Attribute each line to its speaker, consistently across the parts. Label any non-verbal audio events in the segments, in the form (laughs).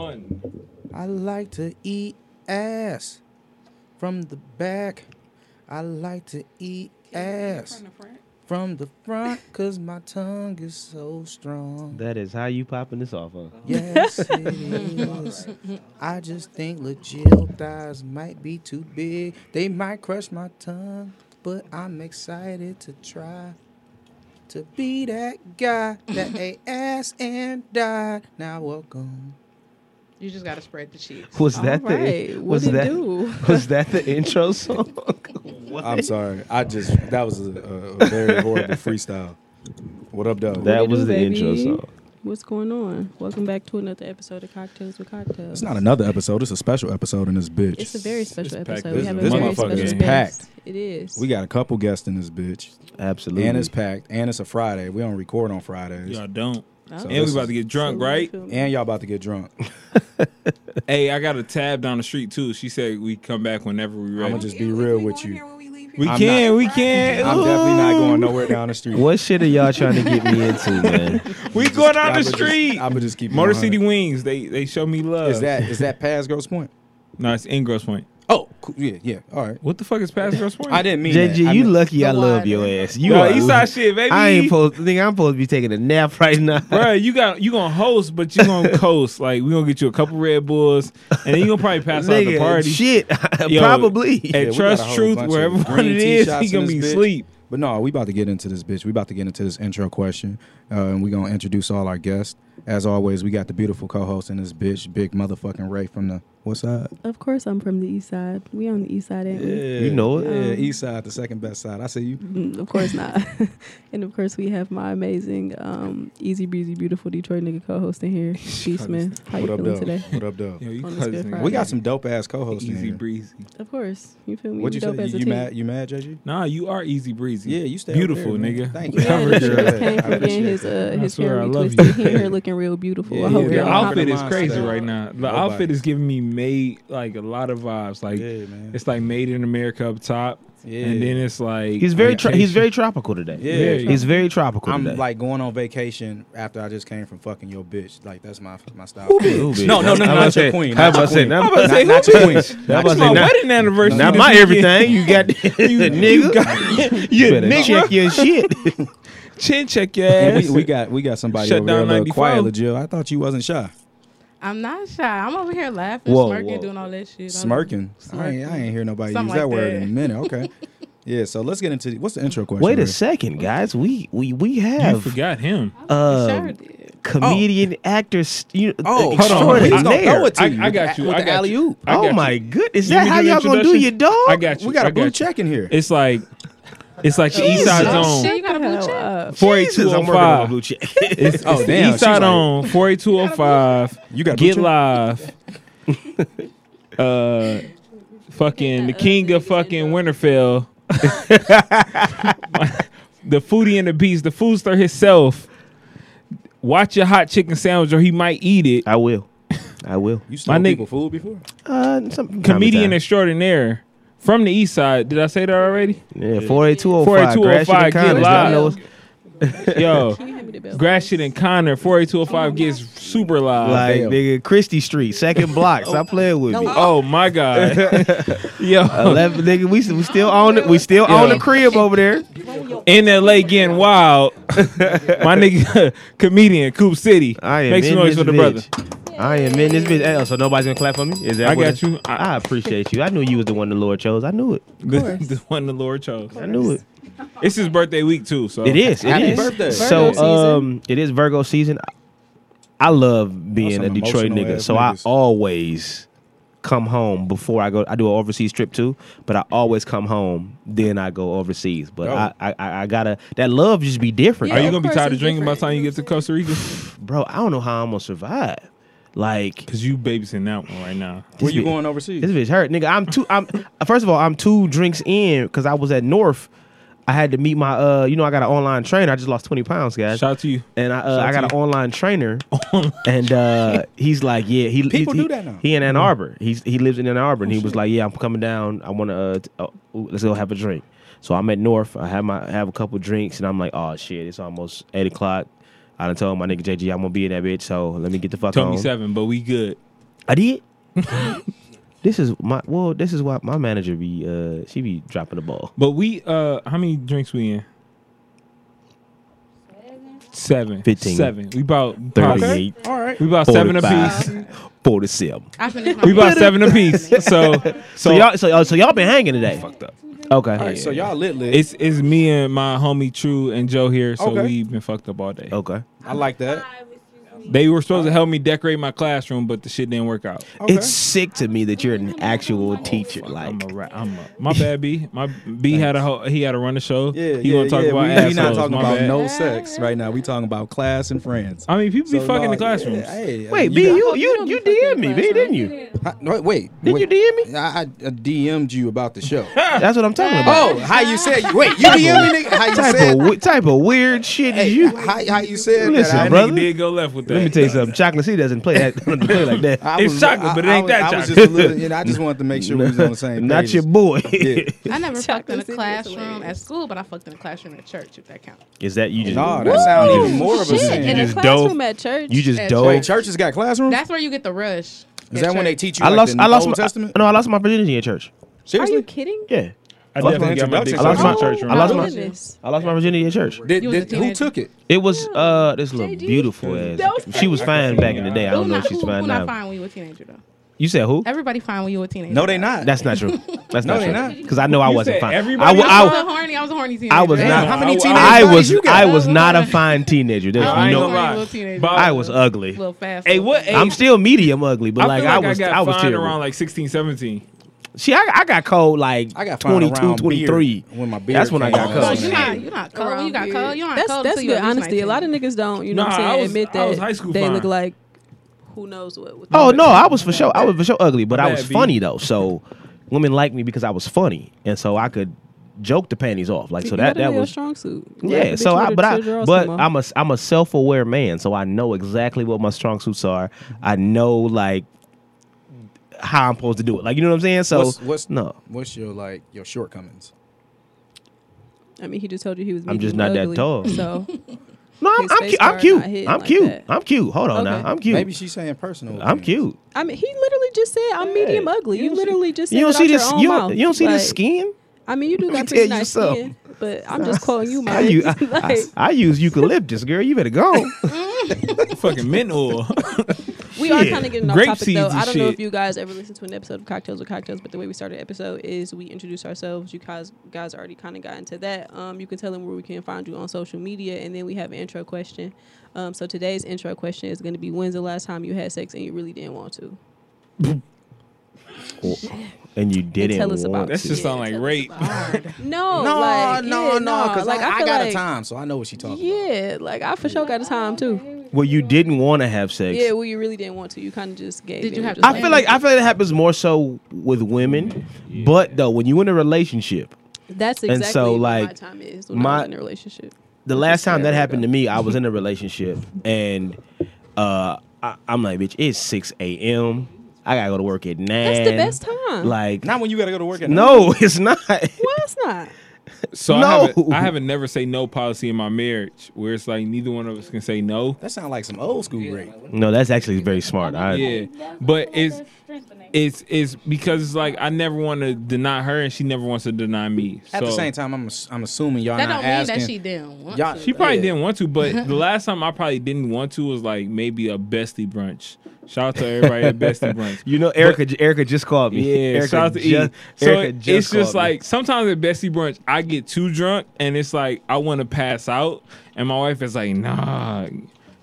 Speaker 1: one.
Speaker 2: I like to eat ass from the back. I like to eat ass from the front because my tongue is so strong.
Speaker 3: That is how you popping this off
Speaker 1: (laughs)
Speaker 3: of.
Speaker 4: (laughs)
Speaker 2: Yes, it is. I just think legit thighs might be too big. They might crush my tongue, but I'm excited to try to be that guy
Speaker 4: (laughs)
Speaker 2: that ate ass and died. Now welcome.
Speaker 5: You just gotta spread the cheeks.
Speaker 3: Was that
Speaker 6: All
Speaker 3: the
Speaker 1: (laughs)
Speaker 6: right. What
Speaker 3: was
Speaker 6: did it
Speaker 3: that
Speaker 6: do?
Speaker 3: was that the
Speaker 6: (laughs)
Speaker 3: intro song? what?
Speaker 1: I'm sorry. I just that was a, a a very horrible freestyle. What up, though?
Speaker 3: that
Speaker 6: it
Speaker 3: was
Speaker 6: do,
Speaker 3: the intro
Speaker 6: baby?
Speaker 3: song.
Speaker 6: What's going on? Welcome back to another episode of Cocktails with Cocktails.
Speaker 1: it's not another episode. It's a special episode in this bitch.
Speaker 6: It's a very special
Speaker 1: packed.
Speaker 6: episode.
Speaker 1: This-
Speaker 6: we have
Speaker 1: this
Speaker 6: a very
Speaker 1: motherfucker
Speaker 6: special
Speaker 1: is
Speaker 6: guest.
Speaker 1: packed.
Speaker 6: It is.
Speaker 1: we got a couple guests in this bitch,
Speaker 3: Absolutely.
Speaker 1: and it's packed, and it's a Friday. We don't record on Fridays,
Speaker 4: Y'all don't.
Speaker 6: Oh,
Speaker 4: And we
Speaker 1: this
Speaker 4: about to get drunk, right?
Speaker 6: absolutely.
Speaker 1: and y'all about to get drunk.
Speaker 4: (laughs) Hey, I got a tab down the street too. She said we come back whenever we
Speaker 1: I'ma
Speaker 4: ready.
Speaker 1: just be real with you.
Speaker 4: we
Speaker 1: I'm
Speaker 4: can,
Speaker 1: not-
Speaker 4: we can.
Speaker 1: I'm definitely not going nowhere down the street.
Speaker 3: What shit are y'all trying to get me
Speaker 1: (laughs)
Speaker 3: into, man?
Speaker 4: We going out
Speaker 1: I'ma
Speaker 4: the
Speaker 1: just-
Speaker 4: street.
Speaker 1: I'ma just keep it
Speaker 4: Motor
Speaker 1: 100.
Speaker 4: City Wings. They they show me love.
Speaker 1: Is that is that past Gross Point?
Speaker 4: no? It's in Gross Point.
Speaker 1: Oh, cool. yeah, yeah. All right.
Speaker 4: What the fuck is past Gross Point?
Speaker 1: (laughs) I didn't mean that.
Speaker 3: JG,
Speaker 1: I
Speaker 3: you
Speaker 1: meant-
Speaker 3: lucky I
Speaker 6: The
Speaker 3: love
Speaker 6: water.
Speaker 3: your ass. You
Speaker 4: You
Speaker 3: are.
Speaker 4: Eastside shit, baby.
Speaker 3: I ain't supposed think I'm supposed to be taking a nap right
Speaker 1: (laughs)
Speaker 3: now.
Speaker 4: Bruh, you got you gonna host, but you gonna coast. Like we gonna get you a couple Red Bulls, and then you gonna probably pass out at the
Speaker 3: Nigga,
Speaker 4: party.
Speaker 3: Shit, (laughs)
Speaker 4: Yo,
Speaker 3: probably.
Speaker 4: At
Speaker 1: we got a
Speaker 4: Trust
Speaker 1: whole
Speaker 4: Truth,
Speaker 1: bunch of
Speaker 4: wherever
Speaker 1: green
Speaker 4: one it
Speaker 1: tea
Speaker 4: is,
Speaker 1: shots
Speaker 4: he
Speaker 1: in
Speaker 4: gonna
Speaker 1: this
Speaker 4: be
Speaker 1: bitch.
Speaker 4: asleep.
Speaker 1: But no, we about to get into this bitch. We about to get into this intro question, uh, and we gonna introduce all our guests. As always, we got the beautiful co-host in this bitch, big motherfucking Ray from the what's side?
Speaker 6: Of course, I'm from the east side. We on the east side, ain't we?
Speaker 3: You know it.
Speaker 1: Yeah, East Side, the second best side. I see you.
Speaker 6: Mm, of course not. (laughs) and of course, we have my amazing, um, easy breezy, beautiful Detroit nigga co-host in
Speaker 1: (laughs)
Speaker 6: here, B Smith. How you feeling today?
Speaker 1: What up, though?
Speaker 4: Yo, you
Speaker 6: On this good
Speaker 4: cousin.
Speaker 6: Friday.
Speaker 1: We got some dope ass co-hosts in
Speaker 4: easy
Speaker 1: here.
Speaker 4: breezy.
Speaker 6: Of course, you feel me?
Speaker 1: What'd
Speaker 6: We
Speaker 1: you
Speaker 6: dope
Speaker 1: say?
Speaker 6: as a
Speaker 1: You,
Speaker 6: team.
Speaker 1: mad? You mad, JG?
Speaker 4: Nah, you are easy breezy.
Speaker 1: Yeah, you stay up
Speaker 4: beautiful,
Speaker 1: there, man.
Speaker 4: nigga.
Speaker 1: Thank
Speaker 6: (laughs)
Speaker 1: you.
Speaker 6: Yeah,
Speaker 1: Cover
Speaker 6: this
Speaker 1: your
Speaker 6: shit just
Speaker 1: ass.
Speaker 6: came
Speaker 1: I
Speaker 6: from getting his uh,
Speaker 1: appreciate
Speaker 4: I
Speaker 6: his
Speaker 4: swear
Speaker 6: hair
Speaker 4: I love
Speaker 6: retwisted.
Speaker 4: you.
Speaker 6: He in here looking real beautiful.
Speaker 1: (laughs) Yeah,
Speaker 6: I hope
Speaker 1: yeah,
Speaker 4: Your
Speaker 6: y'all
Speaker 1: I'm
Speaker 4: outfit
Speaker 1: hopping
Speaker 4: is
Speaker 1: on
Speaker 4: crazy
Speaker 1: stage.
Speaker 4: right now. The
Speaker 1: Nobody.
Speaker 4: outfit is giving me made like a lot of vibes. Like
Speaker 1: Yeah, man.
Speaker 4: it's like made in America up top,
Speaker 1: Yeah.
Speaker 4: and then it's like
Speaker 3: He's very tro-
Speaker 4: vacation.
Speaker 3: he's very tropical today.
Speaker 1: Yeah.
Speaker 3: he's very tropical
Speaker 1: I'm
Speaker 3: today.
Speaker 1: like going on vacation after I just came from fucking your bitch. Like that's my my style.
Speaker 3: Ooh, bitch.
Speaker 1: No, no, no,
Speaker 3: How
Speaker 1: no,
Speaker 3: about
Speaker 1: not your
Speaker 3: that?
Speaker 1: queen,
Speaker 3: How
Speaker 1: not your
Speaker 3: about that?
Speaker 1: queen.
Speaker 3: Not-
Speaker 4: I'm about to say,
Speaker 1: Not-
Speaker 4: who
Speaker 1: not
Speaker 4: bitch?
Speaker 1: your-
Speaker 3: That's
Speaker 4: That's
Speaker 3: my
Speaker 4: my wedding anniversary.
Speaker 3: Not
Speaker 4: this
Speaker 3: my
Speaker 4: weekend.
Speaker 1: (laughs)
Speaker 3: everything. You got
Speaker 4: you
Speaker 3: (laughs) nigga.
Speaker 4: got
Speaker 3: You better
Speaker 4: nigga.
Speaker 3: check your shit.
Speaker 4: chin check your
Speaker 1: And
Speaker 4: ass.
Speaker 1: we, we got we got somebody
Speaker 4: Shut
Speaker 1: over
Speaker 4: down
Speaker 1: there a little
Speaker 4: 94.
Speaker 1: quiet, Legil. I thought you wasn't shy.
Speaker 5: I'm not shy. I'm over here laughing,
Speaker 3: Whoa,
Speaker 5: smirking,
Speaker 3: whoa.
Speaker 5: doing all that shit. I'm-
Speaker 1: Smirking. I, ain't, I ain't hear nobody
Speaker 5: Something
Speaker 1: use that
Speaker 5: like
Speaker 1: word
Speaker 5: that.
Speaker 1: in
Speaker 5: (laughs)
Speaker 1: a minute. Okay. yeah. So let's get into the, what's the intro question.
Speaker 3: Wait a
Speaker 1: Ray?
Speaker 3: second, guys. We we we
Speaker 4: You
Speaker 3: have
Speaker 4: forgot him.
Speaker 3: uh,
Speaker 5: sure Oh. did.
Speaker 3: comedian actor. st- You,
Speaker 1: Oh,
Speaker 3: hold on.
Speaker 1: He's gonna throw it to
Speaker 4: I-
Speaker 1: you.
Speaker 4: I
Speaker 1: with
Speaker 4: got
Speaker 1: the-
Speaker 4: you.
Speaker 1: With
Speaker 4: I
Speaker 1: the
Speaker 4: got you.
Speaker 1: alley-oop.
Speaker 4: I got
Speaker 3: Oh
Speaker 4: you.
Speaker 3: my goodness! Is
Speaker 4: You want
Speaker 3: that
Speaker 4: me
Speaker 3: how
Speaker 4: to
Speaker 3: y'all gonna do
Speaker 4: introduction?
Speaker 3: your dog?
Speaker 4: I got you.
Speaker 1: We got
Speaker 4: I
Speaker 1: a blue
Speaker 4: you.
Speaker 1: check in here.
Speaker 4: It's like it's like the East Side
Speaker 5: Oh,
Speaker 4: Zone.
Speaker 5: shit, you got a blue check?
Speaker 3: four eight two. I'm working on my
Speaker 4: 48205.
Speaker 3: blue check.
Speaker 4: (laughs) It's,
Speaker 1: Oh,
Speaker 4: it's
Speaker 1: damn,
Speaker 4: East Side
Speaker 1: she's like-
Speaker 4: on 48205.
Speaker 1: You got a blue
Speaker 4: Get
Speaker 1: check?
Speaker 4: Live. (laughs) uh, fucking the king of fucking Winterfell. (laughs) the foodie and the beast, the foodster himself. Watch your hot chicken sandwich or he might eat it.
Speaker 3: I will. I will.
Speaker 1: You stole
Speaker 4: nigga-
Speaker 1: people food before?
Speaker 3: Uh, some
Speaker 4: Comedian extraordinaire from the East Side. Did I say that already?
Speaker 3: Yeah, four eight two zero five.
Speaker 4: 48205, get live.
Speaker 3: Know it's-
Speaker 4: Yo,
Speaker 6: Can you hand me the bell?
Speaker 4: Gratiot and Connor 48205 gets super live.
Speaker 3: like
Speaker 1: damn.
Speaker 3: nigga Christie Street, second block. Stop playing with me.
Speaker 4: Oh my god. Yo,
Speaker 3: Eleven, nigga, we, we still on it. We still on the
Speaker 4: Yeah.
Speaker 3: crib over there.
Speaker 4: in LA getting (laughs) wild. My nigga (laughs) comedian Coop City.
Speaker 3: I am
Speaker 4: Make
Speaker 3: in
Speaker 4: some noise
Speaker 3: this
Speaker 4: for the brother.
Speaker 3: bitch. I am in this bitch. Hey, so nobody's gonna clap for me. Is that?
Speaker 4: I
Speaker 3: what
Speaker 4: got
Speaker 3: it-
Speaker 4: you. I-
Speaker 3: I appreciate you. I knew you was the one the Lord chose. I knew it.
Speaker 4: (laughs) The, the one the Lord chose.
Speaker 3: I knew it.
Speaker 4: It's his birthday week too, so
Speaker 3: It is. It is.
Speaker 1: Happy birthday.
Speaker 3: So
Speaker 6: Virgo
Speaker 3: um, it is Virgo season. I- I love being
Speaker 1: some
Speaker 3: a Detroit
Speaker 1: emotional
Speaker 3: nigga,
Speaker 1: ass
Speaker 3: so
Speaker 1: niggas.
Speaker 3: I always come home before I go. I do an overseas trip too, but I always come home then I go overseas. But
Speaker 1: Oh.
Speaker 3: I, I I I gotta that love just be different,
Speaker 4: Are
Speaker 5: Yeah,
Speaker 4: you
Speaker 5: of
Speaker 4: gonna be
Speaker 5: course
Speaker 4: tired of
Speaker 5: it's
Speaker 4: drinking by the
Speaker 5: different.
Speaker 4: time you get to Costa Rica?
Speaker 3: bro. I don't know how I'm gonna survive. Like
Speaker 4: Cause you babysitting that one right now.
Speaker 1: Where you
Speaker 3: bitch-
Speaker 1: going
Speaker 3: This
Speaker 1: overseas?
Speaker 3: bitch hurt, nigga. I'm two. I'm first of all, I'm two drinks in because I was at North. I had to meet my uh, you know, I got an online trainer. I just lost twenty pounds, guys.
Speaker 4: Shout out to you.
Speaker 3: and I uh,
Speaker 4: shout
Speaker 3: I got
Speaker 4: to
Speaker 3: an online trainer, and uh, he's like, yeah, he
Speaker 1: People
Speaker 3: he,
Speaker 1: do that now.
Speaker 3: He in Ann Arbor. He's he lives in Ann Arbor, and he was like, yeah, I'm coming down. I want to uh, t- uh, ooh, let's go have a drink. So I'm at North. I have my I have a couple drinks, and I'm like, oh shit, it's almost eight o'clock. I done told my nigga JG I'm gonna be in that bitch, so let me get the fuck
Speaker 4: Told
Speaker 3: on.
Speaker 4: me seven, but we good.
Speaker 3: I did. this is my well. This is why my manager be uh she be dropping the ball.
Speaker 4: But we uh how many drinks we in? Seven.
Speaker 3: Fifteen.
Speaker 4: Seven. We about probably-
Speaker 3: Thirty-eight,
Speaker 2: All right.
Speaker 4: We about seven apiece.
Speaker 3: forty-seven.
Speaker 5: I finished my
Speaker 4: We about
Speaker 5: beer.
Speaker 4: seven apiece. So
Speaker 3: So, y'all, so, y'all- so y'all been hanging today. Fucked up. Okay.
Speaker 1: All right, so y'all lit lit.
Speaker 4: it's it's me and my homie True and Joe here. So
Speaker 1: Okay.
Speaker 4: we've been fucked up all day.
Speaker 3: okay.
Speaker 1: I like that.
Speaker 4: They were supposed to help me decorate my classroom, but the shit didn't work out.
Speaker 1: Okay.
Speaker 3: It's sick to me that you're an actual teacher.
Speaker 4: I'm
Speaker 3: Like,
Speaker 4: a, ra- I'm a, my bad, B. My B had a ho- he had to run the show.
Speaker 1: yeah,
Speaker 4: he
Speaker 1: yeah,
Speaker 4: gonna talk
Speaker 1: yeah.
Speaker 4: about
Speaker 1: we,
Speaker 4: assholes.
Speaker 1: we not talking
Speaker 4: my
Speaker 1: about
Speaker 4: bad.
Speaker 1: no sex right now. We talking about class and friends.
Speaker 4: I mean, people be
Speaker 1: So,
Speaker 4: fucking in the
Speaker 1: no,
Speaker 4: classrooms.
Speaker 1: yeah, hey,
Speaker 3: wait,
Speaker 1: you
Speaker 3: B,
Speaker 1: got-
Speaker 3: you
Speaker 6: got-
Speaker 3: you you
Speaker 6: You don't be
Speaker 3: DM me,
Speaker 6: fucking
Speaker 3: B,
Speaker 6: with
Speaker 3: didn't you?
Speaker 2: Huh? No, wait.
Speaker 3: Didn't you
Speaker 2: wait.
Speaker 3: DM me?
Speaker 2: I, I I DM'd you about the show.
Speaker 3: That's what I'm talking about.
Speaker 2: oh, how you said? Wait, you DM me? nigga? How you
Speaker 3: type
Speaker 2: said?
Speaker 3: of we- type of weird shit
Speaker 2: Hey,
Speaker 3: is you.
Speaker 2: how, how you said
Speaker 3: Listen,
Speaker 2: that? I,
Speaker 4: That
Speaker 3: brother.
Speaker 4: nigga did go left with that.
Speaker 3: Let me tell you something. Chocolate C doesn't play that (laughs) doesn't play like that.
Speaker 2: I
Speaker 4: It's
Speaker 2: was-
Speaker 4: chocolate, but it
Speaker 2: I- I
Speaker 4: ain't that
Speaker 2: was- I was
Speaker 4: chocolate.
Speaker 2: just a little- you know, I just wanted to make sure we was on the same.
Speaker 3: (laughs) Not
Speaker 2: page.
Speaker 3: your boy.
Speaker 5: (laughs) I never fucked in a
Speaker 6: Chocolate city is
Speaker 5: classroom at
Speaker 6: hilarious.
Speaker 5: school, but I fucked in a classroom at church, if that counts.
Speaker 3: (laughs) Is that you just
Speaker 1: Nah, that sounds even more of a
Speaker 6: Shit, in
Speaker 1: sin.
Speaker 6: a
Speaker 3: just
Speaker 6: classroom
Speaker 3: dove-
Speaker 6: at church.
Speaker 3: you just
Speaker 5: Wait,
Speaker 3: dove?
Speaker 1: Wait, churches got classrooms?
Speaker 5: That's where you get the rush.
Speaker 1: Is that when they teach you
Speaker 3: I
Speaker 1: like
Speaker 3: lost
Speaker 1: the
Speaker 3: I lost
Speaker 1: Old
Speaker 3: my,
Speaker 1: Testament?
Speaker 3: no, I lost my virginity in church.
Speaker 6: Are
Speaker 1: Seriously?
Speaker 6: you kidding? Oh,
Speaker 3: Yeah.
Speaker 4: I
Speaker 3: That's
Speaker 4: definitely
Speaker 1: my
Speaker 4: got my dick
Speaker 1: introduction. I lost
Speaker 4: sucked in
Speaker 1: my-
Speaker 4: church.
Speaker 3: I lost
Speaker 4: room.
Speaker 3: my-
Speaker 6: Goodness.
Speaker 3: I lost my virginity in church.
Speaker 1: Did-
Speaker 5: You was a
Speaker 1: did- who
Speaker 5: teenager.
Speaker 1: took it?
Speaker 3: It was uh this little
Speaker 6: JG.
Speaker 3: beautiful ass.
Speaker 6: Don't
Speaker 3: She was
Speaker 6: say
Speaker 3: fine back in the day. I don't
Speaker 5: Who
Speaker 3: know if
Speaker 5: not-
Speaker 3: she's
Speaker 5: who-
Speaker 3: fine
Speaker 5: who not
Speaker 3: now.
Speaker 5: fine when you were a teenager, though?
Speaker 3: You said who?
Speaker 5: Everybody fine when you were a teenager.
Speaker 1: No, they not.
Speaker 3: That's not true. That's
Speaker 1: No,
Speaker 3: not
Speaker 1: they
Speaker 3: true.
Speaker 1: not.
Speaker 3: Because I know I
Speaker 4: You
Speaker 3: wasn't
Speaker 4: said
Speaker 3: fine.
Speaker 4: everybody
Speaker 3: I, wa-
Speaker 5: I
Speaker 3: I,
Speaker 5: was
Speaker 3: wa-
Speaker 5: a horny. I was a horny teenager.
Speaker 3: I was
Speaker 5: Damn.
Speaker 3: not.
Speaker 1: How many teenage
Speaker 3: I
Speaker 1: bodies
Speaker 3: was
Speaker 1: you got?
Speaker 3: I was not a fine teenager. There's
Speaker 4: I ain't
Speaker 3: no
Speaker 4: gonna lie.
Speaker 5: Little teenager.
Speaker 4: Bob-
Speaker 3: I was ugly.
Speaker 5: Little fast.
Speaker 4: Hey,
Speaker 5: little
Speaker 4: what
Speaker 5: fast.
Speaker 4: age-
Speaker 3: I'm still medium ugly, but like,
Speaker 4: feel
Speaker 3: I was,
Speaker 4: I,
Speaker 3: I,
Speaker 4: got
Speaker 3: was
Speaker 4: fined
Speaker 3: terrible.
Speaker 4: around like 16, 17.
Speaker 3: See, I, I got cold like
Speaker 1: I got fined
Speaker 3: 22,
Speaker 1: around
Speaker 3: 23.
Speaker 1: beard when my beard
Speaker 3: That's when I
Speaker 1: came
Speaker 3: got
Speaker 1: out.
Speaker 5: No,
Speaker 3: cold.
Speaker 5: you not. You not cold. when You got
Speaker 6: Around
Speaker 5: cold. You not
Speaker 6: That's
Speaker 5: cold.
Speaker 6: that's
Speaker 5: till you
Speaker 6: good
Speaker 5: at least
Speaker 6: honesty. A lot of
Speaker 5: 19.
Speaker 6: niggas don't, you know what
Speaker 4: Nah,
Speaker 6: I'm
Speaker 4: I
Speaker 6: saying,
Speaker 4: was-
Speaker 6: admit
Speaker 4: I was
Speaker 6: that
Speaker 4: high school
Speaker 6: they
Speaker 4: fine.
Speaker 6: look like who knows what. with
Speaker 3: Oh
Speaker 6: them.
Speaker 3: no, I was for sure. I was for sure ugly, but I
Speaker 4: bad,
Speaker 3: was
Speaker 4: B.
Speaker 3: funny though. So women liked me because I was funny, and so I could joke the panties off. Like so
Speaker 6: You
Speaker 3: that
Speaker 6: gotta be
Speaker 3: that
Speaker 6: a
Speaker 3: was
Speaker 6: strong suit.
Speaker 3: yeah. So I but I but I'm a I'm a self aware man, so I know exactly what my strong suits are. I know like how I'm supposed to do it. Like you know what I'm saying. So
Speaker 1: What's- what's-
Speaker 3: no.
Speaker 1: What's your like your shortcomings?
Speaker 6: I mean, he just told you he was.
Speaker 3: I'm just
Speaker 6: medium
Speaker 3: not that
Speaker 6: ugly,
Speaker 3: tall. (laughs)
Speaker 6: So
Speaker 3: No, I'm,
Speaker 6: His
Speaker 3: I'm,
Speaker 6: face
Speaker 3: cu- I'm
Speaker 6: guard
Speaker 3: cute.
Speaker 6: not hitting
Speaker 3: I'm
Speaker 6: like
Speaker 3: cute.
Speaker 6: that.
Speaker 3: I'm cute. Hold on
Speaker 6: Okay.
Speaker 3: now. I'm cute.
Speaker 1: Maybe she's saying personal.
Speaker 3: I'm
Speaker 1: opinions.
Speaker 3: cute.
Speaker 6: I mean, he literally just said I'm medium ugly. You,
Speaker 3: don't see-
Speaker 6: literally just said
Speaker 3: You don't
Speaker 6: it
Speaker 3: see
Speaker 6: out your
Speaker 3: this.
Speaker 6: own
Speaker 3: You
Speaker 6: mouth.
Speaker 3: don't, you don't see
Speaker 6: Like,
Speaker 3: this
Speaker 6: (laughs)
Speaker 3: skin.
Speaker 6: I mean, you
Speaker 3: (laughs)
Speaker 6: do
Speaker 3: me
Speaker 6: got
Speaker 3: tell
Speaker 6: pretty
Speaker 3: you
Speaker 6: nice
Speaker 3: something.
Speaker 6: skin, but I'm
Speaker 3: (laughs)
Speaker 6: just quoting you,
Speaker 3: I,
Speaker 6: man.
Speaker 3: u- I,
Speaker 6: (laughs) like,
Speaker 3: I, I use eucalyptus, girl. You better go.
Speaker 4: Fucking mint oil.
Speaker 6: we are
Speaker 3: Yeah.
Speaker 6: kind of getting off
Speaker 4: Grape
Speaker 6: topic
Speaker 4: seeds
Speaker 6: though.
Speaker 4: and
Speaker 6: I don't know
Speaker 4: shit.
Speaker 6: if you guys ever listened to an episode of Cocktails with Cocktails, but the way we started the episode is we introduce ourselves. You guys, guys already kind of got into that. Um, you can tell them where we can find you on social media, and then we have an intro question. Um, so today's intro question is going to be: When's the last time you had sex and you really didn't want to?
Speaker 3: and you didn't
Speaker 6: tell us
Speaker 3: want
Speaker 6: about
Speaker 4: That
Speaker 3: to.
Speaker 4: shit sound like rape.
Speaker 6: No,
Speaker 1: No,
Speaker 6: like,
Speaker 1: no,
Speaker 6: yeah,
Speaker 1: no, because
Speaker 6: Like
Speaker 1: I, I,
Speaker 6: feel
Speaker 1: got a
Speaker 6: like-
Speaker 1: time, so I know what she talking about.
Speaker 6: Yeah, like I for sure got a time too.
Speaker 3: Well, you didn't want to have sex.
Speaker 6: Yeah, well, you really didn't want to. You kind of just gave.
Speaker 5: Did
Speaker 6: in
Speaker 5: you have
Speaker 6: and just
Speaker 5: to
Speaker 3: I feel like I feel like it happens more so with women, but though when you in a relationship,
Speaker 6: That's
Speaker 3: And
Speaker 6: exactly
Speaker 3: so,
Speaker 6: what my
Speaker 3: like,
Speaker 6: time is when I
Speaker 3: my-
Speaker 6: was in a relationship.
Speaker 3: the
Speaker 6: Which
Speaker 3: last
Speaker 6: is
Speaker 3: time that
Speaker 6: forever
Speaker 3: happened to
Speaker 6: ago.
Speaker 3: me, I was in a relationship and uh, I, I'm like, bitch, it's 6 a.m. I gotta go to work at nine.
Speaker 6: That's the best time.
Speaker 3: Like,
Speaker 1: Not when you gotta go to work at night.
Speaker 3: no, (laughs) it's not.
Speaker 6: Why it's not?
Speaker 4: So
Speaker 3: No.
Speaker 4: I, have a, I have a never say no policy in my marriage where it's like neither one of us can say no.
Speaker 1: That sounds like some old school rape.
Speaker 3: No, that's actually very smart. I,
Speaker 4: Yeah. But it's it's it's because it's like I never want to deny her and she never wants to deny me.
Speaker 1: At
Speaker 4: so
Speaker 1: the same time, I'm ass- I'm assuming y'all
Speaker 5: That
Speaker 1: not
Speaker 5: don't mean
Speaker 1: asking.
Speaker 5: that she didn't want
Speaker 1: Y'all-
Speaker 5: to.
Speaker 4: She probably
Speaker 1: Yeah.
Speaker 4: didn't want to,
Speaker 1: (laughs)
Speaker 4: but the last time I probably didn't want to was like maybe a bestie brunch. Shout out to everybody at bestie brunch.
Speaker 3: You know, Erica. Erica just called
Speaker 4: (laughs)
Speaker 3: me.
Speaker 4: Yeah,
Speaker 3: Erica
Speaker 4: shout out to
Speaker 3: ju-
Speaker 4: E. So
Speaker 3: Erica just
Speaker 4: it's just
Speaker 3: called me.
Speaker 4: like sometimes at Bestie Brunch, I get too drunk and it's like I want to pass out, and my wife is like, "Nah,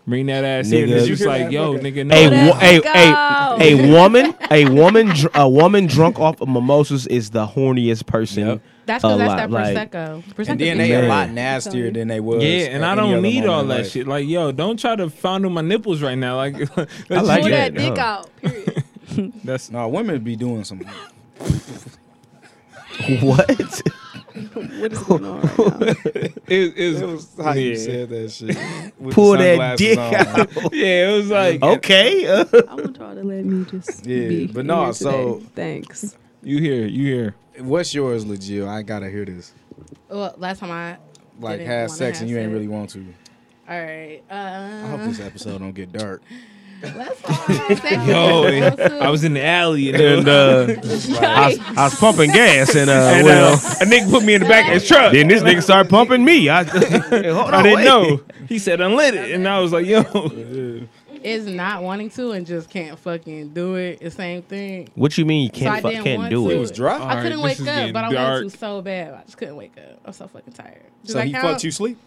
Speaker 4: bring that ass here." And
Speaker 3: Nigga.
Speaker 4: it's
Speaker 3: Did you
Speaker 4: just
Speaker 1: hear
Speaker 4: like,
Speaker 1: (laughs) that?
Speaker 4: "Yo,
Speaker 1: Okay.
Speaker 4: nigga, no."
Speaker 3: a,
Speaker 6: Let's
Speaker 3: wo- a,
Speaker 6: go.
Speaker 3: a, a woman, a woman, dr- a woman drunk off of mimosas is the horniest person.
Speaker 1: Yep.
Speaker 5: That's because that's that
Speaker 3: alive. Like,
Speaker 5: prosecco. prosecco.
Speaker 1: And then
Speaker 5: be
Speaker 1: they a
Speaker 3: Man.
Speaker 1: lot nastier than they was.
Speaker 4: yeah, and
Speaker 1: at
Speaker 4: I
Speaker 1: any other
Speaker 4: don't need
Speaker 1: moment
Speaker 4: all
Speaker 1: in
Speaker 4: that
Speaker 1: life.
Speaker 4: shit. Like, yo, don't try to fondle my nipples right now. Like, (laughs)
Speaker 3: I like
Speaker 5: Pull
Speaker 3: that.
Speaker 5: that dick
Speaker 3: huh?
Speaker 5: out. Period.
Speaker 4: that's
Speaker 1: No, women be
Speaker 4: (laughs)
Speaker 1: doing some. (laughs)
Speaker 3: (laughs) What?
Speaker 6: What is going on
Speaker 3: (laughs)
Speaker 6: right now?
Speaker 4: it, it's,
Speaker 1: It was how you
Speaker 4: yeah.
Speaker 1: said that shit. with the
Speaker 3: Pull that
Speaker 1: sunglasses
Speaker 3: dick
Speaker 1: on.
Speaker 4: (laughs)
Speaker 3: out.
Speaker 4: Yeah, it was like
Speaker 3: okay. uh,
Speaker 6: I want y'all to let me just.
Speaker 1: Yeah,
Speaker 6: be
Speaker 1: but no,
Speaker 6: here
Speaker 1: so-
Speaker 6: today. thanks.
Speaker 4: you hear, you hear.
Speaker 1: (laughs) What's yours, Legio? I gotta hear this.
Speaker 5: Well, last time I
Speaker 1: Like,
Speaker 5: Didn't
Speaker 1: have
Speaker 5: wanna
Speaker 1: sex and
Speaker 5: have
Speaker 1: you ain't
Speaker 5: sex.
Speaker 1: really want to.
Speaker 5: all right.
Speaker 1: I hope
Speaker 5: Uh, (laughs)
Speaker 1: this episode don't get dark.
Speaker 5: Let's
Speaker 1: (laughs)
Speaker 5: talk.
Speaker 4: Yo, Oh, I was in the alley and, (laughs)
Speaker 3: and uh, I, was, I was pumping gas, and, uh, well,
Speaker 4: a nigga put me in the back of his truck.
Speaker 3: then this nigga started pumping
Speaker 4: (laughs)
Speaker 3: me. I, Hey, (laughs) hold
Speaker 4: I
Speaker 3: on,
Speaker 4: didn't
Speaker 3: wait.
Speaker 4: know. He said unlit it, and I was like, (laughs) yo.
Speaker 5: is not wanting to and just can't fucking do it. The same thing.
Speaker 3: What you mean you can't
Speaker 5: I
Speaker 3: fuck,
Speaker 5: didn't
Speaker 3: can't
Speaker 5: want
Speaker 3: do
Speaker 5: to.
Speaker 3: it?
Speaker 5: It was
Speaker 1: Dry.
Speaker 5: I
Speaker 4: Alright,
Speaker 5: couldn't
Speaker 4: this
Speaker 5: wake
Speaker 4: is
Speaker 5: up,
Speaker 4: getting
Speaker 5: but I
Speaker 4: dark.
Speaker 5: wanted to so bad. I just couldn't wake up. I'm so fucking tired. Does
Speaker 1: So
Speaker 5: that
Speaker 1: he
Speaker 5: count?
Speaker 1: fucked you sleep.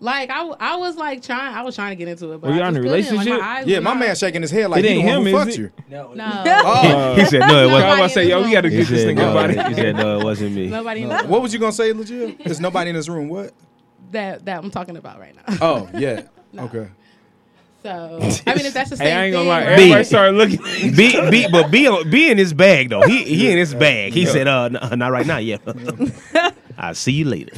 Speaker 5: Like I, w- I was like trying. I was trying to get into it, but
Speaker 4: Were
Speaker 5: I
Speaker 4: y'all in a
Speaker 5: just couldn't. Like,
Speaker 4: relationship?
Speaker 5: my eyes
Speaker 1: Yeah,
Speaker 5: were
Speaker 1: my
Speaker 5: not-
Speaker 1: man shaking his head like
Speaker 4: It
Speaker 1: he
Speaker 4: ain't
Speaker 1: the one who
Speaker 4: him, is
Speaker 1: fucked
Speaker 4: it?
Speaker 1: you.
Speaker 5: No,
Speaker 1: Oh,
Speaker 3: he said no,
Speaker 4: I
Speaker 5: Nobody
Speaker 3: it wasn't.
Speaker 4: was about to say, yo, we got to
Speaker 3: (laughs) He
Speaker 4: get this
Speaker 3: said,
Speaker 4: thing
Speaker 3: no,
Speaker 4: up out of
Speaker 3: he said no, it wasn't me.
Speaker 1: (laughs)
Speaker 5: nobody knows
Speaker 1: what was you gonna
Speaker 4: (laughs)
Speaker 1: say, legit? There's nobody in this room. What?
Speaker 5: that that I'm talking about right now.
Speaker 1: Oh
Speaker 5: (laughs)
Speaker 1: yeah. Okay.
Speaker 4: (laughs)
Speaker 5: So I mean, if that's the same
Speaker 4: Hey, I ain't gonna
Speaker 5: thing,
Speaker 4: lie.
Speaker 5: right?
Speaker 3: B.
Speaker 4: Everybody started looking.
Speaker 3: B, B, but B, on- B in his bag though. He he in his bag. He said, "Uh, n- not right now. Yeah,
Speaker 5: (laughs)
Speaker 3: I'll see you later."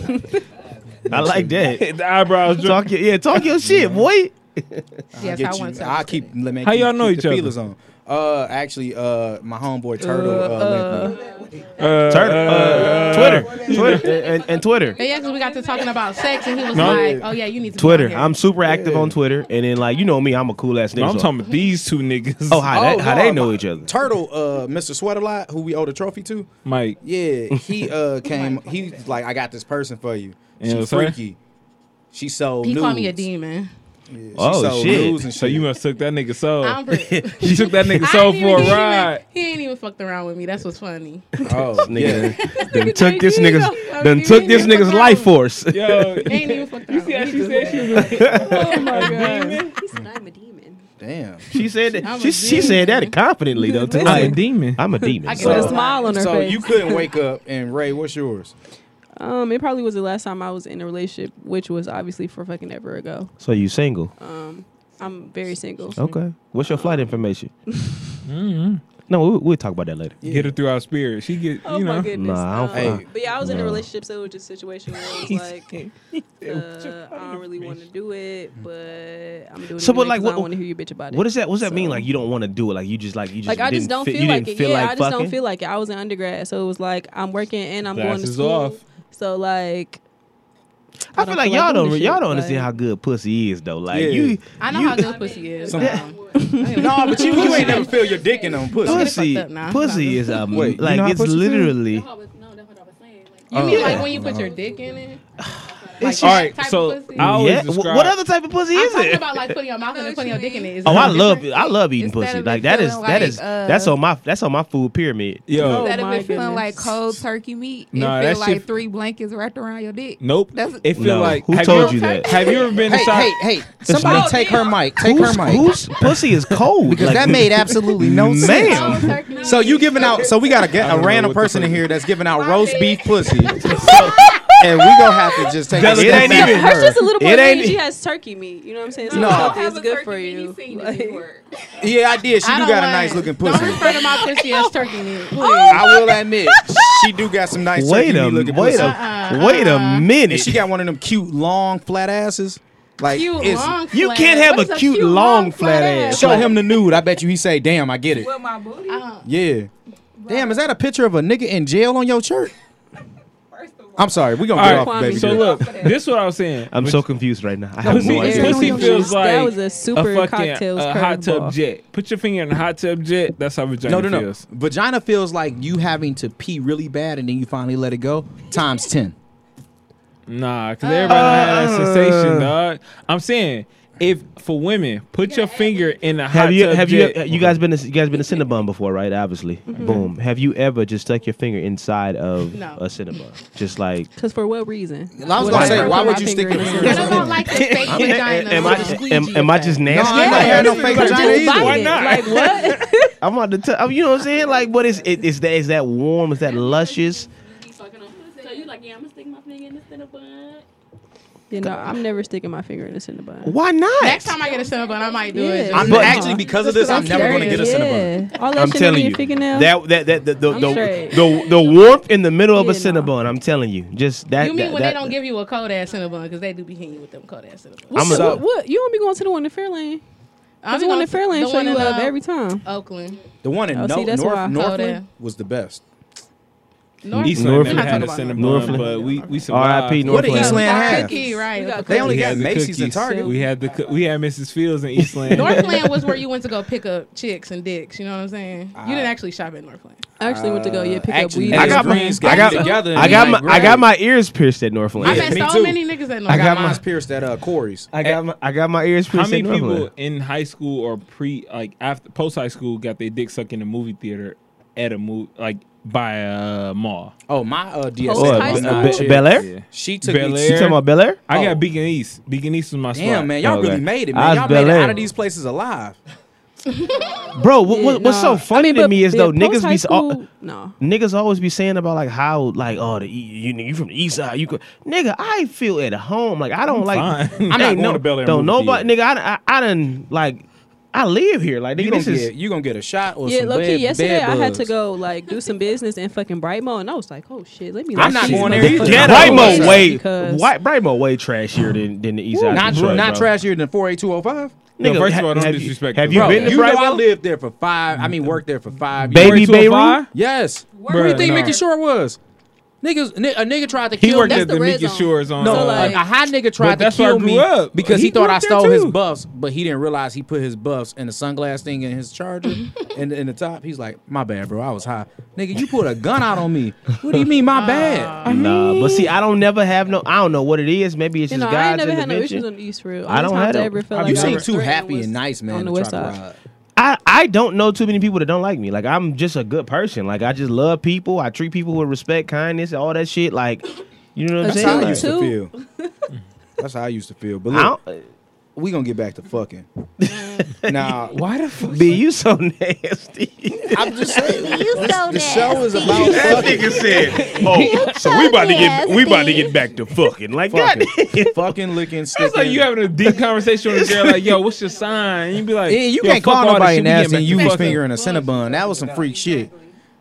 Speaker 3: I like (laughs) that.
Speaker 4: the eyebrows. Talk.
Speaker 3: Talk your yeah, talk your shit, boy.
Speaker 5: yes,
Speaker 1: get
Speaker 5: I
Speaker 1: you.
Speaker 5: want to.
Speaker 1: I keep let me
Speaker 4: How
Speaker 1: keep-
Speaker 4: y'all know
Speaker 1: keep
Speaker 4: each
Speaker 1: the
Speaker 4: other?
Speaker 1: Feelers on. Uh, actually, uh, my homeboy Turtle. Uh, linked me.
Speaker 4: Uh,
Speaker 3: Turn, uh,
Speaker 4: uh,
Speaker 3: Twitter, Twitter, and, and Twitter.
Speaker 5: But yeah, because we got to talking about sex, and he was
Speaker 4: No.
Speaker 5: like, "Oh yeah, you need to be on
Speaker 3: Twitter.
Speaker 5: here."
Speaker 3: I'm super active on Twitter, and then like you know me, I'm a cool ass nigga.
Speaker 4: No, I'm
Speaker 3: so-
Speaker 4: talking about these two niggas.
Speaker 3: oh, how,
Speaker 1: Oh,
Speaker 3: they, how
Speaker 1: no,
Speaker 3: they
Speaker 1: I'm-
Speaker 3: know each other?
Speaker 1: Turtle, uh, Mr. Sweat a lot, who we owe the trophy to.
Speaker 4: Mike.
Speaker 1: Yeah,
Speaker 4: (laughs)
Speaker 1: he uh came. He's like, I got this person for you.
Speaker 4: You know
Speaker 1: She's
Speaker 4: what I'm saying?
Speaker 1: freaky. She sold
Speaker 5: He
Speaker 1: nudes.
Speaker 5: called me a demon.
Speaker 4: (laughs)
Speaker 1: She
Speaker 3: Oh,
Speaker 1: sold
Speaker 3: shit.
Speaker 1: nudes and
Speaker 4: So you must took that nigga soul.
Speaker 5: I'm pretty.
Speaker 4: (laughs) You took that nigga
Speaker 5: I
Speaker 4: soul
Speaker 5: ain't
Speaker 4: for
Speaker 5: even-
Speaker 4: a
Speaker 5: he ain't
Speaker 4: ride.
Speaker 5: even- He ain't even fucked around with me. That's what's funny.
Speaker 4: (laughs)
Speaker 1: Oh, yeah.
Speaker 3: (laughs) Nigga, (laughs) done took this
Speaker 5: He
Speaker 3: nigga's
Speaker 5: don't know.
Speaker 3: done
Speaker 5: He
Speaker 3: took
Speaker 5: ain't
Speaker 3: this
Speaker 5: even
Speaker 3: nigga's
Speaker 5: fucking
Speaker 3: life
Speaker 5: around.
Speaker 3: force.
Speaker 4: Yo,
Speaker 5: (laughs) He ain't even fucked
Speaker 4: you
Speaker 5: around
Speaker 4: see how
Speaker 5: with
Speaker 4: she
Speaker 5: me.
Speaker 4: said she was a
Speaker 5: Oh my god.
Speaker 4: demon?
Speaker 6: Listen, I'm a demon.
Speaker 1: Damn.
Speaker 3: She said
Speaker 5: I'm
Speaker 3: that.
Speaker 5: a
Speaker 3: She, she
Speaker 5: demon.
Speaker 3: said that confidently though. Too.
Speaker 4: (laughs) I'm a
Speaker 3: Like,
Speaker 4: demon.
Speaker 3: I'm a demon.
Speaker 5: I get
Speaker 3: so-
Speaker 6: With a
Speaker 5: So-
Speaker 6: smile on her
Speaker 1: So
Speaker 6: face.
Speaker 1: you couldn't wake up. And Ray,
Speaker 5: (laughs)
Speaker 1: what's yours?
Speaker 6: um, it probably was the last time I was in a relationship, which was obviously for fucking ever ago.
Speaker 3: so you single?
Speaker 6: Um, I'm very single.
Speaker 3: Okay. What's your flight information? No, we, we'll talk about that later.
Speaker 4: Get her through our spirit. She get
Speaker 6: Oh
Speaker 4: you
Speaker 6: my
Speaker 4: know.
Speaker 6: goodness.
Speaker 3: Nah, I
Speaker 6: um,
Speaker 3: don't
Speaker 1: fuck-
Speaker 6: But yeah, I was in a
Speaker 3: Nah.
Speaker 6: relationship, so it was just a situation where it was like, uh, I don't really want to do it, but I'm doing
Speaker 3: So,
Speaker 6: it.
Speaker 3: but,
Speaker 6: anyway
Speaker 3: like,
Speaker 6: 'cause
Speaker 3: what-
Speaker 6: I want to hear you bitch about it.
Speaker 3: What does that? What's that mean?
Speaker 6: So-
Speaker 3: Like you don't want to do it? Like you just like you just
Speaker 6: like I just
Speaker 3: didn't
Speaker 6: don't
Speaker 3: fit-
Speaker 6: feel
Speaker 3: you
Speaker 6: like
Speaker 3: didn't
Speaker 6: it.
Speaker 3: Feel
Speaker 6: yeah,
Speaker 3: like
Speaker 6: I just
Speaker 3: fucking?
Speaker 6: don't feel like it. I was an undergrad, so it was like I'm working and I'm going to
Speaker 4: Glasses
Speaker 6: school.
Speaker 4: off.
Speaker 6: So like,
Speaker 3: I, feel like
Speaker 6: feel like
Speaker 3: y'all
Speaker 6: doing
Speaker 3: don't
Speaker 6: this
Speaker 3: y'all
Speaker 6: shit,
Speaker 3: don't understand
Speaker 6: like-
Speaker 3: how good pussy is though. Like
Speaker 1: Yeah.
Speaker 3: you
Speaker 5: I know
Speaker 3: you,
Speaker 5: how good pussy
Speaker 4: (laughs)
Speaker 5: is.
Speaker 1: Some-
Speaker 5: um,
Speaker 1: No, but you, you ain't never feel your dick in them pussy.
Speaker 3: pussy
Speaker 5: fucked up now.
Speaker 3: pussy is a
Speaker 1: Wait, you
Speaker 3: like
Speaker 1: know how
Speaker 3: it's
Speaker 1: pussy feel?
Speaker 3: literally
Speaker 5: You mean like
Speaker 1: yeah.
Speaker 5: when you
Speaker 4: Oh,
Speaker 5: put your dick in it? All
Speaker 3: it's just
Speaker 5: right.
Speaker 4: All right,
Speaker 5: Type of
Speaker 4: so
Speaker 5: pussy.
Speaker 4: I always
Speaker 3: yeah.
Speaker 4: describe.
Speaker 3: What other type of pussy
Speaker 5: I'm
Speaker 3: is
Speaker 5: talking
Speaker 3: it?
Speaker 5: about like putting your mouth in it, putting your dick in it. Is
Speaker 3: Oh,
Speaker 5: it
Speaker 3: I
Speaker 5: different?
Speaker 3: love I love eating
Speaker 5: Instead
Speaker 3: pussy.
Speaker 5: of
Speaker 3: Like
Speaker 5: it
Speaker 3: that is
Speaker 5: feeling
Speaker 3: that
Speaker 5: like,
Speaker 3: is
Speaker 2: uh,
Speaker 3: that's on my that's on my food pyramid.
Speaker 4: Yo,
Speaker 2: Instead of
Speaker 6: my
Speaker 2: it feeling like
Speaker 6: goodness.
Speaker 2: cold turkey meat,
Speaker 4: Oh, Nah,
Speaker 2: it
Speaker 4: that
Speaker 2: feel like
Speaker 4: shit-
Speaker 2: three blankets wrapped around
Speaker 4: (laughs)
Speaker 2: your dick.
Speaker 4: nope.
Speaker 2: That's-
Speaker 4: It feel
Speaker 3: No.
Speaker 4: like
Speaker 3: Who
Speaker 4: have
Speaker 3: told
Speaker 4: you,
Speaker 3: you that?
Speaker 4: Have you ever been
Speaker 1: Hey,
Speaker 4: inside?
Speaker 1: hey, hey! Somebody take her mic. Take
Speaker 3: Who's-
Speaker 1: her mic.
Speaker 3: whose pussy is cold?
Speaker 1: because
Speaker 3: Like,
Speaker 1: that made absolutely no sense.
Speaker 3: man.
Speaker 1: So you giving out? So we got to get
Speaker 4: don't
Speaker 1: a
Speaker 4: know
Speaker 1: random
Speaker 4: what the
Speaker 1: person in
Speaker 4: fuck-
Speaker 1: here that's giving out roast beef
Speaker 5: (laughs)
Speaker 1: pussy, and we gonna have to just take. a
Speaker 3: It
Speaker 1: step
Speaker 3: ain't
Speaker 1: back
Speaker 3: even-
Speaker 1: from
Speaker 6: hers just a little
Speaker 3: It
Speaker 6: more lean.
Speaker 3: ain't-
Speaker 6: She has turkey meat. You know what I'm saying? So
Speaker 1: No.
Speaker 6: no, it's good for you. Like,
Speaker 1: Yeah, I did. She
Speaker 5: I
Speaker 1: do
Speaker 5: don't
Speaker 1: got a
Speaker 5: want-
Speaker 1: nice looking
Speaker 5: Don't
Speaker 1: pussy. Oh,
Speaker 5: refer to my pussy as turkey meat. Please.
Speaker 1: I will admit, she do got some nice
Speaker 3: wait a
Speaker 1: turkey looking
Speaker 3: wait
Speaker 1: pussy.
Speaker 3: a wait a minute.
Speaker 1: And she
Speaker 5: Uh-uh.
Speaker 1: got one of them cute long flat asses. Like
Speaker 5: Cute
Speaker 1: it's-
Speaker 5: long.
Speaker 3: You
Speaker 5: flat.
Speaker 3: can't have
Speaker 5: What
Speaker 3: a
Speaker 5: is
Speaker 3: cute, long, flat ass.
Speaker 1: Show him the nude. I bet you he say, "Damn, I get it."
Speaker 2: my booty,
Speaker 5: Uh,
Speaker 1: Yeah. Damn, is that a picture of a nigga in jail on your shirt? I'm sorry, we gonna get
Speaker 4: All
Speaker 1: off,
Speaker 6: right,
Speaker 1: baby.
Speaker 4: So
Speaker 1: girl.
Speaker 4: look, this is what I was saying.
Speaker 3: I'm
Speaker 4: But
Speaker 5: Uh-uh.
Speaker 3: so confused right now. I
Speaker 4: No,
Speaker 3: have
Speaker 4: see,
Speaker 3: no
Speaker 4: it's
Speaker 3: idea.
Speaker 4: pussy
Speaker 6: that
Speaker 4: feels like
Speaker 6: was a super
Speaker 4: a fucking
Speaker 6: cocktails
Speaker 4: a hot tub
Speaker 6: curveball.
Speaker 4: jet. Put your finger in the hot tub jet. That's how vagina
Speaker 1: no, no, no.
Speaker 4: feels.
Speaker 1: Vagina feels like you having to pee really bad and then you finally let it go times ten.
Speaker 4: Nah, because everybody had that sensation,
Speaker 3: Uh.
Speaker 4: dog. I'm saying, if for women, put your finger in the hot
Speaker 3: Have you
Speaker 4: tub
Speaker 3: have you
Speaker 4: jet.
Speaker 3: you guys been to, you guys been to Cinnabon before, right? Obviously, boom. Have you ever just stuck your finger inside of
Speaker 5: No.
Speaker 3: a Cinnabon, just like?
Speaker 6: Cause for what reason?
Speaker 1: I was
Speaker 6: Would
Speaker 1: gonna
Speaker 6: I
Speaker 1: say,
Speaker 6: ever
Speaker 1: why
Speaker 6: put
Speaker 1: would
Speaker 6: my
Speaker 1: you
Speaker 6: finger
Speaker 1: stick your
Speaker 6: in
Speaker 1: finger
Speaker 5: I
Speaker 6: this?
Speaker 1: in
Speaker 5: don't like the fake
Speaker 3: Am,
Speaker 5: vagina.
Speaker 3: am
Speaker 5: with
Speaker 3: I
Speaker 5: the squeegee
Speaker 3: am, am I just
Speaker 5: effect.
Speaker 1: No,
Speaker 3: nasty?
Speaker 1: I ain't
Speaker 3: Like,
Speaker 1: gonna have no
Speaker 6: Yes.
Speaker 1: fake
Speaker 6: But
Speaker 1: vagina
Speaker 6: just
Speaker 1: either.
Speaker 6: bite
Speaker 4: Why
Speaker 6: it.
Speaker 4: not?
Speaker 6: Like what?
Speaker 3: I'm about to tell you know what I'm saying. Like, what is it? Is that is that warm? Is that luscious?
Speaker 7: So you like, yeah, I'm gonna stick my finger in this in a bun.
Speaker 6: you know, I'm never sticking my finger in a cinnabon.
Speaker 3: Why not? (laughs)
Speaker 5: Next time I get a Cinnabon, I might do it.
Speaker 6: Yeah.
Speaker 1: I'm
Speaker 3: But-
Speaker 1: actually because of this, I'm never gonna get a Cinnabon.
Speaker 6: Yeah. All that
Speaker 3: I'm
Speaker 6: shit in
Speaker 3: telling
Speaker 6: your
Speaker 3: you
Speaker 6: fingernail.
Speaker 3: that that that the the,
Speaker 6: I'm
Speaker 3: the,
Speaker 6: straight.
Speaker 3: the the warmth in the middle of a
Speaker 6: Yeah, nah.
Speaker 3: Cinnabon. I'm telling you, just that.
Speaker 5: you mean
Speaker 3: that,
Speaker 5: when
Speaker 3: that,
Speaker 5: they don't give you a cold ass Cinnabon because they do be hitting you with them cold ass Cinnabon.
Speaker 6: What's
Speaker 3: I'm a-
Speaker 6: the- what, what? You don't be going to the one in Fairlane.
Speaker 5: I'm
Speaker 6: the one in Fairlane show you love
Speaker 5: uh,
Speaker 6: every time.
Speaker 5: Oakland.
Speaker 1: The one in
Speaker 6: Oh, see,
Speaker 1: North (laughs)
Speaker 6: that's why I
Speaker 1: North
Speaker 6: called
Speaker 1: Northland
Speaker 5: it.
Speaker 1: was the best.
Speaker 5: North,
Speaker 4: Eastland
Speaker 3: North-
Speaker 4: never had a
Speaker 3: Northland.
Speaker 4: cinnabon,
Speaker 3: Northland.
Speaker 4: but we we survived.
Speaker 3: R.I.P.
Speaker 8: What did
Speaker 3: Northland.
Speaker 8: Eastland have?
Speaker 5: Cookie, right.
Speaker 6: We got
Speaker 8: They only
Speaker 4: We
Speaker 8: got
Speaker 4: had the
Speaker 8: Macy's and
Speaker 4: cookies.
Speaker 8: Target.
Speaker 4: We had the coo- we had Mrs. Fields in Eastland.
Speaker 5: Northland was where you went to go pick up chicks and dicks. You know what I'm saying? you didn't actually shop at Northland.
Speaker 6: I actually went to go Oh, yeah pick up
Speaker 1: Uh, actually,
Speaker 6: weed.
Speaker 1: I got
Speaker 3: my-
Speaker 1: greens
Speaker 3: I
Speaker 1: got,
Speaker 3: got-
Speaker 1: together.
Speaker 3: I got my I got my ears pierced at Northland.
Speaker 5: I met
Speaker 8: me
Speaker 5: so
Speaker 8: too.
Speaker 5: many niggas at Northland.
Speaker 8: I got
Speaker 5: My-
Speaker 8: mine pierced at uh, Corey's.
Speaker 3: I got my I got my ears
Speaker 4: How
Speaker 3: pierced
Speaker 4: many
Speaker 3: at
Speaker 4: people
Speaker 3: Northland.
Speaker 4: in high school or pre like after post high school got their dick sucked in a movie theater at a movie like by a mall?
Speaker 1: Oh, my uh, DSA.
Speaker 6: Post high
Speaker 1: alumni
Speaker 6: school?
Speaker 1: chick.
Speaker 3: Be- Bel Air?
Speaker 1: She took
Speaker 4: Bel
Speaker 1: me.
Speaker 4: Air.
Speaker 3: You talking about Bel Air?
Speaker 4: I
Speaker 1: Oh.
Speaker 4: got Beacon East. Beacon East was my spot.
Speaker 1: Damn, man, y'all
Speaker 3: Oh, Okay.
Speaker 1: really made it,
Speaker 3: I
Speaker 1: man.
Speaker 3: was
Speaker 1: Y'all made it
Speaker 3: Bel Air.
Speaker 1: out of these places alive.
Speaker 3: Bro, what, what, what's so
Speaker 6: Nah.
Speaker 3: funny
Speaker 6: I mean,
Speaker 3: to
Speaker 6: but
Speaker 3: me is
Speaker 6: the
Speaker 3: though niggas
Speaker 6: post-high
Speaker 3: be all,
Speaker 6: school- no.
Speaker 3: niggas always be saying about like how like oh the e- you you from the east side you could nigga I feel at home like I don't like
Speaker 4: fine. I'm (laughs)
Speaker 3: I
Speaker 4: not
Speaker 3: ain't
Speaker 4: going to Bel Air
Speaker 3: don't
Speaker 4: movie
Speaker 3: nobody nigga I, I I done like I live here like
Speaker 1: You
Speaker 3: nigga
Speaker 1: gonna
Speaker 3: this is
Speaker 1: get you gonna get a shot or
Speaker 6: Yeah,
Speaker 1: some
Speaker 6: low key.
Speaker 1: bed-
Speaker 6: Yesterday
Speaker 1: bed
Speaker 6: I had to
Speaker 1: bugs.
Speaker 6: go like do some business in fucking Brightmo, and I was like, oh shit, let me. like,
Speaker 1: I'm not
Speaker 6: see
Speaker 1: going
Speaker 6: these
Speaker 1: there either.
Speaker 6: motherfuckers
Speaker 1: Yeah,
Speaker 3: Brightmo
Speaker 6: because-
Speaker 3: way
Speaker 6: because-
Speaker 3: white Brightmo way trashier than than the east side of
Speaker 1: Not
Speaker 3: Detroit,
Speaker 1: not
Speaker 3: bro.
Speaker 1: trashier than 48205.
Speaker 4: No, first of
Speaker 3: ha-
Speaker 4: all, don't
Speaker 3: have you-
Speaker 4: disrespect
Speaker 3: Have
Speaker 4: them.
Speaker 3: you
Speaker 1: Bro,
Speaker 3: been to
Speaker 1: you know I
Speaker 3: Brightmo?
Speaker 1: lived there for five. I mean, worked there for five years.
Speaker 3: Baby Beirut?
Speaker 1: Yes.
Speaker 4: Bruh,
Speaker 1: Where do you
Speaker 4: no.
Speaker 1: think Mickey Shore was? Niggas, ni- a nigga tried to
Speaker 4: He
Speaker 1: kill.
Speaker 4: worked
Speaker 6: That's
Speaker 4: at
Speaker 6: the
Speaker 4: the
Speaker 6: red
Speaker 4: Mika
Speaker 6: zone.
Speaker 4: Shores on.
Speaker 1: no,
Speaker 6: So,
Speaker 4: uh,
Speaker 6: like-
Speaker 1: a, a high nigga
Speaker 4: But
Speaker 1: tried to
Speaker 4: that's where I
Speaker 1: kill
Speaker 4: grew
Speaker 1: me
Speaker 4: up.
Speaker 1: because
Speaker 4: He
Speaker 1: he, thought
Speaker 4: worked
Speaker 1: I
Speaker 4: there
Speaker 1: stole his
Speaker 4: too.
Speaker 1: buffs, but he didn't realize he put his buffs and the sunglass thing in his (laughs) charger and in the top. He's like, "My bad, bro. I was high, nigga. You put a gun out on me. What do you mean, my bad?
Speaker 3: Nah, but see, I don't never have no. I don't know what it is. Maybe it's
Speaker 6: You
Speaker 3: just
Speaker 6: know,
Speaker 3: God's
Speaker 6: I ain't never had no
Speaker 3: intervention.
Speaker 6: issues on the East Real.
Speaker 3: I don't have
Speaker 6: have
Speaker 3: them.
Speaker 6: ever felt
Speaker 3: I've
Speaker 6: like
Speaker 1: You
Speaker 6: I
Speaker 1: seem
Speaker 6: was
Speaker 1: too
Speaker 6: threatened
Speaker 1: happy
Speaker 6: was
Speaker 1: and nice, man.
Speaker 6: On the
Speaker 1: to
Speaker 6: West
Speaker 1: try to
Speaker 6: Side.
Speaker 1: ride.
Speaker 3: I, I don't know too many people that don't like me. Like I'm just a good person. Like I just love people. I treat people with respect, kindness, all that shit. Like you know what I'm
Speaker 6: That's They
Speaker 8: That's how
Speaker 6: do
Speaker 8: I
Speaker 6: it
Speaker 3: saying?
Speaker 8: used to
Speaker 6: too.
Speaker 8: feel. That's how I used to feel. But
Speaker 3: I
Speaker 8: look,
Speaker 3: don't,
Speaker 8: we gonna get back to fucking. now,
Speaker 4: Why the fuck?
Speaker 3: be you so (laughs) nasty.
Speaker 8: I'm just saying.
Speaker 9: You so
Speaker 8: The show is about
Speaker 3: that
Speaker 8: fucking.
Speaker 3: nigga said,
Speaker 6: (laughs)
Speaker 3: "Oh, so we about to get we about to get back to fucking." Like God, (laughs)
Speaker 8: fucking, fucking licking,
Speaker 4: It's like
Speaker 8: sticking.
Speaker 4: you having a deep conversation with a girl, like, "Yo, what's your sign?" You be like,
Speaker 1: Yeah, you
Speaker 4: "Yo,
Speaker 1: can't
Speaker 4: fuck
Speaker 1: call
Speaker 4: all this
Speaker 1: nobody
Speaker 4: shit, we getting
Speaker 1: nasty.
Speaker 4: back
Speaker 1: and You
Speaker 4: to
Speaker 1: was
Speaker 4: fucking-
Speaker 1: fingering a Cinnabon. That was some freak shit.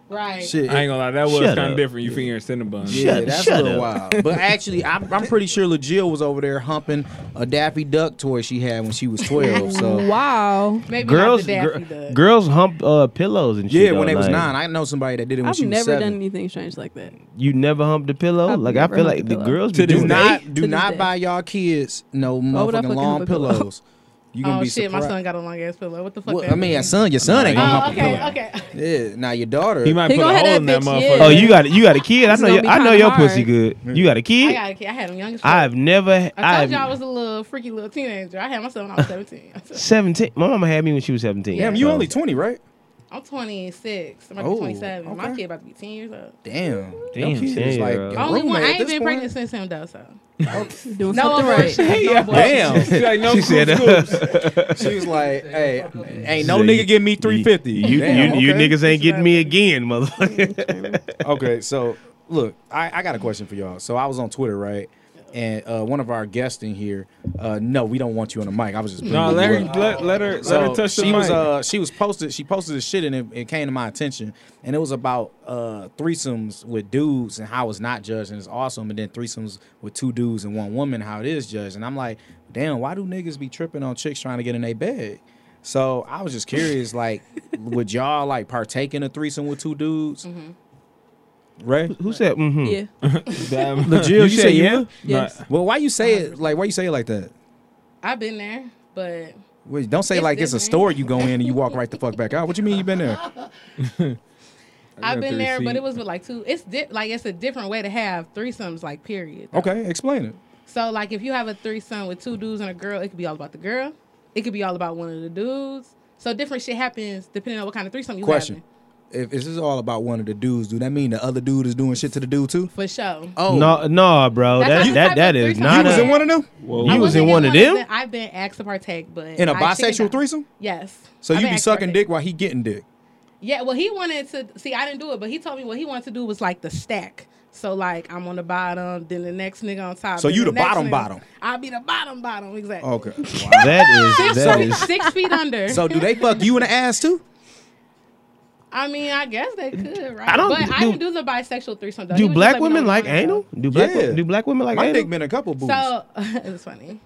Speaker 5: right.
Speaker 1: Shit.
Speaker 4: I ain't gonna lie, that was
Speaker 3: Shut
Speaker 4: kind of
Speaker 3: up.
Speaker 4: different. You fingering cinnamon.
Speaker 1: Yeah,
Speaker 3: Shut-
Speaker 1: that's
Speaker 3: shut
Speaker 1: a little
Speaker 3: up.
Speaker 1: wild. But actually, I'm, I'm pretty sure LaJill was over there humping a Daffy Duck toy she had when she was 12. So
Speaker 6: Wow,
Speaker 5: Maybe not
Speaker 3: girls,
Speaker 5: the Daffy
Speaker 3: gir-
Speaker 5: Duck.
Speaker 3: girls hump uh, pillows and shit.
Speaker 1: yeah,
Speaker 3: though,
Speaker 1: when they was
Speaker 3: like,
Speaker 1: nine, I know somebody that did it when
Speaker 6: I've
Speaker 1: she was
Speaker 6: never
Speaker 1: seven.
Speaker 6: done anything strange like that.
Speaker 3: you never humped a pillow.
Speaker 6: I've
Speaker 3: like I
Speaker 6: never
Speaker 3: feel
Speaker 6: humped
Speaker 3: like
Speaker 6: a
Speaker 3: the
Speaker 6: pillow.
Speaker 3: girls
Speaker 4: To
Speaker 3: be
Speaker 4: this
Speaker 3: doing
Speaker 1: do
Speaker 3: that.
Speaker 1: not do
Speaker 6: this
Speaker 1: not
Speaker 6: day.
Speaker 1: buy y'all kids no
Speaker 6: Why would I
Speaker 1: motherfucking
Speaker 6: fucking
Speaker 1: long
Speaker 6: hump a pillow?
Speaker 1: pillows. You gonna
Speaker 5: Oh
Speaker 1: be
Speaker 5: shit, my
Speaker 1: surprised.
Speaker 5: son got a long ass pillow. What the fuck?
Speaker 1: Well,
Speaker 5: that
Speaker 1: I mean, your
Speaker 5: means?
Speaker 1: son, your son ain't gonna
Speaker 5: Oh,
Speaker 1: hump a
Speaker 5: okay,
Speaker 1: pillow.
Speaker 5: okay.
Speaker 1: Yeah, now your daughter.
Speaker 4: He might
Speaker 6: He
Speaker 4: put a
Speaker 6: gonna have
Speaker 4: hole
Speaker 6: that
Speaker 4: in that
Speaker 6: bitch,
Speaker 4: motherfucker.
Speaker 6: yeah.
Speaker 3: Oh, you got it. You got a kid. I
Speaker 6: It's
Speaker 3: know.
Speaker 6: gonna
Speaker 3: Your,
Speaker 6: be
Speaker 3: I know
Speaker 6: kinda
Speaker 3: your
Speaker 6: hard.
Speaker 3: pussy good. You got a
Speaker 5: I
Speaker 3: kid.
Speaker 5: got a kid. I had him young as fuck.
Speaker 3: I've never.
Speaker 5: I told
Speaker 3: I've
Speaker 5: you I was a little freaky little teenager. I had my son when I was 17.
Speaker 3: 17. My mama had me when she was 17.
Speaker 5: Damn,
Speaker 1: Damn, you
Speaker 3: so-
Speaker 1: only 20, right?
Speaker 5: I'm 26. I'm about to
Speaker 1: Oh,
Speaker 5: be 27. My
Speaker 1: okay.
Speaker 5: kid about to be 10 years old.
Speaker 1: Damn. Your
Speaker 3: Damn,
Speaker 1: kid is
Speaker 3: 10
Speaker 1: like
Speaker 3: year old.
Speaker 1: your
Speaker 5: Only one. I
Speaker 1: roommate at
Speaker 5: ain't
Speaker 1: this
Speaker 5: been
Speaker 1: point.
Speaker 5: pregnant since him though. So
Speaker 6: Doing
Speaker 5: no
Speaker 6: something
Speaker 5: abortion.
Speaker 6: right.
Speaker 5: No abortion.
Speaker 1: (laughs) Damn.
Speaker 4: She's like, no
Speaker 3: She
Speaker 4: she
Speaker 3: said,
Speaker 1: She was like, "Hey, ain't
Speaker 3: So
Speaker 1: no
Speaker 3: you-
Speaker 1: nigga give me 350."
Speaker 3: You, you,
Speaker 1: Damn,
Speaker 3: you
Speaker 1: okay.
Speaker 3: niggas ain't getting me again, motherfucker.
Speaker 1: Okay, so look, I, I got a question for y'all. So I was on Twitter, right? And uh, one of our guests in here, uh, no, we don't want you on the mic. I was just
Speaker 4: No,
Speaker 1: bringing
Speaker 4: let
Speaker 1: you up.
Speaker 4: her, let, let her, let her touch the
Speaker 1: she
Speaker 4: mic.
Speaker 1: was uh she was posted she posted this shit and it, it came to my attention and it was about uh threesomes with dudes and how it's not judged and it's awesome and then threesomes with two dudes and one woman how it is judged and I'm like damn why do niggas be tripping on chicks trying to get in their bed so I was just curious like (laughs) would y'all like partake in a threesome with two dudes
Speaker 5: Mm-hmm.
Speaker 4: (laughs)
Speaker 1: right
Speaker 3: Who said? Mm-hmm.
Speaker 6: (laughs)
Speaker 3: (laughs)
Speaker 6: Yeah,
Speaker 4: Damn.
Speaker 1: Legit, you said you would?
Speaker 6: Yes.
Speaker 4: Nah,
Speaker 1: well why you say it like why you say it like that
Speaker 5: I've been there, but
Speaker 1: Well, don't say
Speaker 5: It's
Speaker 1: like it's a
Speaker 5: different.
Speaker 1: store you go in and you walk right the fuck back out what you mean you
Speaker 5: (laughs)
Speaker 1: been there
Speaker 4: I
Speaker 5: I've
Speaker 4: got
Speaker 5: been
Speaker 4: the
Speaker 5: there, but
Speaker 4: receipt.
Speaker 5: it was with like two. It's di- like it's a different way to have threesomes, like period.
Speaker 1: okay explain it
Speaker 5: So like if you have a threesome with two dudes and a girl, it could be all about the girl. It could be all about one of the dudes. So different shit happens depending on what kind of threesome you
Speaker 1: Question.
Speaker 5: having.
Speaker 1: If this is all about one of the dudes, do that mean the other dude is doing shit to the dude too?
Speaker 5: For sure.
Speaker 1: Oh,
Speaker 3: No, no, bro.
Speaker 5: That's
Speaker 3: That
Speaker 5: not the type
Speaker 3: that that
Speaker 5: of
Speaker 3: is
Speaker 5: threesome.
Speaker 3: not.
Speaker 1: you was
Speaker 3: a-
Speaker 1: in one of them
Speaker 4: Whoa.
Speaker 3: You
Speaker 5: I
Speaker 3: was
Speaker 5: wasn't
Speaker 3: in one of them?
Speaker 5: but I've been asked to partake, but
Speaker 1: in a
Speaker 5: I chickened
Speaker 1: bisexual
Speaker 5: out.
Speaker 1: threesome.
Speaker 5: Yes.
Speaker 1: So
Speaker 5: I've
Speaker 1: you
Speaker 5: been
Speaker 1: be
Speaker 5: asked to
Speaker 1: sucking
Speaker 5: partake.
Speaker 1: dick while he getting dick.
Speaker 5: Yeah, well, he wanted to see. I didn't do it, but he told me what he wanted to do was like the stack. So like I'm on the bottom, then the next nigga on top.
Speaker 1: So
Speaker 5: then
Speaker 1: you the
Speaker 5: next
Speaker 1: bottom
Speaker 5: nigga.
Speaker 1: bottom.
Speaker 5: I'll be the bottom bottom, exactly.
Speaker 1: Okay.
Speaker 3: That is
Speaker 5: Six,
Speaker 3: that
Speaker 5: feet,
Speaker 3: is.
Speaker 5: six feet under.
Speaker 1: (laughs) so do they fuck you in the ass too?
Speaker 5: I mean, I guess they could, right?
Speaker 3: I don't-
Speaker 5: but I
Speaker 3: do-
Speaker 5: didn't do the bisexual threesome. Though. He
Speaker 3: Do
Speaker 5: was just
Speaker 3: black
Speaker 5: let me know
Speaker 3: women
Speaker 5: what
Speaker 3: like
Speaker 5: he wanted.
Speaker 3: anal? Do black
Speaker 1: Yeah.
Speaker 3: do black women like
Speaker 1: My
Speaker 5: (laughs)
Speaker 3: anal?
Speaker 1: dick been a couple boobs.
Speaker 5: So it was funny.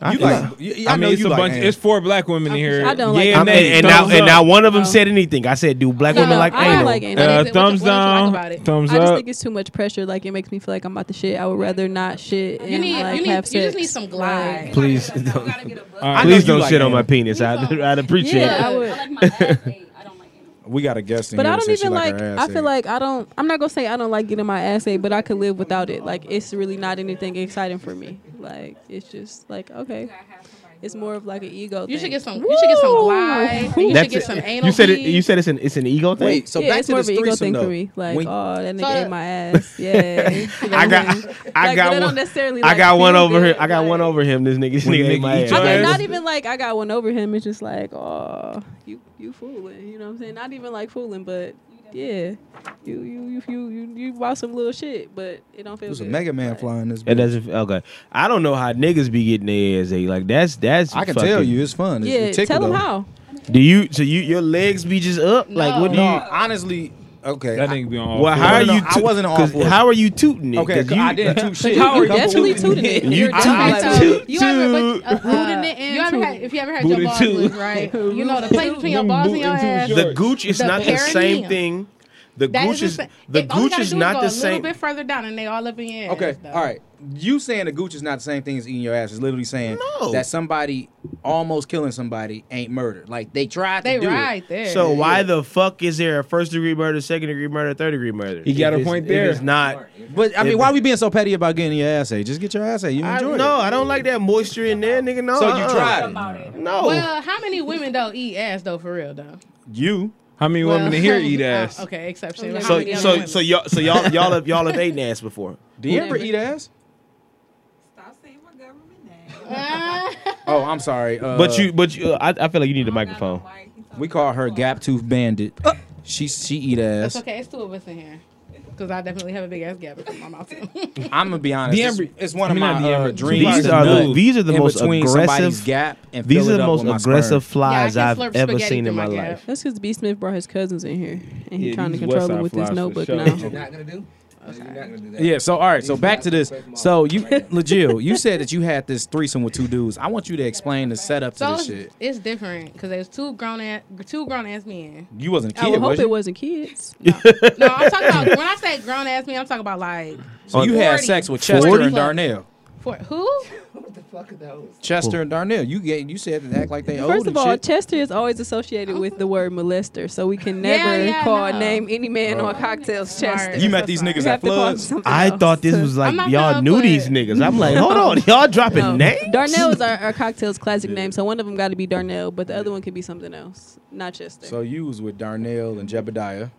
Speaker 3: I-
Speaker 10: You like? you- I,
Speaker 4: I,
Speaker 10: know
Speaker 4: mean, it's
Speaker 10: you
Speaker 4: a
Speaker 10: like
Speaker 4: bunch.
Speaker 10: Ann.
Speaker 4: It's four black women in here.
Speaker 6: I don't like
Speaker 4: yeah,
Speaker 3: I'm- and,
Speaker 4: nay,
Speaker 3: and now,
Speaker 4: thumbs
Speaker 3: and
Speaker 4: up.
Speaker 3: now one of them said anything. I said, "Do black
Speaker 5: No,
Speaker 3: women
Speaker 5: no,
Speaker 3: like
Speaker 6: I
Speaker 3: anal?"
Speaker 6: like anal.
Speaker 5: Like I
Speaker 4: Uh,
Speaker 5: said,
Speaker 4: thumbs
Speaker 5: what you- what you like
Speaker 4: down,
Speaker 5: about it?
Speaker 4: thumbs
Speaker 6: I just
Speaker 4: up.
Speaker 6: think it's too much pressure. Like it makes me feel like I'm about to shit. I would rather not shit and
Speaker 5: You need,
Speaker 6: like
Speaker 5: you need, you
Speaker 6: have sex.
Speaker 5: just need some glide.
Speaker 3: Please
Speaker 11: I
Speaker 3: don't,
Speaker 11: gotta get a book.
Speaker 4: All
Speaker 10: I
Speaker 4: right.
Speaker 10: know
Speaker 3: please
Speaker 10: you
Speaker 3: don't
Speaker 10: like
Speaker 3: shit on
Speaker 10: anal.
Speaker 3: my penis. I'd, I'd appreciate
Speaker 6: Yeah,
Speaker 3: it.
Speaker 6: I would.
Speaker 11: I like my ass ate. I don't like anal.
Speaker 1: We got a guest in
Speaker 6: But
Speaker 1: here.
Speaker 6: I
Speaker 1: that
Speaker 6: don't
Speaker 1: said she
Speaker 6: even
Speaker 1: like,
Speaker 6: like.
Speaker 1: her ass
Speaker 6: I feel
Speaker 1: ate.
Speaker 6: like I don't. I'm not gonna say I don't like getting my ass ate, but I could live without it. Like it's really not anything exciting for me. Like it's just like okay, it's more of like an ego.
Speaker 5: You
Speaker 6: thing.
Speaker 5: should get some. You should get some
Speaker 6: Woo!
Speaker 5: glide. and You should
Speaker 3: That's
Speaker 5: get
Speaker 3: it.
Speaker 5: some anal.
Speaker 3: You said it.
Speaker 5: beads.
Speaker 3: You said it's an it's an ego thing.
Speaker 10: Wait, so
Speaker 6: yeah,
Speaker 10: back
Speaker 6: it's
Speaker 10: to
Speaker 6: more
Speaker 10: the
Speaker 6: of an ego thing
Speaker 10: thing
Speaker 6: for me. Like,
Speaker 10: When-
Speaker 6: oh, that nigga
Speaker 5: So-
Speaker 6: ate my ass.
Speaker 3: (laughs)
Speaker 6: Yeah, You know
Speaker 3: I
Speaker 6: what
Speaker 3: got
Speaker 6: mean?
Speaker 3: I
Speaker 6: Like,
Speaker 3: got
Speaker 6: but I don't
Speaker 3: one.
Speaker 6: necessarily.
Speaker 3: I
Speaker 6: like,
Speaker 3: got one
Speaker 6: feel
Speaker 3: over
Speaker 6: good,
Speaker 3: here. I got
Speaker 6: like-
Speaker 3: one over him. This nigga, this
Speaker 4: When
Speaker 3: nigga
Speaker 4: nigga
Speaker 3: ate my
Speaker 4: eat
Speaker 3: ass.
Speaker 4: your
Speaker 6: Okay,
Speaker 4: ass.
Speaker 6: not even like I got one over him. It's just like, oh, you you fooling. You know what I'm saying? Not even like fooling, but yeah, you you you you you, you bought some little shit, but it don't feel.
Speaker 1: There's a
Speaker 6: good.
Speaker 1: Mega Man
Speaker 6: Like,
Speaker 1: flying this.
Speaker 3: It
Speaker 1: bitch.
Speaker 3: doesn't. Okay, I don't know how niggas be getting their ass ate. Like that's that's.
Speaker 1: I can
Speaker 3: fucking-
Speaker 1: tell you, it's fun. It's,
Speaker 6: Yeah,
Speaker 1: it tickle,
Speaker 6: tell him
Speaker 1: though.
Speaker 6: how.
Speaker 3: Do you? So you your legs be just up? Like what do
Speaker 1: No,
Speaker 3: you?
Speaker 1: honestly, okay.
Speaker 4: That
Speaker 1: I-
Speaker 4: nigga be on. all
Speaker 3: Well,
Speaker 4: fours.
Speaker 3: how are
Speaker 1: No,
Speaker 3: you?
Speaker 1: no, I wasn't on all
Speaker 3: 'cause
Speaker 1: fours.
Speaker 3: How are you tooting it?
Speaker 1: okay,
Speaker 3: 'Cause you,
Speaker 1: I
Speaker 6: (laughs)
Speaker 1: didn't toot shit.
Speaker 6: You
Speaker 1: Couple-
Speaker 6: definitely tooting it.
Speaker 3: You
Speaker 6: You're
Speaker 3: I-
Speaker 6: definitely
Speaker 3: I-
Speaker 6: tooting it.
Speaker 5: You ever,
Speaker 3: Toot.
Speaker 5: but, uh,
Speaker 8: Rooting it and
Speaker 5: you ever had,
Speaker 8: tooting.
Speaker 5: if you ever had
Speaker 4: Booty
Speaker 5: your balls
Speaker 4: too.
Speaker 5: loose, right? You know the place between your
Speaker 4: Them
Speaker 5: balls
Speaker 4: boot
Speaker 5: and your
Speaker 4: into
Speaker 5: ass.
Speaker 4: shorts.
Speaker 3: The gooch is
Speaker 5: The
Speaker 3: not the same
Speaker 5: perineum.
Speaker 3: thing. The
Speaker 5: That
Speaker 3: gooch is
Speaker 5: the, sa-
Speaker 3: the
Speaker 5: all you
Speaker 3: gooch
Speaker 5: gotta
Speaker 3: is
Speaker 5: do
Speaker 3: not
Speaker 5: go
Speaker 3: the
Speaker 5: A
Speaker 3: same.
Speaker 5: little bit further down, and they all up in your ass.
Speaker 1: Okay,
Speaker 5: though.
Speaker 1: all right. You saying the gooch is not the same thing as eating your ass is literally saying
Speaker 3: No.
Speaker 1: that somebody almost killing somebody ain't murder. Like they tried
Speaker 5: They
Speaker 1: to do
Speaker 5: right
Speaker 1: it.
Speaker 5: there.
Speaker 3: So why the fuck is there a first degree murder, second degree murder, third degree murder?
Speaker 4: He got
Speaker 3: If
Speaker 4: a
Speaker 3: it's-
Speaker 4: point
Speaker 3: if
Speaker 4: there.
Speaker 3: It's not.
Speaker 1: But I
Speaker 3: Yeah,
Speaker 1: mean,
Speaker 3: but-
Speaker 1: why we being so petty about getting your ass ate? Just get your ass ate. You
Speaker 3: I,
Speaker 1: enjoy it.
Speaker 3: no, I don't like that moisture in there, nigga. No.
Speaker 1: So you
Speaker 3: uh-uh.
Speaker 1: tried it.
Speaker 11: About it.
Speaker 3: No.
Speaker 5: Well, how many women don't eat ass though? For real though.
Speaker 1: You.
Speaker 4: How many
Speaker 5: Well,
Speaker 4: women in here
Speaker 5: (laughs)
Speaker 4: eat
Speaker 5: uh,
Speaker 4: ass?
Speaker 5: okay, exception. How
Speaker 6: So-
Speaker 3: so
Speaker 5: many other
Speaker 3: so
Speaker 5: women?
Speaker 3: so y'all so y'all y'all have y'all have eaten ass before.
Speaker 1: Do you ever eat ass?
Speaker 8: Stop saying my government name.
Speaker 5: Ah.
Speaker 1: Oh, I'm sorry. Uh,
Speaker 3: But you but you, uh, I I feel like you need a microphone.
Speaker 1: we call her Gap Tooth Bandit.
Speaker 3: Uh.
Speaker 1: She she eat
Speaker 5: It's
Speaker 1: ass.
Speaker 5: okay. It's two of us in here. Cause I definitely have a big ass gap in my mouth too. (laughs)
Speaker 1: I'm gonna be honest. It's,
Speaker 4: D'Ambry-
Speaker 1: it's one of
Speaker 4: I mean,
Speaker 1: my
Speaker 4: not D'Ambry.
Speaker 1: uh, dreams.
Speaker 3: These
Speaker 1: to
Speaker 3: are the-
Speaker 1: nut
Speaker 3: these are the
Speaker 1: in
Speaker 3: most
Speaker 1: between somebody's
Speaker 3: aggressive-
Speaker 1: gap and
Speaker 3: These
Speaker 1: fill
Speaker 3: are
Speaker 1: it
Speaker 3: the
Speaker 1: up
Speaker 3: most
Speaker 1: with my
Speaker 3: aggressive
Speaker 1: sperm.
Speaker 3: flies
Speaker 5: Yeah, I
Speaker 3: I've
Speaker 5: can slurp
Speaker 3: ever
Speaker 5: spaghetti
Speaker 3: seen in
Speaker 5: through
Speaker 3: my
Speaker 5: my
Speaker 3: life.
Speaker 6: That's because B. Smith brought his cousins in here, and he
Speaker 4: Yeah,
Speaker 6: trying to
Speaker 4: these
Speaker 6: control
Speaker 4: West
Speaker 6: him
Speaker 4: Side
Speaker 6: with this
Speaker 4: flies for
Speaker 6: notebook
Speaker 4: sure.
Speaker 6: now.
Speaker 10: You're not gonna do. You're not gonna do that.
Speaker 1: Yeah. So all right. So
Speaker 10: These
Speaker 1: back
Speaker 10: guys
Speaker 1: to this.
Speaker 10: respect them all.
Speaker 1: So you, (laughs) Legil, you said that you had this threesome with two dudes. I want you to explain the setup to
Speaker 5: So it's,
Speaker 1: this shit.
Speaker 5: it's different because there's two grown ass, two grown ass men.
Speaker 1: (laughs) You wasn't a
Speaker 6: I
Speaker 1: kid,
Speaker 6: would hope
Speaker 1: was
Speaker 6: it
Speaker 1: you?
Speaker 6: wasn't kids.
Speaker 5: No, I'm talking about when I say grown ass men, I'm talking about like
Speaker 1: So you had
Speaker 5: 40.
Speaker 1: sex with Chester
Speaker 5: 40?
Speaker 1: and Darnell.
Speaker 5: for (laughs) who?
Speaker 10: What the fuck are those?
Speaker 1: Chester and Darnell. You get you said that act like they old
Speaker 6: First
Speaker 1: and
Speaker 6: of all,
Speaker 1: shit.
Speaker 6: Chester is always associated with the word molester, so we can
Speaker 5: Yeah,
Speaker 6: never
Speaker 5: yeah,
Speaker 6: call
Speaker 5: no.
Speaker 6: name any man on cocktails Chester.
Speaker 5: Sorry. You
Speaker 1: met these niggas
Speaker 6: You have to call him something
Speaker 3: I
Speaker 6: else.
Speaker 3: thought this
Speaker 5: (laughs)
Speaker 3: was like
Speaker 5: I'm not
Speaker 3: y'all
Speaker 5: gonna
Speaker 3: knew
Speaker 5: put-
Speaker 3: these niggas. I'm like, hold on, y'all dropping
Speaker 6: No.
Speaker 3: names?
Speaker 6: Darnell is our, our cocktail's classic name, so one of them got to be Darnell, but the other one could be something else, not Chester.
Speaker 1: So you was with Darnell and Jebediah.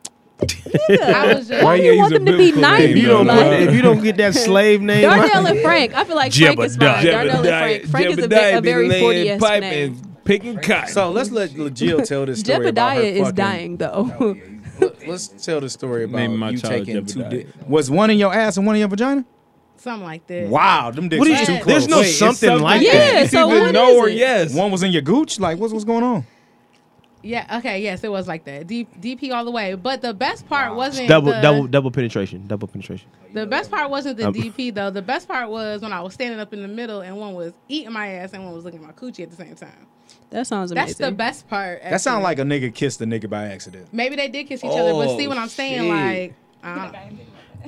Speaker 5: I was just
Speaker 4: Why
Speaker 6: do
Speaker 4: you
Speaker 6: you want
Speaker 4: use a
Speaker 6: them to be
Speaker 4: biblical
Speaker 6: nice?
Speaker 4: name,
Speaker 3: if you don't
Speaker 4: though?
Speaker 6: Like-
Speaker 3: put- if you don't get that
Speaker 5: (laughs)
Speaker 3: slave name,
Speaker 6: Darnell and Frank. I feel like Frank is fine. Darnell and Frank. Frank is a, ve- a very 40s name.
Speaker 4: Picking cotton.
Speaker 1: So let's let Legil tell this story about her
Speaker 6: Jebediah is
Speaker 1: fucking-
Speaker 6: dying though.
Speaker 1: Let- Let's tell the story about
Speaker 4: Name my
Speaker 1: you
Speaker 4: child
Speaker 1: taking two
Speaker 4: Jebediah.
Speaker 1: dicks. Was one in your ass and one in your vagina?
Speaker 5: something like that.
Speaker 1: Wow, them dicks
Speaker 3: What
Speaker 1: is
Speaker 3: is-
Speaker 1: too
Speaker 5: there's
Speaker 1: close.
Speaker 3: there's no
Speaker 4: Wait, it's
Speaker 3: something
Speaker 4: something-
Speaker 3: like
Speaker 6: Yeah,
Speaker 3: that.
Speaker 6: so
Speaker 4: either
Speaker 6: what
Speaker 4: no
Speaker 6: is
Speaker 4: or
Speaker 6: it?
Speaker 4: yes.
Speaker 1: One was in your gooch. Like what's what's going on?
Speaker 5: Yeah. Okay. Yes, it was like that. D- DP all the way. But the best part wasn't
Speaker 3: Double,
Speaker 5: the,
Speaker 3: double, double penetration. Double penetration.
Speaker 5: The best part wasn't the
Speaker 3: Um,
Speaker 5: DP though. The best part was when I was standing up in the middle and one was eating my ass and one was looking at my coochie at the same time.
Speaker 6: That sounds amazing.
Speaker 5: That's the best part.
Speaker 1: That sounds
Speaker 5: actually.
Speaker 1: like a nigga kissed a nigga by accident.
Speaker 5: maybe they did kiss each other, but
Speaker 4: Oh,
Speaker 5: see what I'm saying?
Speaker 4: shit.
Speaker 5: Like, I don't know.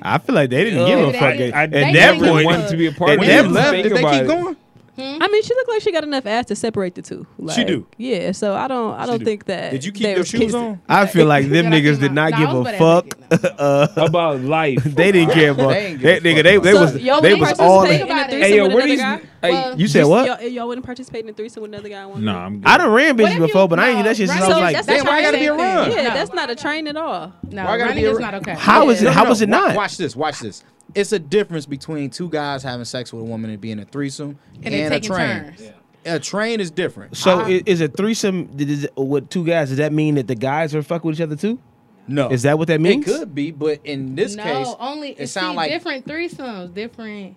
Speaker 3: I feel like they didn't give a
Speaker 4: uh,
Speaker 5: They-
Speaker 3: fuck.
Speaker 5: they-
Speaker 3: At
Speaker 5: they
Speaker 3: that
Speaker 5: didn't
Speaker 3: point,
Speaker 5: give
Speaker 4: wanted to be a part.
Speaker 3: At
Speaker 4: of
Speaker 1: When
Speaker 4: it.
Speaker 1: they
Speaker 3: that
Speaker 1: left,
Speaker 4: Think
Speaker 1: did they
Speaker 4: about
Speaker 1: keep
Speaker 4: it.
Speaker 1: going?
Speaker 6: I mean, she looked like she got enough ass to separate the two. Like,
Speaker 1: do.
Speaker 6: Yeah, so I don't. I don't
Speaker 1: do.
Speaker 6: think that.
Speaker 1: Did you keep
Speaker 6: they
Speaker 1: your
Speaker 6: were
Speaker 1: shoes
Speaker 6: kissing.
Speaker 1: on?
Speaker 3: I
Speaker 5: (laughs)
Speaker 3: feel like them
Speaker 5: Like,
Speaker 3: niggas did
Speaker 5: nah,
Speaker 3: not
Speaker 5: nah,
Speaker 3: give
Speaker 5: I was
Speaker 3: a
Speaker 5: better
Speaker 3: fuck.
Speaker 5: at
Speaker 1: (laughs)
Speaker 4: (laughs) about life.
Speaker 3: (laughs) They didn't care about.
Speaker 1: They ain't give
Speaker 3: They,
Speaker 1: a fuck
Speaker 3: nigga, they,
Speaker 1: about
Speaker 3: they
Speaker 1: that.
Speaker 3: was
Speaker 6: So, y'all
Speaker 3: they
Speaker 6: wouldn't
Speaker 3: was
Speaker 5: participate
Speaker 3: all.
Speaker 6: participate
Speaker 3: in-
Speaker 6: in a
Speaker 5: Hey,
Speaker 6: threesome
Speaker 4: Hey, yo,
Speaker 6: with
Speaker 4: where
Speaker 6: another
Speaker 4: these?
Speaker 6: guy?
Speaker 4: Hey,
Speaker 5: Well,
Speaker 3: You said what?
Speaker 6: Y'all, y'all wouldn't participate in a threesome with another guy. One
Speaker 4: Nah, I'm good.
Speaker 3: I done ran
Speaker 5: What if
Speaker 3: bitches
Speaker 5: you-
Speaker 3: before, but I ain't
Speaker 5: no,
Speaker 3: do that shit since I
Speaker 5: right.
Speaker 3: was
Speaker 6: So
Speaker 3: like,
Speaker 6: that's not
Speaker 1: damn, why
Speaker 6: your
Speaker 1: gotta be a
Speaker 6: thing.
Speaker 1: run?
Speaker 6: Yeah,
Speaker 5: No.
Speaker 6: that's not a train at all.
Speaker 5: No,
Speaker 1: Why gotta
Speaker 5: running
Speaker 1: be a
Speaker 5: is
Speaker 1: ra-
Speaker 5: not okay.
Speaker 3: How is it-
Speaker 1: No,
Speaker 3: how
Speaker 1: no,
Speaker 3: was it
Speaker 1: wa-
Speaker 3: not?
Speaker 1: Watch this. Watch this. It's a difference between two guys having sex with a woman and being a threesome
Speaker 5: And
Speaker 1: and,
Speaker 5: they
Speaker 1: a
Speaker 5: taking
Speaker 1: train.
Speaker 5: turns.
Speaker 1: A train is different.
Speaker 3: So
Speaker 1: I-
Speaker 3: i- is a threesome did- is it- with two guys? Does that mean that the guys are fucking with each other too?
Speaker 1: no,
Speaker 3: Is that what that
Speaker 1: it
Speaker 3: means?
Speaker 1: could be? But in this
Speaker 5: no,
Speaker 1: case,
Speaker 5: only
Speaker 1: it
Speaker 5: it
Speaker 1: sound
Speaker 5: see,
Speaker 1: like-
Speaker 5: different threesomes, different.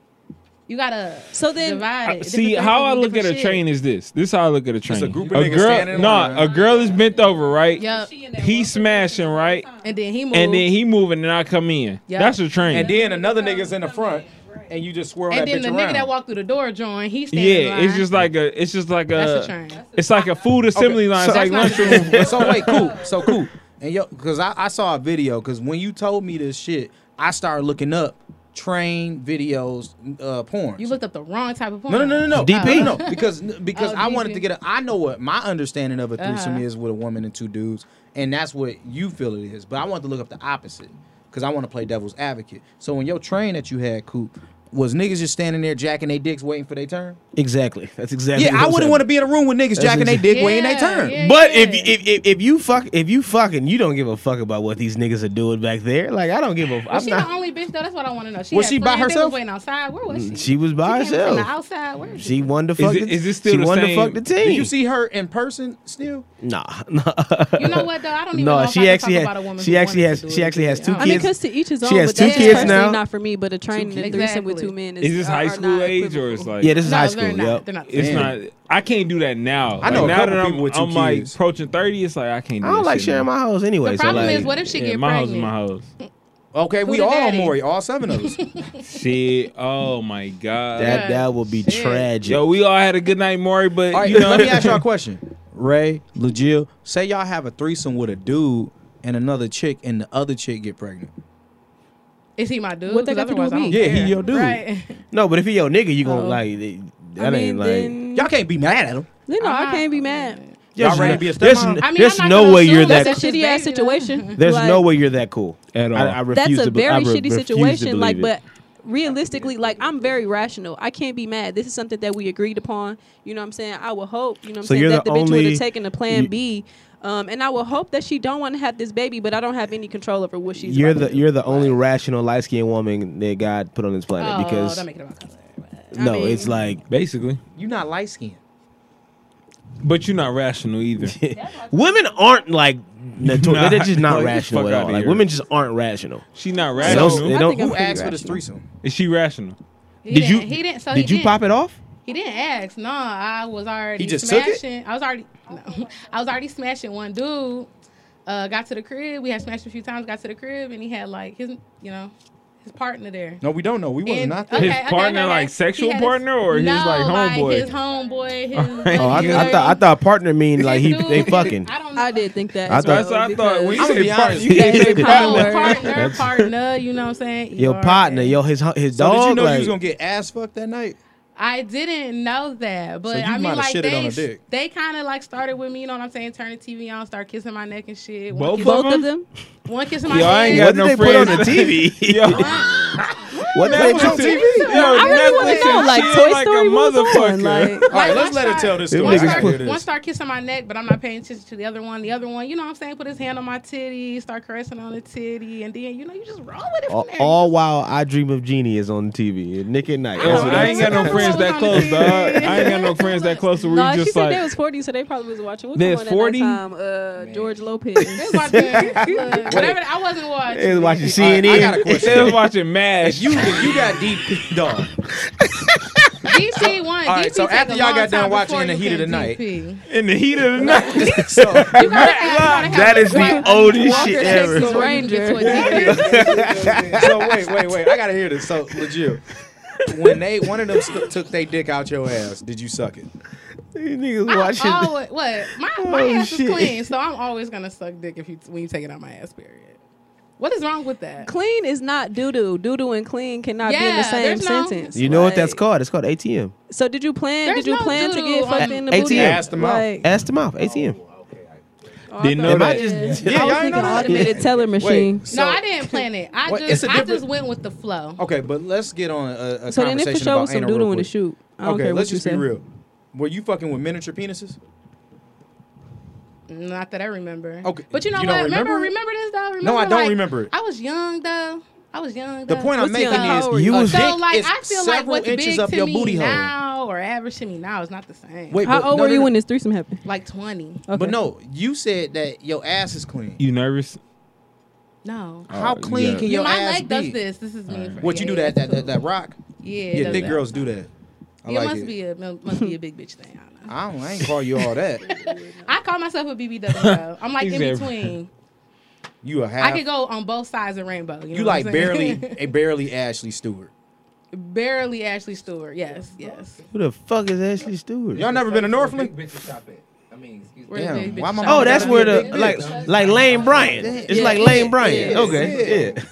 Speaker 5: You gotta
Speaker 6: So then-
Speaker 5: divide.
Speaker 4: I-
Speaker 5: it.
Speaker 4: see
Speaker 5: Different
Speaker 4: how
Speaker 5: threesomes
Speaker 4: I
Speaker 5: do
Speaker 4: look at
Speaker 5: different
Speaker 4: a
Speaker 5: shit.
Speaker 4: train is this. This is how I look at a train.
Speaker 1: a group of
Speaker 4: a
Speaker 1: niggas standing
Speaker 4: girl,
Speaker 1: in
Speaker 4: nah,
Speaker 1: line.
Speaker 4: a girl is bent over, right?
Speaker 5: Yup.
Speaker 4: He's smashing, right?
Speaker 5: And then he moved.
Speaker 4: And then he moving, and I come in.
Speaker 5: Yup.
Speaker 4: That's a train.
Speaker 1: and then another nigga's in the front
Speaker 12: and you just swirl
Speaker 5: And
Speaker 12: that
Speaker 5: then the
Speaker 12: bitch
Speaker 5: nigga
Speaker 12: around.
Speaker 1: (laughs)
Speaker 5: that walked through the door, John, he standing.
Speaker 4: Yeah,
Speaker 5: in
Speaker 4: it's
Speaker 5: line.
Speaker 4: just like a, it's just like
Speaker 5: that's a
Speaker 4: a,
Speaker 5: train.
Speaker 4: it's like a food assembly line. It's
Speaker 12: so-
Speaker 4: like
Speaker 5: That's not-
Speaker 4: lunchroom.
Speaker 5: (laughs)
Speaker 1: so wait, cool. So cool. And yo, because I, I saw a video. Because when you told me this shit, I started looking up train videos, uh, porn.
Speaker 5: You looked up the wrong type of porn.
Speaker 1: no, no, no, no, no,
Speaker 3: DP.
Speaker 1: no, no, because because
Speaker 5: Oh,
Speaker 1: I wanted
Speaker 5: DP.
Speaker 1: to get. a I know what my understanding of a threesome
Speaker 5: Uh-huh.
Speaker 1: is with a woman and two dudes, and that's what you feel it is. But I want to look up the opposite because I want to play devil's advocate. So when your train that you had, Coop, was niggas just standing there jacking their dicks waiting for their turn?
Speaker 3: Exactly. That's exactly.
Speaker 1: Yeah, I wouldn't want to be in a room with niggas jacking their
Speaker 3: exactly-
Speaker 1: dick waiting their turn.
Speaker 5: yeah,
Speaker 3: But
Speaker 5: yeah.
Speaker 3: if, if if if you fuck if you fucking you don't give a fuck about what these niggas are doing back there. Like I don't give a.
Speaker 5: was
Speaker 3: I'm
Speaker 5: she
Speaker 3: not.
Speaker 5: the only bitch though? That's what I want to know. She
Speaker 1: Was
Speaker 5: had
Speaker 1: she by
Speaker 5: friends, they was
Speaker 1: herself?
Speaker 5: waiting outside. Where was she?
Speaker 3: She was by
Speaker 5: came From the
Speaker 3: herself.
Speaker 5: outside. Where is she?
Speaker 3: She won the
Speaker 4: Is
Speaker 3: fuck.
Speaker 4: it-
Speaker 3: the-
Speaker 4: is this still
Speaker 3: she
Speaker 4: the
Speaker 3: won
Speaker 4: same-
Speaker 3: to fuck the team?
Speaker 1: Did you see her in person still?
Speaker 3: Nah, (laughs) nah.
Speaker 5: You know what though? I don't even
Speaker 3: No,
Speaker 5: know. if
Speaker 3: she
Speaker 5: I can
Speaker 3: actually
Speaker 5: talk
Speaker 3: had-
Speaker 5: about a woman
Speaker 3: she
Speaker 5: who
Speaker 3: actually
Speaker 5: wanted
Speaker 3: has-
Speaker 5: to do
Speaker 3: she
Speaker 5: it.
Speaker 3: actually has two
Speaker 5: I
Speaker 6: I
Speaker 5: mean,
Speaker 6: mean,
Speaker 3: kids.
Speaker 6: because to each his own.
Speaker 3: has
Speaker 6: but
Speaker 3: two
Speaker 6: that's
Speaker 3: kids
Speaker 6: personally
Speaker 3: now.
Speaker 6: Not for me, but a training and a
Speaker 5: kids.
Speaker 6: threesome with
Speaker 5: Exactly.
Speaker 6: two men is,
Speaker 4: Is this
Speaker 6: are-
Speaker 4: high
Speaker 6: are
Speaker 4: school
Speaker 6: not
Speaker 4: age or
Speaker 6: equivalent.
Speaker 4: it's like
Speaker 3: yeah, this is
Speaker 5: no,
Speaker 3: high
Speaker 5: they're
Speaker 3: school.
Speaker 5: Not,
Speaker 3: Yep.
Speaker 5: They're not.
Speaker 4: It's
Speaker 5: Yeah.
Speaker 4: not. I can't do that now.
Speaker 1: I
Speaker 4: Like,
Speaker 1: know a
Speaker 4: now
Speaker 1: couple
Speaker 4: that I'm,
Speaker 1: people with two
Speaker 4: I'm like
Speaker 1: kids.
Speaker 4: approaching thirty. It's like I can't. Do
Speaker 3: I don't
Speaker 4: that
Speaker 3: like
Speaker 4: shit
Speaker 3: sharing
Speaker 4: no
Speaker 3: my hoes anyway.
Speaker 5: The
Speaker 3: so
Speaker 5: problem
Speaker 3: like,
Speaker 5: is, what if she
Speaker 4: more. Yeah,
Speaker 5: get
Speaker 4: my house is
Speaker 5: pregnant?
Speaker 4: my house.
Speaker 1: Okay,
Speaker 5: Who
Speaker 1: we
Speaker 5: the
Speaker 1: all
Speaker 5: daddy?
Speaker 1: Maury, all seven of us.
Speaker 4: Shit. Oh my god.
Speaker 3: that that would be
Speaker 5: Shit.
Speaker 3: tragic.
Speaker 4: Yo, we all had a good night, Maury, but
Speaker 1: All right,
Speaker 4: you know,
Speaker 1: let me ask y'all a question. Ray, Lajil, say y'all have a threesome with a dude and another chick, and the other chick get pregnant.
Speaker 5: Is he my dude?
Speaker 6: What they
Speaker 5: 'Cause
Speaker 6: got to do with
Speaker 5: otherwise I don't
Speaker 6: me?
Speaker 1: Yeah, he
Speaker 5: care.
Speaker 1: your
Speaker 3: (laughs)
Speaker 1: dude.
Speaker 5: Right. (laughs)
Speaker 3: no, but if he your nigga, you gonna
Speaker 5: Oh.
Speaker 3: like it-
Speaker 6: I
Speaker 3: that
Speaker 6: mean,
Speaker 3: ain't like.
Speaker 6: then,
Speaker 1: Y'all can't be mad at him.
Speaker 6: then no, I
Speaker 5: I'm
Speaker 6: can't be
Speaker 5: not-
Speaker 6: mad.
Speaker 3: There's
Speaker 1: ready
Speaker 3: no-
Speaker 1: to be a
Speaker 3: there's
Speaker 1: stepmom?
Speaker 3: n-
Speaker 5: I mean,
Speaker 3: there's
Speaker 5: I'm not
Speaker 3: no
Speaker 5: gonna
Speaker 3: way you're
Speaker 5: assume
Speaker 3: that.
Speaker 6: That's
Speaker 5: cool.
Speaker 6: a shitty ass
Speaker 5: Baby, like-
Speaker 3: (laughs)
Speaker 6: situation.
Speaker 3: There's
Speaker 6: Like,
Speaker 3: no way you're that cool
Speaker 4: At all.
Speaker 3: I, I refuse
Speaker 6: That's
Speaker 3: to
Speaker 6: a
Speaker 3: be- I
Speaker 6: very
Speaker 3: re-
Speaker 6: shitty
Speaker 3: refuse to
Speaker 6: situation. Like,
Speaker 3: believe it.
Speaker 6: but realistically, like I'm very rational. I can't be mad. This is something that we agreed upon. You know what I'm saying? I would hope, you know what I'm
Speaker 3: So
Speaker 6: saying,
Speaker 3: you're
Speaker 6: that
Speaker 3: the
Speaker 6: the, bitch would
Speaker 3: only-
Speaker 6: have taken a plan
Speaker 3: you-
Speaker 6: B. Um, and I would hope that she don't want to have this baby, but I don't have any control over what she's
Speaker 3: you're
Speaker 6: about to
Speaker 3: the
Speaker 6: do.
Speaker 3: you're the only rational light skinned woman that God put on this planet
Speaker 5: Oh,
Speaker 3: because
Speaker 5: don't make it about color.
Speaker 3: no,
Speaker 6: I mean-
Speaker 3: it's like
Speaker 4: basically.
Speaker 1: You're not light skinned.
Speaker 4: But you're not rational either.
Speaker 3: women aren't (laughs) like notor-
Speaker 4: Nah,
Speaker 3: they're just not
Speaker 4: like,
Speaker 3: rational
Speaker 4: fuck
Speaker 3: at all.
Speaker 4: outta
Speaker 3: Like
Speaker 4: here.
Speaker 3: women just aren't rational.
Speaker 4: She's not
Speaker 3: They don't-
Speaker 4: rational.
Speaker 3: they
Speaker 6: I
Speaker 3: don't-
Speaker 6: think I'm
Speaker 1: Who
Speaker 6: pretty
Speaker 1: asked for this
Speaker 6: rational.
Speaker 1: threesome?
Speaker 4: Is she rational?
Speaker 5: He
Speaker 3: did you
Speaker 5: didn't- He didn't. So
Speaker 3: did
Speaker 5: he
Speaker 3: you
Speaker 5: didn't.
Speaker 3: pop it off?
Speaker 5: He didn't ask. No, I was already
Speaker 1: He just took it?
Speaker 5: smashing. I was already no. (laughs) I was already smashing one dude. Uh, got to the crib. We had smashed a few times. Got to the crib, and he had like his, you know, his partner there.
Speaker 1: No, we don't know. We wasn't
Speaker 5: And-
Speaker 1: out there.
Speaker 5: okay,
Speaker 4: His
Speaker 5: okay,
Speaker 4: partner,
Speaker 5: okay,
Speaker 4: like,
Speaker 5: okay.
Speaker 4: sexual
Speaker 5: He had
Speaker 4: partner or his,
Speaker 5: no,
Speaker 4: like, homeboy?
Speaker 5: his homeboy. His,
Speaker 3: (laughs) Oh, I,
Speaker 5: like,
Speaker 3: I thought I thought partner mean like he
Speaker 5: dude,
Speaker 3: they fucking.
Speaker 5: I don't know.
Speaker 6: I did think that.
Speaker 3: I
Speaker 6: as
Speaker 3: thought-
Speaker 6: well,
Speaker 4: That's what I thought.
Speaker 6: because-
Speaker 4: When you
Speaker 1: I'm gonna
Speaker 4: say
Speaker 1: be
Speaker 4: partner,
Speaker 1: honest.
Speaker 4: you can't
Speaker 6: That's (laughs)
Speaker 1: (laughs)
Speaker 4: say (laughs)
Speaker 5: Oh,
Speaker 6: a Partner.
Speaker 5: partner, partner. You know what I'm saying?
Speaker 3: Your
Speaker 5: ER.
Speaker 3: partner, yo, his hu- his
Speaker 1: So
Speaker 3: dog.
Speaker 1: did you know
Speaker 3: like,
Speaker 1: you was gonna get ass fucked that night?
Speaker 5: I didn't know that, but
Speaker 1: So you
Speaker 5: I mean,
Speaker 1: might have
Speaker 5: like
Speaker 1: shitted
Speaker 5: they,
Speaker 1: on her dick.
Speaker 5: they kind of like started with me. You know what I'm saying? Turn the TV on, start kissing my neck and shit. One
Speaker 4: Both
Speaker 5: kiss-
Speaker 6: Both of them.
Speaker 5: One kissing my
Speaker 4: Yo, I ain't
Speaker 5: neck.
Speaker 4: got
Speaker 3: what did
Speaker 4: no
Speaker 3: they put
Speaker 4: friends.
Speaker 3: on the
Speaker 4: (laughs)
Speaker 3: TV?
Speaker 4: Yo,
Speaker 3: what did they put on TV?
Speaker 6: I really want to know. Like Toy Story, what was on? Like,
Speaker 1: All right,
Speaker 5: one
Speaker 1: let's let her
Speaker 5: side-
Speaker 1: tell this
Speaker 3: Them
Speaker 1: story.
Speaker 3: niggas
Speaker 1: All right,
Speaker 3: put-
Speaker 1: here it is.
Speaker 5: One start kissing my neck, but I'm not paying attention to the other one. The other one, you know what I'm saying? Put his hand on my titty, start caressing on the titty, and then, you know, you just roll with it from
Speaker 3: All,
Speaker 5: there.
Speaker 3: all while I Dream of Genie is on TV. Nick and Night. (laughs) That's
Speaker 4: Yo,
Speaker 3: what
Speaker 4: I ain't got no
Speaker 5: That's
Speaker 4: friends that
Speaker 5: what
Speaker 4: close,
Speaker 5: I'm
Speaker 4: dog. I
Speaker 5: saying.
Speaker 4: ain't got no friends that close. So we
Speaker 6: no, she
Speaker 4: just
Speaker 6: said they
Speaker 4: like,
Speaker 6: was 40, so they probably was watching. What's
Speaker 4: They're
Speaker 6: the one
Speaker 4: 40?
Speaker 6: at that time? Uh, George Lopez.
Speaker 5: It was
Speaker 1: (laughs)
Speaker 5: like, uh, whatever, I wasn't watching.
Speaker 3: (laughs) They was watching
Speaker 1: All right,
Speaker 3: CNN.
Speaker 1: I got a
Speaker 4: they was
Speaker 1: question.
Speaker 4: watching Mash.
Speaker 1: if you if you got deep (laughs) dog,
Speaker 5: DC one.
Speaker 1: (laughs) All right,
Speaker 5: DP
Speaker 1: so
Speaker 5: take
Speaker 1: after
Speaker 5: a
Speaker 1: y'all
Speaker 5: long
Speaker 1: got done
Speaker 5: time
Speaker 1: watching
Speaker 5: before
Speaker 1: In the
Speaker 5: you
Speaker 1: Heat of
Speaker 5: can
Speaker 1: the Night.
Speaker 5: DP.
Speaker 4: in the heat of the
Speaker 1: (laughs)
Speaker 4: night.
Speaker 1: so (laughs)
Speaker 5: You gotta have- you gotta
Speaker 3: That
Speaker 5: have
Speaker 3: is the
Speaker 5: (laughs) Walker-
Speaker 3: oldest
Speaker 5: Walker
Speaker 3: shit
Speaker 5: takes
Speaker 3: ever.
Speaker 5: the Ranger to a DP.
Speaker 1: so wait, wait, wait. I gotta hear this. So legit. When they one of them st- took their dick out your ass, did you suck it?
Speaker 3: (laughs) These niggas
Speaker 5: I
Speaker 3: (laughs) watching.
Speaker 5: always, what? My, my
Speaker 3: Oh,
Speaker 5: ass
Speaker 3: shit.
Speaker 5: is clean, so I'm always gonna suck dick if you when you take it out my ass. Period. What is wrong with that?
Speaker 6: clean is not doo doo. Doo doo and clean cannot be in the
Speaker 5: Yeah,
Speaker 6: same
Speaker 5: there's no-
Speaker 6: sentence.
Speaker 3: You know what that's
Speaker 6: Like,
Speaker 3: called? It's called ATM.
Speaker 6: So did you plan?
Speaker 5: There's
Speaker 6: did you
Speaker 5: no
Speaker 6: plan to
Speaker 5: doo-doo
Speaker 6: get fucked
Speaker 5: on-
Speaker 6: in the
Speaker 3: ATM.
Speaker 6: booty?
Speaker 1: Ask them out.
Speaker 6: Like,
Speaker 3: Ass to mouth. ATM.
Speaker 6: oh, I
Speaker 4: Didn't
Speaker 6: thought-
Speaker 4: know
Speaker 6: I
Speaker 4: that.
Speaker 6: was
Speaker 3: Yeah,
Speaker 1: y'all
Speaker 6: thinking
Speaker 1: know that.
Speaker 6: automated teller machine.
Speaker 1: Wait,
Speaker 5: no, I didn't plan it. I
Speaker 1: What, it's
Speaker 5: just
Speaker 1: a
Speaker 5: I
Speaker 1: different-
Speaker 5: just went with the flow.
Speaker 1: Okay, but let's get on a, a
Speaker 6: So then, if for
Speaker 1: conversation
Speaker 6: sure
Speaker 1: about
Speaker 6: was some
Speaker 1: anal real
Speaker 6: doo doo in the
Speaker 1: quick.
Speaker 6: shoot, I don't
Speaker 1: Okay,
Speaker 6: care
Speaker 1: let's
Speaker 6: what you
Speaker 1: just be
Speaker 6: say.
Speaker 1: real. Were you fucking with miniature penises?
Speaker 5: Not that I remember.
Speaker 1: Okay,
Speaker 5: but you know
Speaker 1: you don't
Speaker 5: what? Remember,
Speaker 1: remember it?
Speaker 5: remember this though. Remember,
Speaker 1: No, I don't
Speaker 5: like,
Speaker 1: remember it.
Speaker 5: I was young though. I was young.
Speaker 1: The
Speaker 5: though.
Speaker 1: point I'm
Speaker 6: What's
Speaker 1: making
Speaker 6: the
Speaker 1: is
Speaker 6: hole?
Speaker 1: you
Speaker 3: You
Speaker 1: a
Speaker 3: was-
Speaker 5: So
Speaker 1: dick
Speaker 5: like
Speaker 1: is
Speaker 5: I feel like
Speaker 1: several
Speaker 5: what's
Speaker 1: inches
Speaker 5: big
Speaker 1: up
Speaker 5: to
Speaker 1: your
Speaker 5: me
Speaker 1: booty hole.
Speaker 5: now or average to me now is not the same.
Speaker 1: Wait,
Speaker 6: How
Speaker 1: but
Speaker 6: old
Speaker 1: no,
Speaker 6: were
Speaker 1: no,
Speaker 6: you
Speaker 1: no.
Speaker 6: when this threesome happened?
Speaker 5: like twenty?
Speaker 6: Okay.
Speaker 1: But no, you said that your ass is clean.
Speaker 4: You nervous?
Speaker 5: No.
Speaker 4: Oh,
Speaker 1: How clean
Speaker 4: yeah.
Speaker 1: can your
Speaker 5: my
Speaker 1: ass
Speaker 5: leg
Speaker 1: be?
Speaker 5: does this. This is me. for-
Speaker 1: What you do
Speaker 5: yeah,
Speaker 1: that that,
Speaker 5: cool.
Speaker 1: that that rock?
Speaker 5: Yeah, it
Speaker 1: Yeah,
Speaker 5: does
Speaker 1: thick
Speaker 5: that.
Speaker 1: girls do that. I
Speaker 5: it
Speaker 1: like
Speaker 5: must
Speaker 1: it.
Speaker 5: be a must be a big bitch thing. I don't know.
Speaker 1: (laughs) I don't. I ain't call you all that.
Speaker 5: (laughs) I call myself a BBW.
Speaker 1: (laughs)
Speaker 5: though. I'm like
Speaker 4: He
Speaker 5: in
Speaker 4: said-
Speaker 5: between.
Speaker 1: You a
Speaker 5: I
Speaker 1: half.
Speaker 5: could go on both sides of rainbow. You, know
Speaker 1: You
Speaker 5: what I'm
Speaker 1: like
Speaker 5: saying? (laughs)
Speaker 1: barely, a barely Ashley Stewart.
Speaker 5: Barely Ashley Stewart. Yes, yes.
Speaker 3: Who the fuck is Ashley Stewart?
Speaker 1: Y'all never been to
Speaker 5: (laughs)
Speaker 1: Northland?
Speaker 10: Big bitches shop at. I mean, excuse me.
Speaker 5: Where the
Speaker 1: Damn,
Speaker 5: big bitch
Speaker 1: why my
Speaker 5: shop
Speaker 1: mama
Speaker 3: Oh,
Speaker 5: is.
Speaker 3: that's
Speaker 1: Yeah,
Speaker 3: where
Speaker 1: yeah,
Speaker 3: the
Speaker 1: yeah.
Speaker 3: like like Lane Bryant. It's
Speaker 5: Yeah,
Speaker 3: like
Speaker 5: yeah,
Speaker 3: Lane Bryant.
Speaker 5: yeah,
Speaker 3: okay, yeah.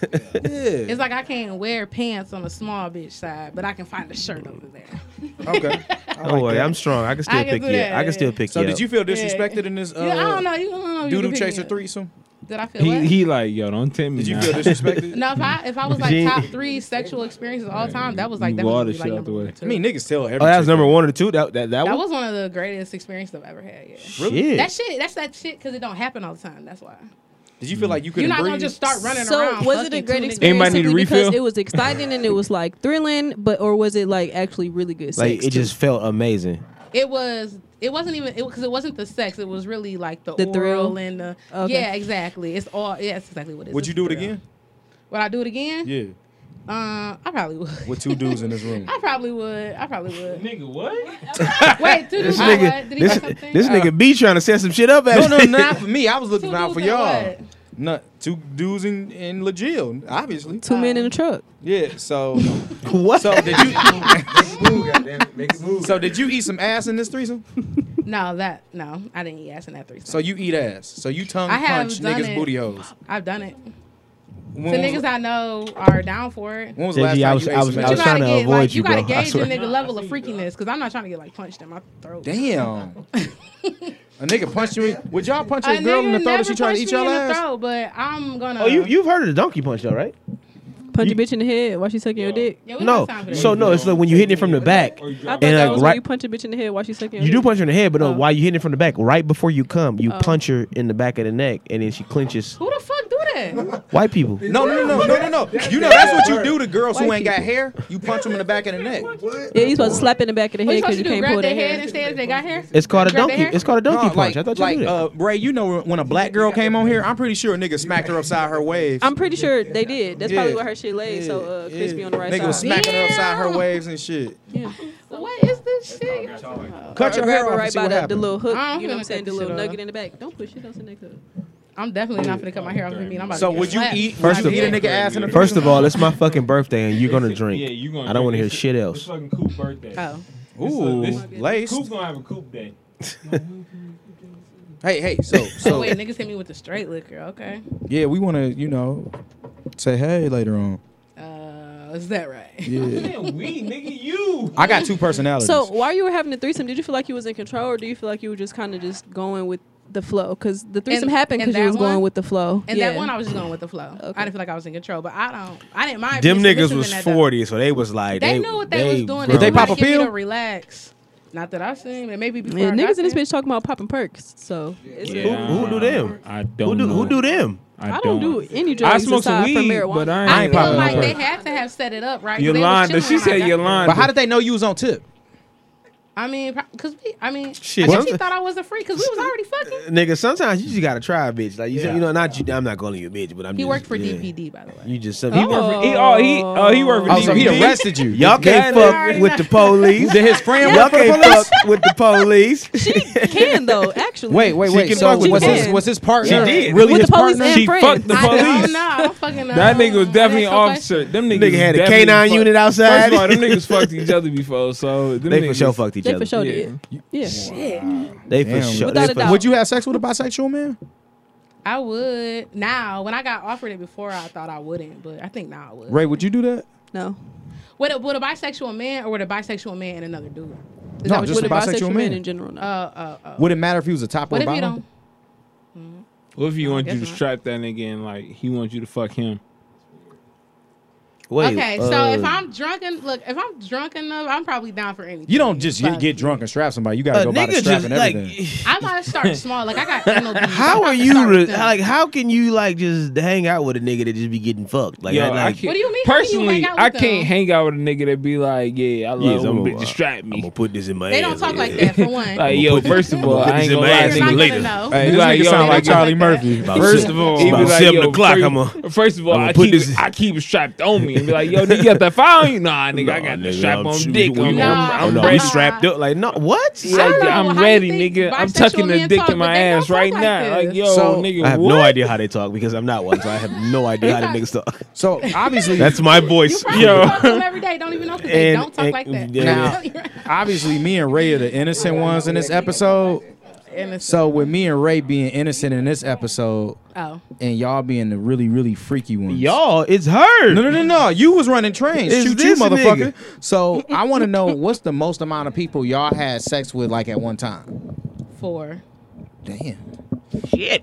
Speaker 1: Yeah.
Speaker 5: It's like I can't wear pants on the small bitch side, but I can find a shirt over there.
Speaker 1: Okay.
Speaker 3: (laughs)
Speaker 1: I
Speaker 3: Don't
Speaker 1: like
Speaker 3: worry,
Speaker 1: that.
Speaker 3: I'm strong. I can still
Speaker 5: I can
Speaker 3: pick
Speaker 5: do
Speaker 3: you.
Speaker 5: that,
Speaker 3: up. I can still
Speaker 5: yeah.
Speaker 3: pick
Speaker 1: So
Speaker 3: you.
Speaker 1: did
Speaker 3: up.
Speaker 1: you feel
Speaker 5: Yeah.
Speaker 1: disrespected in this? Uh,
Speaker 5: yeah, I don't know. You I don't know. You
Speaker 1: Doodoo
Speaker 5: can pick
Speaker 1: chaser
Speaker 5: me up.
Speaker 1: threesome.
Speaker 5: Did I feel
Speaker 4: He,
Speaker 5: what?
Speaker 4: he like, yo, don't tempt me.
Speaker 1: Did you
Speaker 4: now. (laughs)
Speaker 1: feel disrespected?
Speaker 5: (laughs) no, if I if I was like
Speaker 3: Jean-
Speaker 5: top three sexual experiences of all time, that was like
Speaker 4: You
Speaker 5: that
Speaker 4: water
Speaker 5: was
Speaker 4: shit
Speaker 5: like
Speaker 4: out
Speaker 5: number
Speaker 4: the way.
Speaker 5: one, too.
Speaker 1: I mean, niggas tell every.
Speaker 3: Oh, that was
Speaker 1: chick
Speaker 3: number one or two. That that that,
Speaker 5: that
Speaker 3: one?
Speaker 5: was one of the greatest experiences I've ever had. Yeah.
Speaker 3: Shit.
Speaker 5: That shit, that's that shit, because it don't happen all the time. That's why.
Speaker 1: Did you feel like you
Speaker 5: You're
Speaker 1: couldn't
Speaker 5: not
Speaker 1: breathe?
Speaker 5: gonna just start running
Speaker 6: so
Speaker 5: around.
Speaker 6: was it a
Speaker 5: fucking
Speaker 6: great
Speaker 5: two niggas.
Speaker 6: experience
Speaker 4: Anybody need a
Speaker 6: simply because
Speaker 4: refill?
Speaker 6: it was exciting and it was like thrilling, but or was it like actually really good sex?
Speaker 3: like
Speaker 6: too?
Speaker 3: it just felt amazing.
Speaker 5: It was. It wasn't even because it, wasn't the sex. It was really like the,
Speaker 6: The
Speaker 5: oral
Speaker 6: thrill?
Speaker 5: and the
Speaker 6: Okay.
Speaker 5: yeah, exactly. It's all yeah, that's exactly what it is.
Speaker 1: Would you
Speaker 5: It's the
Speaker 1: do it
Speaker 5: thrill.
Speaker 1: again?
Speaker 5: Would I do it again?
Speaker 1: Yeah.
Speaker 5: Uh, I probably would.
Speaker 1: With two dudes in this room.
Speaker 5: (laughs) I probably would. I probably would.
Speaker 4: Nigga, what?
Speaker 5: Wait, dude,
Speaker 3: This
Speaker 5: I
Speaker 3: nigga,
Speaker 5: what? Did he
Speaker 3: this,
Speaker 5: say something?
Speaker 3: this nigga B trying to set some shit up.
Speaker 1: (laughs) No,
Speaker 3: At
Speaker 5: (laughs)
Speaker 3: (laughs)
Speaker 1: no,
Speaker 3: me.
Speaker 1: not for me. I was
Speaker 5: Two
Speaker 1: looking out for
Speaker 5: dudes and
Speaker 1: y'all.
Speaker 5: what?
Speaker 1: Not two dudes in in LaJill, obviously.
Speaker 6: two men in a truck.
Speaker 1: Yeah. So,
Speaker 5: (laughs)
Speaker 3: what?
Speaker 1: (laughs) so did you?
Speaker 10: Make a move, goddammit. Make a move.
Speaker 1: So did you eat some ass in this threesome?
Speaker 5: No, that no, I didn't eat ass in that threesome.
Speaker 1: So you eat ass. So you tongue
Speaker 5: I have
Speaker 1: punch
Speaker 5: done
Speaker 1: niggas
Speaker 5: it.
Speaker 1: booty hoes.
Speaker 5: I've done it.
Speaker 1: When,
Speaker 5: The
Speaker 1: was-
Speaker 5: niggas I know are down for it.
Speaker 1: when was
Speaker 3: JG,
Speaker 1: the last
Speaker 3: Mm. I
Speaker 1: time
Speaker 3: was-
Speaker 1: you
Speaker 3: I
Speaker 1: ate
Speaker 3: was-
Speaker 1: some
Speaker 5: But
Speaker 3: I
Speaker 5: you
Speaker 1: ass?
Speaker 3: trying
Speaker 5: gotta
Speaker 3: to
Speaker 5: get
Speaker 3: avoid
Speaker 5: like
Speaker 3: you,
Speaker 5: you gotta
Speaker 3: bro. I
Speaker 5: gauge the
Speaker 3: swear.
Speaker 5: nigga level of freakiness because I'm not trying to get like punched in my throat.
Speaker 1: Damn. A nigga punch you. in- Would y'all punch a,
Speaker 5: A
Speaker 1: girl in the
Speaker 5: nigga
Speaker 1: throat if
Speaker 5: never
Speaker 1: she tried to
Speaker 5: punched me
Speaker 1: eat y'all
Speaker 5: in the
Speaker 1: ass?
Speaker 5: throat, but I'm gonna.
Speaker 3: Oh, you you've heard of the donkey punch though, right?
Speaker 6: Punch
Speaker 3: You-
Speaker 6: a bitch in the head while she's sucking your dick.
Speaker 5: Yeah, we
Speaker 3: No.
Speaker 5: got time for that.
Speaker 3: So no, it's like when you hitting it from the back.
Speaker 4: Or you
Speaker 6: I
Speaker 4: drop-
Speaker 6: thought that
Speaker 3: like,
Speaker 6: was
Speaker 3: right-
Speaker 6: when you punch a bitch in the head while she's sucking. Your
Speaker 3: You do
Speaker 6: dick.
Speaker 3: punch her in the head, but no,
Speaker 6: Oh.
Speaker 3: while you hitting it from the back, right before you come, you
Speaker 6: Oh.
Speaker 3: punch her in the back of the neck, and then she clenches.
Speaker 5: Who the fuck do that?
Speaker 3: White people.
Speaker 1: No, no, no, no, no, no, no. You know that's what you do to girls who ain't got hair. You punch them in the back of the neck.
Speaker 10: What?
Speaker 6: Yeah, you supposed to slap in the back of the
Speaker 5: What
Speaker 6: head
Speaker 5: you
Speaker 6: because
Speaker 5: supposed
Speaker 6: you
Speaker 5: to do?
Speaker 6: can't pull
Speaker 5: Grab
Speaker 6: their
Speaker 5: their head
Speaker 6: hair.
Speaker 5: and say if they got hair?
Speaker 3: It's called a
Speaker 5: Grab their
Speaker 3: donkey.
Speaker 5: hair?
Speaker 3: It's called a donkey
Speaker 1: No,
Speaker 3: punch.
Speaker 1: like,
Speaker 3: I thought you
Speaker 1: like
Speaker 3: knew that.
Speaker 1: uh, Ray, you know when a black girl came on here, I'm pretty sure a nigga smacked her upside her waves.
Speaker 6: I'm pretty sure they did. That's
Speaker 1: Yeah.
Speaker 6: probably where her shit lay. So uh,
Speaker 1: Yeah.
Speaker 6: crispy on the right
Speaker 1: Nigga was
Speaker 6: side.
Speaker 1: smacking her
Speaker 5: Damn.
Speaker 1: upside her waves and shit.
Speaker 6: Yeah.
Speaker 5: What is this shit?
Speaker 1: Cut your
Speaker 6: Uh, Grab
Speaker 1: hair off
Speaker 6: her
Speaker 1: and
Speaker 6: right
Speaker 1: see
Speaker 6: by
Speaker 1: what
Speaker 6: the, the
Speaker 1: happens.
Speaker 6: little hook.
Speaker 5: I'm
Speaker 6: You know
Speaker 5: finna
Speaker 6: what I'm saying?
Speaker 5: cut
Speaker 6: The
Speaker 5: this
Speaker 6: little
Speaker 5: shit off.
Speaker 6: nugget in the back. Don't push it. Don't send that hook.
Speaker 5: I'm definitely not gonna cut my hair off. I mean, I'm about
Speaker 1: So
Speaker 5: to get
Speaker 1: would you
Speaker 5: slapped.
Speaker 1: eat?
Speaker 3: First
Speaker 1: First would
Speaker 3: of-
Speaker 1: you eat a nigga ass in the
Speaker 3: First of all, it's my fucking birthday, and you're gonna
Speaker 4: It's-
Speaker 3: drink.
Speaker 4: Yeah, you gonna
Speaker 3: I don't want to hear
Speaker 4: drink.
Speaker 3: shit
Speaker 4: It's
Speaker 3: else.
Speaker 4: fucking Coop birthday.
Speaker 5: Oh,
Speaker 1: ooh,
Speaker 4: This- this-
Speaker 1: laced.
Speaker 4: Coop gonna have a Coop day.
Speaker 1: Hey, hey.
Speaker 6: (laughs)
Speaker 1: So,
Speaker 5: so
Speaker 1: so
Speaker 5: Oh, wait, niggas hit me with the straight liquor. Okay,
Speaker 1: yeah, we want to, you know, say hey later on.
Speaker 5: uh, is that right?
Speaker 1: Yeah,
Speaker 4: Man, we nigga, you.
Speaker 1: I got two personalities.
Speaker 6: So while you were having the threesome, did you feel like you was in control, or do you feel like you were just kind of just going with the flow? Because the threesome
Speaker 5: And-
Speaker 6: happened
Speaker 5: and
Speaker 6: because you
Speaker 5: that
Speaker 6: was going
Speaker 5: one-
Speaker 6: with the flow.
Speaker 5: And
Speaker 6: yeah.
Speaker 5: that one, I was just going with the flow.
Speaker 6: Okay.
Speaker 5: I didn't feel like I was in control, but I don't. I didn't mind.
Speaker 3: Them
Speaker 5: being
Speaker 3: niggas
Speaker 5: submissive
Speaker 3: was
Speaker 5: in that, though.
Speaker 3: 40, so they was like,
Speaker 5: They, knew what they, was doing. They
Speaker 1: Did they
Speaker 5: tried
Speaker 1: pop
Speaker 5: to
Speaker 1: a
Speaker 5: get me
Speaker 1: pill?
Speaker 5: to relax. Not that I seen, but maybe before
Speaker 6: Yeah,
Speaker 5: I got
Speaker 6: niggas in this
Speaker 5: there.
Speaker 6: bitch talking about popping perks. So it's
Speaker 3: Who- who do them?
Speaker 4: I don't.
Speaker 3: Who do
Speaker 4: know.
Speaker 3: who do them?
Speaker 6: I, don't, do any
Speaker 4: I
Speaker 6: drugs
Speaker 4: smoke some
Speaker 6: aside from
Speaker 4: weed,
Speaker 6: marijuana.
Speaker 4: but I ain't,
Speaker 1: I ain't
Speaker 5: I
Speaker 1: popping
Speaker 5: feel
Speaker 1: no
Speaker 5: like they
Speaker 1: perk.
Speaker 5: had to have set it up right. 'cause they was
Speaker 4: Yolanda, she
Speaker 5: chilling when I
Speaker 4: said
Speaker 5: got there.
Speaker 4: Yolanda.
Speaker 1: but how did they know you was on tip?
Speaker 5: I mean, pro- cause we, I mean,
Speaker 3: Shit,
Speaker 5: I guess
Speaker 3: some-
Speaker 5: she thought I was a freak because we was already
Speaker 3: (laughs)
Speaker 5: fucking.
Speaker 3: Nigga, sometimes you just gotta try a bitch. Like you, said, you know, not you. I'm not calling you a bitch, but I'm.
Speaker 5: He
Speaker 3: just,
Speaker 5: worked for
Speaker 3: yeah.
Speaker 5: DPD, by the way.
Speaker 3: You just some.
Speaker 6: Oh.
Speaker 3: He worked for,
Speaker 4: He oh he oh he worked for
Speaker 1: Oh, so he
Speaker 4: DVD.
Speaker 1: arrested (laughs) you.
Speaker 3: y'all can't
Speaker 4: Yeah,
Speaker 3: fuck with the police.
Speaker 1: Did his friend
Speaker 3: y'all
Speaker 1: work for the
Speaker 3: can't
Speaker 1: police?
Speaker 3: fuck with the police.
Speaker 6: She can though, actually.
Speaker 1: Wait, wait,
Speaker 3: She
Speaker 1: wait.
Speaker 3: can
Speaker 1: So
Speaker 3: fuck
Speaker 6: with
Speaker 1: was
Speaker 6: the
Speaker 1: his
Speaker 6: police.
Speaker 1: was his partner
Speaker 4: She did.
Speaker 1: really
Speaker 6: With
Speaker 1: his
Speaker 6: the police
Speaker 1: partner?
Speaker 6: and
Speaker 4: She
Speaker 6: friends.
Speaker 4: fucked the
Speaker 5: I
Speaker 4: police.
Speaker 5: don't know. I'm fucking.
Speaker 4: That nigga was
Speaker 5: um,
Speaker 4: definitely an
Speaker 5: that's okay.
Speaker 4: officer. Them niggas
Speaker 3: Nigga had a
Speaker 4: definitely
Speaker 3: canine
Speaker 4: fucked-
Speaker 3: unit outside.
Speaker 4: First of all, them niggas fucked each other before, so them
Speaker 3: They
Speaker 4: niggas,
Speaker 3: for sure fucked each
Speaker 6: They
Speaker 3: other.
Speaker 6: for sure
Speaker 4: Yeah.
Speaker 6: did. Yeah.
Speaker 3: They for
Speaker 1: Damn.
Speaker 3: sure.
Speaker 6: Without
Speaker 3: they
Speaker 6: a
Speaker 3: for-
Speaker 6: doubt.
Speaker 1: Would you have sex with a bisexual man?
Speaker 5: I would now. When I got offered it before, I thought I wouldn't, but I think now I would.
Speaker 1: Ray, would you do that?
Speaker 6: No.
Speaker 5: With a, with a bisexual man or with a bisexual man and another dude. Is
Speaker 1: No,
Speaker 5: that what
Speaker 1: Just
Speaker 6: With a
Speaker 1: a bisexual
Speaker 6: bisexual
Speaker 1: man.
Speaker 6: man in general, no.
Speaker 5: you- uh, uh,
Speaker 6: Oh.
Speaker 5: uh,
Speaker 1: Would it matter if he was a top or
Speaker 5: what
Speaker 1: a
Speaker 5: if you
Speaker 1: bottom?
Speaker 5: don't?
Speaker 4: What if you want you
Speaker 5: guess
Speaker 4: to
Speaker 5: not.
Speaker 4: strap that nigga and like he wants you to fuck him?
Speaker 3: Wait,
Speaker 5: okay, so
Speaker 3: uh,
Speaker 5: if I'm drunk and look, if I'm drunk enough, I'm probably down for anything.
Speaker 1: You don't just get,
Speaker 5: Fuck.
Speaker 1: get drunk and strap somebody. You
Speaker 3: a
Speaker 1: gotta go by the
Speaker 3: nigga
Speaker 1: strap
Speaker 3: just
Speaker 1: and
Speaker 3: like.
Speaker 1: everything.
Speaker 5: I might
Speaker 3: (laughs)
Speaker 5: start small. Like I got anal beads.
Speaker 3: How
Speaker 5: I
Speaker 3: are
Speaker 5: might
Speaker 3: you
Speaker 5: start
Speaker 3: re-
Speaker 5: thin.
Speaker 3: like? How can you like just hang out with a nigga that just be getting fucked? Like,
Speaker 4: Yo,
Speaker 3: I,
Speaker 4: I
Speaker 3: like
Speaker 4: can't-
Speaker 5: What do you mean? How do you
Speaker 4: Personally,
Speaker 5: hang out
Speaker 4: I
Speaker 5: with
Speaker 4: can't
Speaker 5: them?
Speaker 4: hang out with a nigga that be like, yeah, I
Speaker 3: Yes,
Speaker 4: love
Speaker 3: I'm
Speaker 4: him,
Speaker 3: a-
Speaker 4: but just strap
Speaker 3: I'm gonna
Speaker 4: me.
Speaker 3: put this in my.
Speaker 5: they
Speaker 3: ass
Speaker 5: don't talk like
Speaker 3: later.
Speaker 5: that for
Speaker 3: (laughs)
Speaker 5: one.
Speaker 4: Like, yo,
Speaker 3: put-
Speaker 4: first of all,
Speaker 3: I'ma put
Speaker 4: I
Speaker 3: this
Speaker 4: ain't gonna
Speaker 3: in
Speaker 4: lie,
Speaker 3: my
Speaker 5: You're not gonna know.
Speaker 3: ass nigga later.
Speaker 1: (laughs) Hey,
Speaker 4: He
Speaker 1: this
Speaker 4: like,
Speaker 1: nigga
Speaker 4: yo,
Speaker 1: sound
Speaker 4: they
Speaker 1: like
Speaker 4: don't
Speaker 1: Charlie
Speaker 5: like that.
Speaker 1: Murphy.
Speaker 3: About
Speaker 4: First
Speaker 3: se-
Speaker 4: of all,
Speaker 3: about
Speaker 4: he was like,
Speaker 3: seven
Speaker 4: yo,
Speaker 3: o'clock.
Speaker 4: first-
Speaker 3: I'm a
Speaker 4: First of all,
Speaker 3: I'ma
Speaker 4: I
Speaker 3: put
Speaker 4: keep
Speaker 3: this-
Speaker 4: I keep strapped on me. and be like, "Yo, nigga, you got that file? You nah, nigga, I
Speaker 3: Nah,
Speaker 4: got the
Speaker 3: nigga,
Speaker 4: strap
Speaker 3: I'm-
Speaker 4: on
Speaker 3: you-
Speaker 4: dick.
Speaker 3: you-
Speaker 4: I'm,
Speaker 3: you-
Speaker 5: Nah.
Speaker 4: I'm
Speaker 3: no, we
Speaker 4: ready.
Speaker 3: strapped up like no what?
Speaker 5: I don't
Speaker 4: Like,
Speaker 5: know
Speaker 4: I'm
Speaker 5: how you
Speaker 4: ready,
Speaker 5: think
Speaker 4: nigga. I'm
Speaker 5: bisexual
Speaker 4: tucking the
Speaker 5: men
Speaker 4: dick
Speaker 5: talk,
Speaker 4: in
Speaker 5: but
Speaker 4: my
Speaker 5: they don't
Speaker 4: ass
Speaker 5: talk
Speaker 4: right
Speaker 5: like
Speaker 4: now.
Speaker 5: this.
Speaker 4: Like, yo,
Speaker 2: So-
Speaker 4: nigga,
Speaker 3: I have
Speaker 4: what?
Speaker 3: no idea how they talk because I'm not one, so I have no idea how them niggas talk.
Speaker 2: So
Speaker 1: (laughs)
Speaker 2: obviously,
Speaker 3: (laughs) That's my voice.
Speaker 5: probably
Speaker 4: Yo.
Speaker 5: talk to them every day. Don't even know 'cause they
Speaker 3: And-
Speaker 5: don't talk
Speaker 3: and-
Speaker 5: like that.
Speaker 3: yeah.
Speaker 1: Obviously, me and Ray are the innocent ones in this episode.
Speaker 5: And it's-
Speaker 1: So with me and Ray being innocent in this episode,
Speaker 5: oh,
Speaker 1: and y'all being the really really freaky ones,
Speaker 3: Y'all, it's her.
Speaker 1: No, no, no, no. You was running trains.
Speaker 3: It's
Speaker 1: Shoot you,
Speaker 3: this nigga.
Speaker 1: motherfucker. So I want to know what's the most amount of people y'all had sex with like at one time.
Speaker 5: four.
Speaker 1: Damn.
Speaker 3: Shit.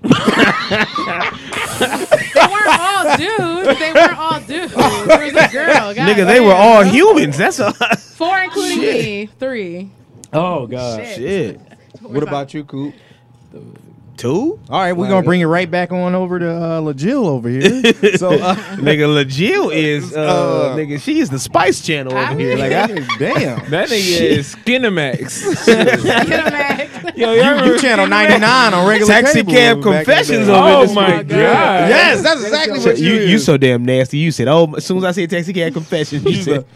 Speaker 5: They weren't all dudes. They weren't all dudes. There was a girl. God
Speaker 3: (laughs) Nigga, they were
Speaker 5: damn.
Speaker 3: all humans. That's (laughs) a
Speaker 5: four, including me. Three.
Speaker 1: Oh God.
Speaker 5: Shit.
Speaker 3: shit.
Speaker 1: What about you, Coop?
Speaker 3: Two?
Speaker 1: All right, we're gonna bring it right back on over to uh, LaJill over here. so uh,
Speaker 3: nigga,
Speaker 5: (laughs)
Speaker 3: LaJill is uh,
Speaker 1: Uh,
Speaker 3: nigga. She is the Spice Channel over here. Like, I,
Speaker 1: damn.
Speaker 4: That nigga is Skinemax.
Speaker 5: Get them
Speaker 1: (laughs)
Speaker 5: back.
Speaker 4: yo, y'all remember
Speaker 1: You channel ninety nine on regular
Speaker 3: Taxi cab
Speaker 1: cable back in the
Speaker 3: confessions
Speaker 1: day.
Speaker 3: over
Speaker 4: Oh
Speaker 3: this
Speaker 4: my
Speaker 3: motherfucker.
Speaker 4: god.
Speaker 1: Yes, that's exactly what you.
Speaker 3: you you so damn nasty. You said, "Oh, as soon as I said taxi cab confession, you said."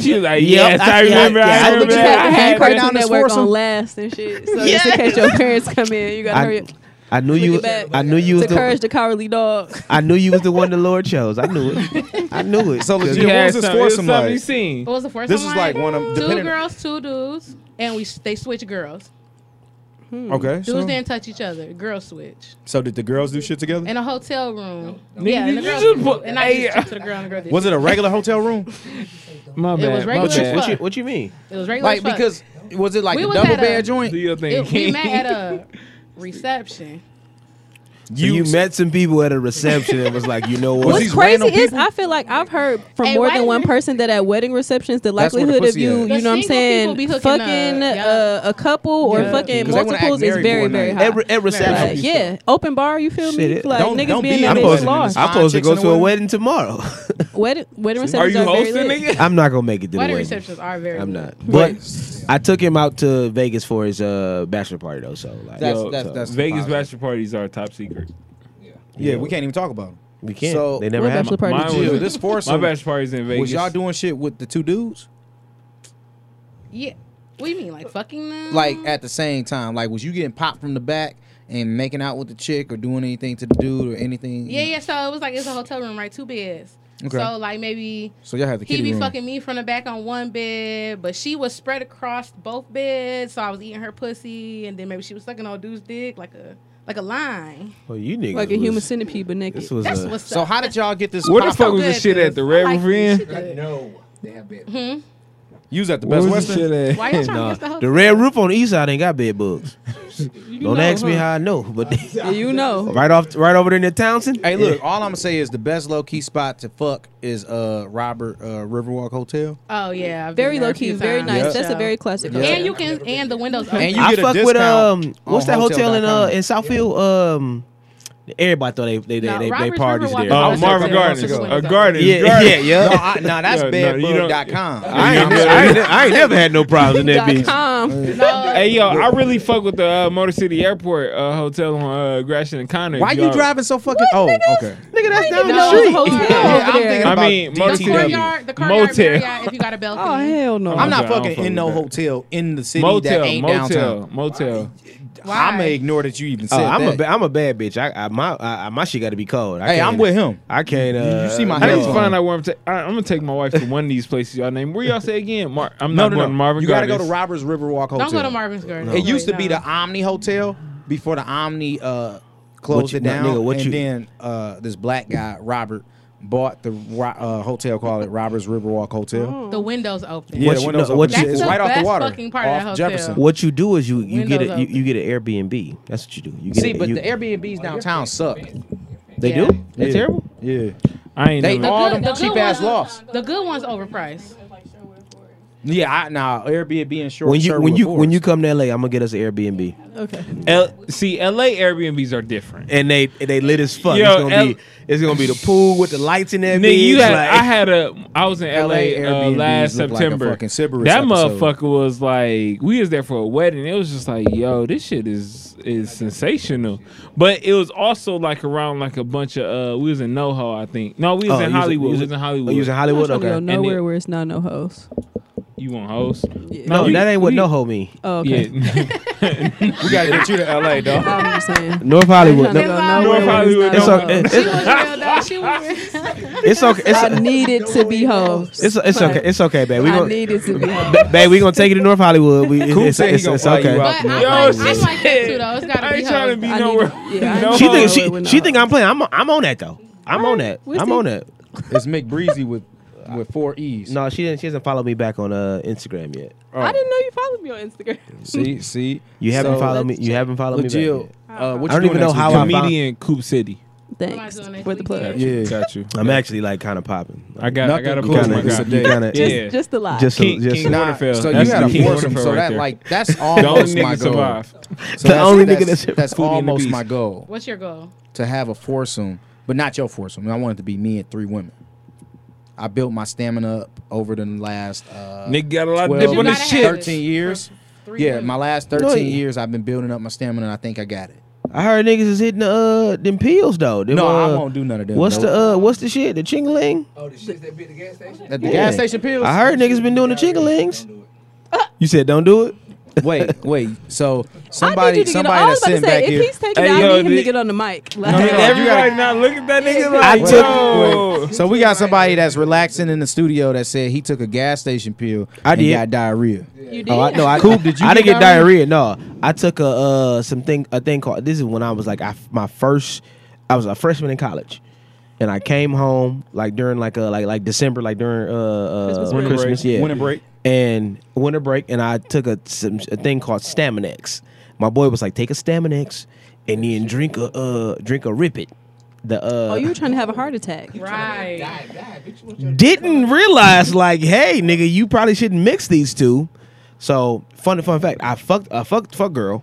Speaker 4: She was like,
Speaker 3: Yep,
Speaker 4: yes,
Speaker 3: I-
Speaker 4: I remember.
Speaker 3: yeah,
Speaker 4: I
Speaker 3: I
Speaker 6: But
Speaker 4: remember.
Speaker 6: you
Speaker 4: that.
Speaker 6: have
Speaker 4: I
Speaker 6: the
Speaker 4: had
Speaker 6: hand
Speaker 4: that.
Speaker 6: cartoon
Speaker 1: down this
Speaker 6: network on
Speaker 1: foursome.
Speaker 6: last and shit. So just in case your parents come in, you gotta hurry
Speaker 3: I,
Speaker 6: up.
Speaker 3: I knew
Speaker 6: Look
Speaker 3: you.
Speaker 6: it back.
Speaker 3: I knew you was
Speaker 6: To
Speaker 3: the.
Speaker 6: courage the cowardly dog.
Speaker 3: I knew you was the one the Lord chose. I knew it. I knew it.
Speaker 1: So
Speaker 3: 'Cause
Speaker 1: legit-
Speaker 4: You
Speaker 1: Yeah, what
Speaker 4: had
Speaker 1: was this
Speaker 4: something- it was
Speaker 1: foursome
Speaker 4: something you
Speaker 1: like?
Speaker 4: seen.
Speaker 5: What was the first
Speaker 1: This
Speaker 5: one?
Speaker 1: is like one of
Speaker 5: two
Speaker 1: depending-
Speaker 5: girls, two dudes, and we they switch girls.
Speaker 1: Okay.
Speaker 5: Dudes
Speaker 1: So,
Speaker 5: didn't touch each other. Girls switch
Speaker 1: so did the girls do shit together?
Speaker 5: in a hotel room.
Speaker 4: Nigga,
Speaker 5: Yeah, in
Speaker 4: you
Speaker 5: the
Speaker 4: just
Speaker 5: girls room.
Speaker 4: put-
Speaker 5: and I
Speaker 4: Hey,
Speaker 5: just took to the girl and the girl did.
Speaker 1: Was it a regular hotel room?
Speaker 4: My
Speaker 5: It was
Speaker 4: bad. my bad.
Speaker 5: regular fuck.
Speaker 3: what you what you mean?
Speaker 5: It was regular.
Speaker 1: Like
Speaker 5: as fuck.
Speaker 1: because was it like
Speaker 5: We
Speaker 1: a
Speaker 5: was
Speaker 1: double
Speaker 5: at a-
Speaker 1: bed joint?
Speaker 4: Do your thing.
Speaker 5: It-
Speaker 1: (laughs)
Speaker 5: we
Speaker 4: (laughs)
Speaker 5: met at a reception.
Speaker 3: (laughs) You, you met some people at a reception and was like, you know what?
Speaker 6: What's
Speaker 1: these
Speaker 6: crazy
Speaker 1: random
Speaker 6: is I feel like I've heard from
Speaker 5: Hey,
Speaker 6: more
Speaker 5: why
Speaker 6: than one
Speaker 5: you-
Speaker 6: person that at wedding receptions the
Speaker 1: That's where the
Speaker 6: likelihood of
Speaker 1: pussy at.
Speaker 6: you,
Speaker 5: The
Speaker 6: you know what I'm
Speaker 5: single people
Speaker 6: saying,
Speaker 5: be hooking
Speaker 6: fucking
Speaker 5: up,
Speaker 6: uh, a couple or
Speaker 5: Yeah.
Speaker 6: fucking
Speaker 1: 'Cause they wanna act
Speaker 6: multiples is
Speaker 1: married
Speaker 6: very
Speaker 1: for a
Speaker 6: very
Speaker 1: night.
Speaker 6: high.
Speaker 3: at, re- at
Speaker 6: Like,
Speaker 3: reception.
Speaker 6: yeah, open bar. You feel
Speaker 3: Shit,
Speaker 6: me?
Speaker 3: it-
Speaker 6: Like
Speaker 1: don't-
Speaker 6: niggas
Speaker 1: don't
Speaker 6: being
Speaker 1: be
Speaker 6: that
Speaker 3: I'm
Speaker 1: Maybe
Speaker 6: bitch
Speaker 1: imposing
Speaker 3: supposed,
Speaker 1: on
Speaker 6: lost.
Speaker 1: this.
Speaker 3: I'm supposed to
Speaker 1: Five
Speaker 3: go
Speaker 1: chicks in
Speaker 3: to
Speaker 1: a
Speaker 3: a
Speaker 1: wedding?
Speaker 3: wedding tomorrow. (laughs)
Speaker 6: Wedding wedding
Speaker 4: Are
Speaker 6: receptions
Speaker 4: you
Speaker 6: very
Speaker 4: hosting,
Speaker 6: lit.
Speaker 4: nigga?
Speaker 3: I'm not gonna make it to the
Speaker 5: Wedding
Speaker 3: wedding.
Speaker 5: receptions are very.
Speaker 3: I'm not.
Speaker 1: Wait.
Speaker 3: But I took him out to Vegas for his uh, bachelor party though. So like,
Speaker 1: That's-
Speaker 4: Yo,
Speaker 1: that's- that's
Speaker 4: Vegas
Speaker 1: fine.
Speaker 4: bachelor parties are top secret.
Speaker 1: Yeah, we can't even talk about them.
Speaker 3: we can't.
Speaker 1: so-
Speaker 3: they
Speaker 6: What
Speaker 3: never have.
Speaker 6: bachelor party
Speaker 4: mine
Speaker 6: did you
Speaker 1: Dude,
Speaker 4: was-
Speaker 1: this
Speaker 4: My
Speaker 1: foursome.
Speaker 4: bachelor party's in Vegas.
Speaker 1: Was y'all doing shit with the two dudes?
Speaker 5: Yeah. What do you mean? Like fucking them?
Speaker 1: Like at the same time? Like was you getting popped from the back and making out with the chick or doing anything to the dude or anything?
Speaker 5: Yeah, yeah. So it was like it's a hotel room, right? Two beds.
Speaker 1: Okay.
Speaker 5: So like maybe
Speaker 1: So y'all had the
Speaker 5: he
Speaker 1: kitty
Speaker 5: be
Speaker 1: room.
Speaker 5: fucking me from the back on one bed, but she was spread across both beds. So I was eating her pussy, and then maybe she was sucking on dude's dick like a like a line.
Speaker 3: Well, Oh, you niggas
Speaker 6: Like a human
Speaker 3: was-
Speaker 6: centipede, but naked.
Speaker 3: This was
Speaker 5: That's
Speaker 3: a,
Speaker 5: what's
Speaker 1: Uh, so
Speaker 5: up.
Speaker 1: how did y'all get this?
Speaker 4: Where the
Speaker 1: pop
Speaker 4: fuck
Speaker 1: out?
Speaker 4: was the
Speaker 5: Good,
Speaker 4: shit at
Speaker 5: cuz
Speaker 4: the
Speaker 5: I
Speaker 4: Red
Speaker 5: like this
Speaker 4: Ravine?
Speaker 5: shit good.
Speaker 10: No, they have bad.
Speaker 1: You was at the
Speaker 4: Where
Speaker 1: Best
Speaker 4: was the
Speaker 1: Western.
Speaker 4: shit
Speaker 5: Why
Speaker 4: at?
Speaker 5: y'all trying to
Speaker 3: Nah,
Speaker 5: get the whole
Speaker 3: the red roof on the east side ain't got bed bugs. Don't
Speaker 6: know,
Speaker 3: ask me
Speaker 6: huh?
Speaker 3: how I know, but (laughs)
Speaker 6: Yeah, you know.
Speaker 3: right off, right over there near Townsend.
Speaker 1: Hey, look, all I'm gonna say is the best low key spot to fuck is uh Robert uh, Riverwalk Hotel.
Speaker 5: Oh yeah, I've been
Speaker 6: Very
Speaker 5: there a
Speaker 6: low key,
Speaker 5: few
Speaker 6: very
Speaker 5: times.
Speaker 6: nice.
Speaker 1: Yeah.
Speaker 6: That's a very classic.
Speaker 1: Yeah.
Speaker 5: And you can and the windows open.
Speaker 1: And you
Speaker 3: I
Speaker 1: get a
Speaker 3: fuck with
Speaker 1: discount
Speaker 3: um, what's
Speaker 1: on
Speaker 3: that hotel in uh
Speaker 1: hotel.com.
Speaker 3: in Southfield? Um, everybody thought they they they
Speaker 5: No,
Speaker 3: they, they
Speaker 5: Robert's
Speaker 3: parties
Speaker 5: Riverwalk
Speaker 3: there.
Speaker 5: Oh,
Speaker 4: Uh,
Speaker 5: that's
Speaker 4: Marvin
Speaker 5: okay.
Speaker 4: Gardens.
Speaker 5: That's
Speaker 4: A
Speaker 5: okay.
Speaker 4: garden.
Speaker 3: yeah, yeah, yeah.
Speaker 1: No, I, no, that's
Speaker 4: Yo, no, you don't-
Speaker 1: bedbug.com.
Speaker 3: (laughs) I ain't,
Speaker 4: Yeah.
Speaker 3: I, ain't, I ain't never had no problems in that
Speaker 6: Dot
Speaker 3: bitch.
Speaker 6: com.
Speaker 1: (laughs)
Speaker 5: No,
Speaker 4: Hey yo, I really fuck with the uh, Motor City Airport uh, hotel on uh, Gratiot and Connor.
Speaker 1: Why you
Speaker 4: Y'all-
Speaker 1: driving so fucking? Oh, okay.
Speaker 3: Nigga, that's down
Speaker 5: even
Speaker 3: the
Speaker 5: know
Speaker 3: street.
Speaker 5: it was a
Speaker 6: hotel
Speaker 5: Yeah,
Speaker 6: over
Speaker 1: I'm
Speaker 6: there.
Speaker 1: thinking-
Speaker 4: I mean, Motor
Speaker 5: the
Speaker 1: DTW.
Speaker 4: City.
Speaker 5: courtyard, the courtyard
Speaker 4: Motel.
Speaker 5: area. If you got a balcony.
Speaker 6: Oh hell no.
Speaker 1: I'm
Speaker 4: Okay,
Speaker 1: not
Speaker 4: I don't
Speaker 1: fucking
Speaker 4: fuck
Speaker 1: in no
Speaker 4: with that.
Speaker 1: hotel in the city that
Speaker 4: Motel,
Speaker 1: ain't
Speaker 4: motel, Oh,
Speaker 1: downtown.
Speaker 4: motel.
Speaker 5: Why?
Speaker 1: I'm gonna ignore that you even said
Speaker 3: Uh, I'm
Speaker 1: that.
Speaker 3: a ba- I'm a bad bitch. I, I my I, I- my shit got to be cold. I
Speaker 1: hey,
Speaker 3: can't,
Speaker 1: I'm with him.
Speaker 3: I can't. Uh,
Speaker 1: You see my
Speaker 4: I need to
Speaker 1: Yeah.
Speaker 4: find out where I'm. Ta- I, I'm gonna take my wife to one of these places y'all name. Where y'all say again? Mar- I'm
Speaker 1: No,
Speaker 4: not
Speaker 1: no,
Speaker 4: going
Speaker 1: no.
Speaker 4: to Marvin
Speaker 1: you gotta
Speaker 4: Gardens.
Speaker 1: go to Robert's Riverwalk Hotel.
Speaker 5: Don't go to Marvin's Garden.
Speaker 1: It used to be the Omni Hotel before the Omni uh, closed
Speaker 3: What you-
Speaker 1: it down,
Speaker 3: nigga, what
Speaker 1: and
Speaker 3: you-
Speaker 1: then uh, this black guy Robert bought the Ro- uh, hotel called it Robert's Riverwalk Hotel.
Speaker 5: The windows open.
Speaker 1: Yeah,
Speaker 3: What
Speaker 1: the
Speaker 3: you-
Speaker 1: windows
Speaker 3: no,
Speaker 1: open.
Speaker 3: what you-
Speaker 1: it's
Speaker 5: Oh. That's the
Speaker 1: right off the
Speaker 5: best
Speaker 1: water,
Speaker 5: fucking part of
Speaker 1: off
Speaker 5: that hotel.
Speaker 1: Jefferson.
Speaker 3: What you do is you you
Speaker 5: Windows
Speaker 3: get a you,
Speaker 5: open.
Speaker 3: you get an Airbnb. That's what you do. You get
Speaker 1: See,
Speaker 3: a,
Speaker 1: but
Speaker 3: you,
Speaker 1: the Airbnbs downtown suck.
Speaker 3: they
Speaker 5: Yeah.
Speaker 3: do. That's
Speaker 1: Yeah.
Speaker 3: terrible.
Speaker 1: Yeah,
Speaker 4: I ain't
Speaker 1: they
Speaker 4: never.
Speaker 1: all
Speaker 5: good-
Speaker 1: them
Speaker 5: the good
Speaker 1: cheap ass
Speaker 5: ones-
Speaker 1: lofts.
Speaker 5: The good one's overpriced.
Speaker 1: Yeah, I, now Airbnb and short
Speaker 3: When you
Speaker 1: shirt
Speaker 3: when
Speaker 1: with
Speaker 3: you
Speaker 1: forks.
Speaker 3: when you come to LA, I'm gonna get us an Airbnb.
Speaker 6: Okay.
Speaker 4: L- see, LA Airbnbs are different.
Speaker 3: And they and they lit as fuck.
Speaker 4: Yo,
Speaker 3: it's gonna
Speaker 4: L-
Speaker 3: be it's gonna be the pool with the lights in there.
Speaker 4: Nigga, you
Speaker 3: bitch,
Speaker 4: had,
Speaker 3: like-
Speaker 4: I had a I was in LA, uh,
Speaker 1: Airbnbs
Speaker 4: last
Speaker 1: look like a
Speaker 4: September.
Speaker 1: fucking Sybaris
Speaker 4: that
Speaker 1: episode.
Speaker 4: motherfucker was like, we was there for a wedding. It was just like, yo, this shit is is sensational. But it was also like around like a bunch of uh, we was in NoHo, I think. No, we was in
Speaker 3: Oh, you was-
Speaker 4: Hollywood.
Speaker 3: you was-
Speaker 4: we was in
Speaker 3: Oh,
Speaker 4: Hollywood.
Speaker 3: you was in Hollywood.
Speaker 6: I'm trying to go
Speaker 3: Okay.
Speaker 4: And
Speaker 6: nowhere
Speaker 4: it-
Speaker 6: where it's not no hoes.
Speaker 4: you want host?
Speaker 6: Yeah.
Speaker 3: No,
Speaker 4: No,
Speaker 3: that
Speaker 4: you-
Speaker 3: ain't what
Speaker 4: you-
Speaker 3: no ho mean.
Speaker 4: (laughs)
Speaker 6: Oh, okay.
Speaker 4: Yeah.
Speaker 1: we gotta get you to (laughs) LA, dog.
Speaker 6: I'm
Speaker 3: (laughs)
Speaker 6: just saying.
Speaker 3: North Hollywood.
Speaker 6: I'm trying to
Speaker 5: no-
Speaker 6: go
Speaker 5: North
Speaker 6: nowhere where
Speaker 4: Hollywood,
Speaker 6: It's
Speaker 3: It's
Speaker 6: not no
Speaker 3: okay.
Speaker 6: hoes.
Speaker 5: She was real (laughs) though. She was real.
Speaker 3: It's okay. It's,
Speaker 6: I needed to be hoes.
Speaker 3: it's, it's okay. It's okay, babe. We
Speaker 6: I
Speaker 3: gonna,
Speaker 6: needed to be hoes.
Speaker 3: ba- babe, we gonna take you to North Hollywood. We,
Speaker 1: Cool
Speaker 3: it's,
Speaker 1: said he
Speaker 3: it's,
Speaker 1: gonna
Speaker 3: it's
Speaker 1: fly you
Speaker 3: okay.
Speaker 1: out.
Speaker 5: But I
Speaker 1: Yo,
Speaker 5: like, I
Speaker 4: shit.
Speaker 5: like that too though. It's gotta
Speaker 4: I
Speaker 5: be
Speaker 4: ain't trying to be
Speaker 6: I
Speaker 4: (laughs)
Speaker 6: need-
Speaker 4: nowhere.
Speaker 6: yeah, I
Speaker 4: no
Speaker 6: need-
Speaker 3: She
Speaker 6: North
Speaker 3: think she,
Speaker 6: Hollywood,
Speaker 3: she
Speaker 6: no.
Speaker 3: think I'm playing. I'm I'm on that though. I'm on that.
Speaker 6: Where's
Speaker 3: I'm
Speaker 6: the-
Speaker 3: on that.
Speaker 1: It's McBreezy with with four E's.
Speaker 3: No, she didn't. She hasn't followed me back on uh, Instagram yet.
Speaker 6: I didn't know you followed me on Instagram.
Speaker 1: See, see,
Speaker 3: You haven't
Speaker 1: So-
Speaker 3: followed me. You haven't followed me.
Speaker 1: Look,
Speaker 3: Back
Speaker 1: Jill.
Speaker 3: yet.
Speaker 1: Uh, what
Speaker 3: I don't
Speaker 1: you doing
Speaker 3: even know
Speaker 1: next
Speaker 3: how
Speaker 1: weekend?
Speaker 3: I found-
Speaker 4: comedian Coop City.
Speaker 6: Thanks
Speaker 5: doing next
Speaker 6: for the plug.
Speaker 5: weekend?
Speaker 1: Yeah,
Speaker 4: Got you.
Speaker 3: I'm actually like kind of popping.
Speaker 4: I got I
Speaker 1: Nothing
Speaker 4: got a
Speaker 1: cool
Speaker 4: close my
Speaker 1: like this
Speaker 4: guy.
Speaker 1: a day.
Speaker 3: kinda,
Speaker 4: Yeah.
Speaker 6: Just, just the lie.
Speaker 3: just,
Speaker 4: King-
Speaker 3: just
Speaker 4: King
Speaker 1: Nah,
Speaker 4: Winterfell.
Speaker 1: So
Speaker 4: That's
Speaker 1: you had
Speaker 4: the
Speaker 1: a
Speaker 4: King
Speaker 1: foursome,
Speaker 4: Winterfell
Speaker 1: so
Speaker 4: right
Speaker 1: that
Speaker 4: there. (laughs)
Speaker 1: like that's
Speaker 4: Don't
Speaker 1: almost my
Speaker 4: nigga
Speaker 1: goal.
Speaker 4: survive.
Speaker 1: So
Speaker 3: The
Speaker 1: that's,
Speaker 3: only nigga
Speaker 1: that's,
Speaker 3: that survived.
Speaker 1: that's
Speaker 4: Beauty and the
Speaker 1: almost
Speaker 4: Beast.
Speaker 1: my goal
Speaker 5: What's your goal?
Speaker 1: to have a foursome, but not your foursome. I want it to be me and three women. I built my stamina up over the last uh,
Speaker 4: Nigga got a lot of
Speaker 1: 12,
Speaker 4: dip on his
Speaker 5: gotta
Speaker 4: shit.
Speaker 5: have it.
Speaker 1: 13 years.
Speaker 5: Three
Speaker 1: Yeah,
Speaker 5: women.
Speaker 1: my last 13
Speaker 3: yeah.
Speaker 1: years, I've been building up my stamina, and I think I got it.
Speaker 3: I heard niggas is hitting the uh, them pills though. Them,
Speaker 1: No, I
Speaker 3: uh,
Speaker 1: won't do none of that.
Speaker 3: What's
Speaker 1: though.
Speaker 3: the uh, what's the shit? The chingaling.
Speaker 10: Oh, the shit that be at the gas station?
Speaker 1: At the
Speaker 3: Yeah.
Speaker 1: gas station pills?
Speaker 3: I heard niggas been doing the chingalings. You said don't do it.
Speaker 1: wait, wait.
Speaker 6: I
Speaker 1: So
Speaker 6: need
Speaker 1: somebody,
Speaker 6: you to get on.
Speaker 1: somebody
Speaker 6: I was
Speaker 1: that's
Speaker 6: about to
Speaker 1: sitting back
Speaker 6: say, if
Speaker 1: here.
Speaker 6: he's taking
Speaker 4: Hey,
Speaker 6: it, I
Speaker 4: yo,
Speaker 6: need him to
Speaker 4: did-
Speaker 6: get on the mic. Like,
Speaker 1: no, no.
Speaker 4: Everybody not look at that nigga like,
Speaker 3: I took-
Speaker 4: yo.
Speaker 1: So we got somebody that's relaxing in the studio that said he took a gas station pill
Speaker 3: I
Speaker 1: and
Speaker 3: did.
Speaker 1: got diarrhea.
Speaker 6: You did.
Speaker 3: Oh, I, no, I,
Speaker 1: Coop, did you
Speaker 3: I didn't
Speaker 1: get
Speaker 3: get diarrhea. No, I took a uh, something a thing called. This is when I was like I, my first. I was a freshman in college, and I came home like during like uh like like December like during uh, uh
Speaker 6: Christmas
Speaker 3: Christmas,
Speaker 6: break.
Speaker 3: yeah
Speaker 1: Winter break.
Speaker 3: and winter break and I took a some, a thing called Staminex. My boy was like take a Staminex and then drink a uh drink a Ripit. The uh
Speaker 6: oh, you were trying to have a heart attack.
Speaker 5: Right.
Speaker 3: didn't realize like, hey, nigga, you probably shouldn't mix these two. So fun fun fact, I fucked I fucked fuck girl.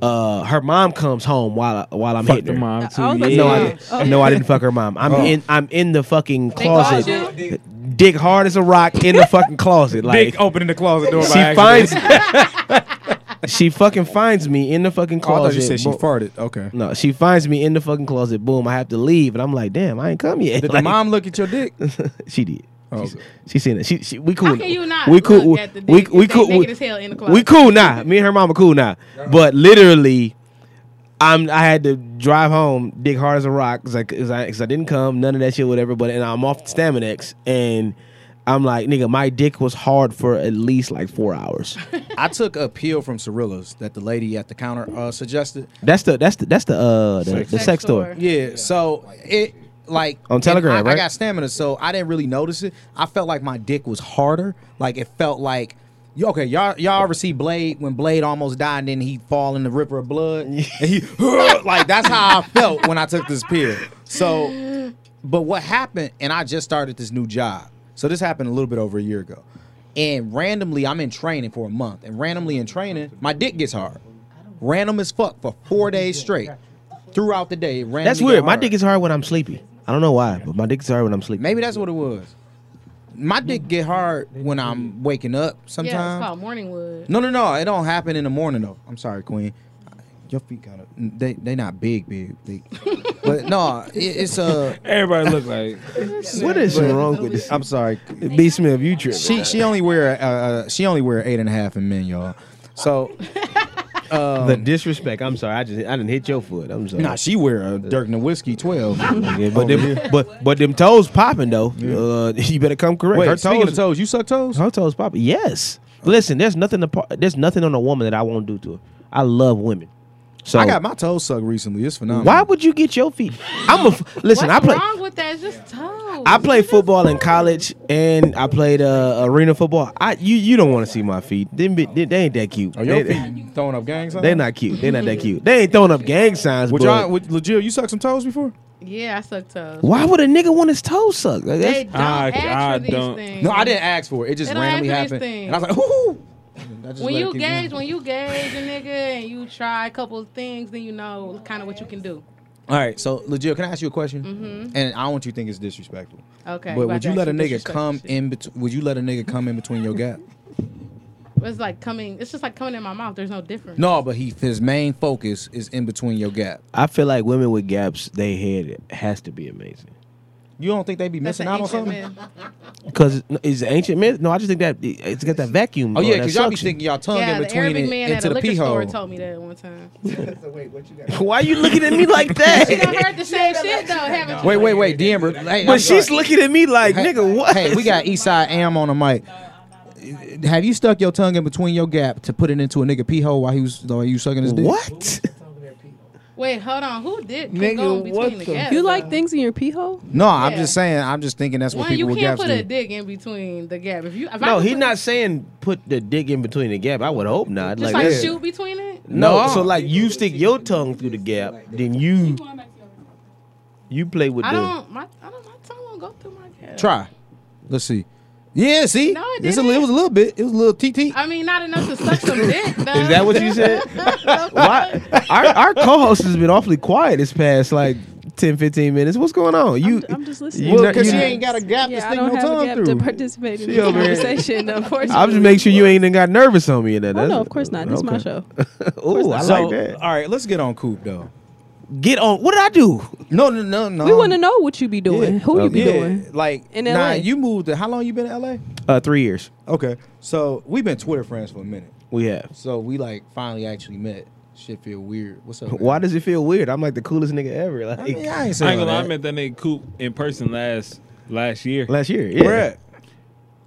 Speaker 3: Uh, her mom comes home while I, while I'm
Speaker 4: Fuck
Speaker 3: hitting
Speaker 4: the
Speaker 3: her.
Speaker 4: mom
Speaker 6: I was
Speaker 4: too.
Speaker 6: about to
Speaker 4: Yeah.
Speaker 3: No,
Speaker 6: Yeah.
Speaker 3: I didn't.
Speaker 6: Oh.
Speaker 3: no, I didn't fuck her mom.
Speaker 1: Oh.
Speaker 3: I'm in I'm in the fucking
Speaker 5: called
Speaker 3: closet. Dick hard as a rock in the fucking closet. Like
Speaker 1: Dick opening the closet door
Speaker 3: she finds she fucking finds me in the fucking
Speaker 1: Oh, I
Speaker 3: closet.
Speaker 1: thought you said she
Speaker 3: Boom.
Speaker 1: farted. Okay.
Speaker 3: no, she finds me in the fucking closet. Boom, I have to leave, and I'm like, damn, I ain't come yet.
Speaker 1: Did
Speaker 3: (laughs)
Speaker 1: the
Speaker 3: Like,
Speaker 1: mom look at your dick?
Speaker 3: (laughs) she did.
Speaker 1: Oh,
Speaker 3: She, she seen it. She, she we cool.
Speaker 5: How
Speaker 3: now.
Speaker 5: can you not
Speaker 3: We cool.
Speaker 5: look at the dick
Speaker 3: we
Speaker 5: if
Speaker 3: we
Speaker 5: they
Speaker 3: cool.
Speaker 5: naked
Speaker 3: We,
Speaker 5: as hell in the closet?
Speaker 3: we cool now. Me and her mama cool now. But literally, I'm I had to drive home, dig hard as a rock, cause I, cause I, 'cause I didn't come, none of that shit, whatever. But and I'm off Staminex, and I'm like, nigga, my dick was hard for at least like
Speaker 5: (laughs)
Speaker 3: four hours.
Speaker 1: (laughs) I took a pill from Cirilla's that the lady at the counter uh, suggested.
Speaker 3: That's the that's the that's the uh the, the sex
Speaker 5: Sex
Speaker 3: store.
Speaker 5: store.
Speaker 1: Yeah. So it like
Speaker 3: On
Speaker 1: and
Speaker 3: Telegram,
Speaker 1: I, I
Speaker 3: right?
Speaker 1: got stamina, so I didn't really notice it. I felt like my dick was harder. Like it felt like. y- Okay, y'all y'all ever see Blade when Blade almost died and then he fall in the river
Speaker 3: (laughs)
Speaker 1: of blood? And he (laughs) like that's how I felt when I took this pill. So but what happened, and I just started this new job. So this happened a little bit over a year ago. And randomly I'm in training for a month. And randomly in training, my dick gets hard. Random as fuck for four days straight. Throughout the day. it Randomly
Speaker 3: That's
Speaker 1: got
Speaker 3: weird. My
Speaker 1: hard.
Speaker 3: dick is hard when I'm sleepy. I don't know why, but my dick is hard when I'm sleepy.
Speaker 1: Maybe that's what it was. My dick get hard when I'm waking up sometimes.
Speaker 5: Yeah, it's called Morningwood.
Speaker 1: no, no, no. It don't happen in the morning though. I'm sorry, Queen. Your feet kind of they they not big, big,
Speaker 5: (laughs)
Speaker 1: big. but no, it, it's uh, a.
Speaker 4: Everybody look like
Speaker 3: what is wrong with this?
Speaker 1: am sorry.
Speaker 3: B Smith, you tripping?
Speaker 1: She she only wear uh, uh, she only wear eight and a half in men, y'all. So
Speaker 3: The disrespect. I'm sorry. I just I didn't hit your foot. I'm sorry.
Speaker 1: Um, nah, she wear a Dirk Nowitzki twelve.
Speaker 3: Yeah, but them, but but them toes popping though. Uh, (laughs) you better come correct.
Speaker 1: Wait,
Speaker 3: her
Speaker 1: speaking
Speaker 3: toes,
Speaker 1: of toes, you suck toes?
Speaker 3: her toes popping. Yes. Listen, there's nothing. To, there's nothing on a woman that I won't do to her. I love women. So
Speaker 1: I got my um, toes sucked recently. It's phenomenal.
Speaker 3: why would you get your feet? I'm a f- listen.
Speaker 5: What's
Speaker 3: I play.
Speaker 5: wrong with that? It's just toes.
Speaker 3: I played football in college, and I played uh, arena football. I you you don't want to see my feet. Them bi- They, they ain't that cute.
Speaker 1: are your
Speaker 3: they, (laughs)
Speaker 1: feet throwing up gang signs?
Speaker 3: they not cute. They not that cute. They ain't throwing up gang signs.
Speaker 1: Would
Speaker 3: but-
Speaker 1: y'all, would, Legit, you suck some toes before?
Speaker 5: Yeah, I suck toes.
Speaker 3: Why would a nigga want his toe sucked? Like,
Speaker 5: They
Speaker 3: that's,
Speaker 5: don't
Speaker 4: I-
Speaker 5: ask
Speaker 4: I
Speaker 5: for these
Speaker 4: don't-
Speaker 5: things.
Speaker 1: No, I didn't ask for it. It just
Speaker 5: They don't
Speaker 1: randomly
Speaker 5: ask for
Speaker 1: happened,
Speaker 5: these things.
Speaker 1: and I was like, "Ooh!" And I just
Speaker 5: When
Speaker 1: let it
Speaker 5: you
Speaker 1: keep
Speaker 5: gauge,
Speaker 1: going.
Speaker 5: when you gauge a nigga and you try a couple of things, then you know kind of what you can do.
Speaker 1: All right, so Legit, can I ask you a question? Mm-hmm. And I don't want you to think it's disrespectful,
Speaker 5: Okay.
Speaker 1: but
Speaker 5: about
Speaker 1: would
Speaker 5: to
Speaker 1: you
Speaker 5: ask
Speaker 1: let a nigga
Speaker 5: disrespectful
Speaker 1: come
Speaker 5: shit.
Speaker 1: in between? Would you let a nigga come in between your gap?
Speaker 5: It's like coming. It's just like coming in my mouth. There's no difference.
Speaker 1: No, but he his main focus is in between your gap.
Speaker 3: I feel like women with gaps, they head has to be amazing.
Speaker 1: You don't think they be
Speaker 5: That's
Speaker 1: missing
Speaker 5: an
Speaker 1: out on
Speaker 5: ancient
Speaker 1: something?
Speaker 5: myth.
Speaker 3: Cause it's ancient myth. No, I just think that it's got that vacuum.
Speaker 1: Oh yeah,
Speaker 3: because
Speaker 1: because y'all be sticking y'all tongue
Speaker 5: Yeah,
Speaker 1: in
Speaker 5: the
Speaker 1: between
Speaker 5: Arabic
Speaker 1: it,
Speaker 5: man at
Speaker 1: into
Speaker 5: a
Speaker 1: the
Speaker 5: liquor
Speaker 1: pee
Speaker 5: store
Speaker 1: hole.
Speaker 5: told me that one time.
Speaker 10: so wait, what you got?
Speaker 3: (laughs) Why are you looking at me
Speaker 1: (laughs)
Speaker 3: like
Speaker 5: You done
Speaker 3: that?
Speaker 5: heard the same shit though, haven't you?
Speaker 1: Wait, wait, wait, DM. her. Hey, I'm
Speaker 3: but she's
Speaker 1: sorry.
Speaker 3: looking at me like,
Speaker 1: Hey,
Speaker 3: nigga, what?
Speaker 1: Hey, we got Eastside Am on the mic. Have you stuck your tongue in between your gap to put it into a nigga pee hole while he was while you sucking his dick?
Speaker 3: what?
Speaker 5: Wait, hold on. Who did put
Speaker 2: Nigga,
Speaker 5: gum between
Speaker 2: what
Speaker 5: the,
Speaker 2: the-
Speaker 5: gaps?
Speaker 6: You like things in your pee hole?
Speaker 1: No, I'm
Speaker 5: Yeah.
Speaker 1: just saying. I'm just thinking that's what
Speaker 5: One, you
Speaker 1: people with
Speaker 5: can't
Speaker 1: gaps
Speaker 5: put a
Speaker 1: do.
Speaker 5: dick in between the gap. If you, if I
Speaker 3: No,
Speaker 5: could
Speaker 3: he's
Speaker 5: put-
Speaker 3: not saying put the dick in between the gap. I would hope not.
Speaker 5: Just
Speaker 3: Like,
Speaker 5: like,
Speaker 3: that's-
Speaker 5: shoot between it.
Speaker 3: no,
Speaker 1: No.
Speaker 3: so like you stick your tongue through the gap, then you
Speaker 11: Going back to your room.
Speaker 3: you play with
Speaker 5: I
Speaker 3: the.
Speaker 5: don't. My, I don't. My tongue won't go through my gap.
Speaker 1: Try. Let's see. Yeah, see,
Speaker 5: No, it
Speaker 1: It's a
Speaker 5: didn't.
Speaker 1: li- it was a little bit. It was a little TT.
Speaker 5: I mean, not enough to suck some dick.
Speaker 1: (laughs)
Speaker 5: Though.
Speaker 3: Is that what
Speaker 5: (laughs)
Speaker 3: you said?
Speaker 5: The
Speaker 3: Why? Our, our co-host has been awfully quiet this past like 10, 15 minutes. What's going on? You
Speaker 6: I'm, I'm just listening.
Speaker 3: Well,
Speaker 6: You're
Speaker 3: 'cause
Speaker 6: not-
Speaker 3: she
Speaker 1: ain't got a gap to
Speaker 6: yeah, I
Speaker 1: stick
Speaker 6: don't
Speaker 1: no
Speaker 6: have
Speaker 1: tongue
Speaker 6: a gap
Speaker 1: through.
Speaker 6: to participate in
Speaker 3: She
Speaker 6: the
Speaker 3: over here-
Speaker 6: conversation. Unfortunately,
Speaker 3: I'm just making sure you ain't even got nervous on me and that.
Speaker 6: Oh
Speaker 3: That's-
Speaker 6: no, of course not. This is my
Speaker 3: okay.
Speaker 6: show.
Speaker 3: Ooh, I
Speaker 1: So,
Speaker 3: like that.
Speaker 1: All right, let's get on Coop though.
Speaker 3: Get on. What did I do?
Speaker 1: No, no, no, no.
Speaker 6: we want to know what you be doing, who you be
Speaker 1: Oh, yeah,
Speaker 6: doing.
Speaker 1: Like,
Speaker 6: In
Speaker 1: nah,
Speaker 6: LA.
Speaker 1: you moved. To, how long you been in LA?
Speaker 3: Uh, three years.
Speaker 1: Okay, so we've been Twitter friends for a minute.
Speaker 3: We have.
Speaker 1: So we like finally actually met. Shit feel weird. What's up? man?
Speaker 3: Why does it feel weird? I'm like the coolest nigga ever. Like
Speaker 1: I, mean, I ain't
Speaker 4: I
Speaker 1: saying
Speaker 4: ain't gonna lie, I
Speaker 1: that.
Speaker 4: met that nigga Coop in person last last year.
Speaker 3: last year. Yeah.
Speaker 1: Where at?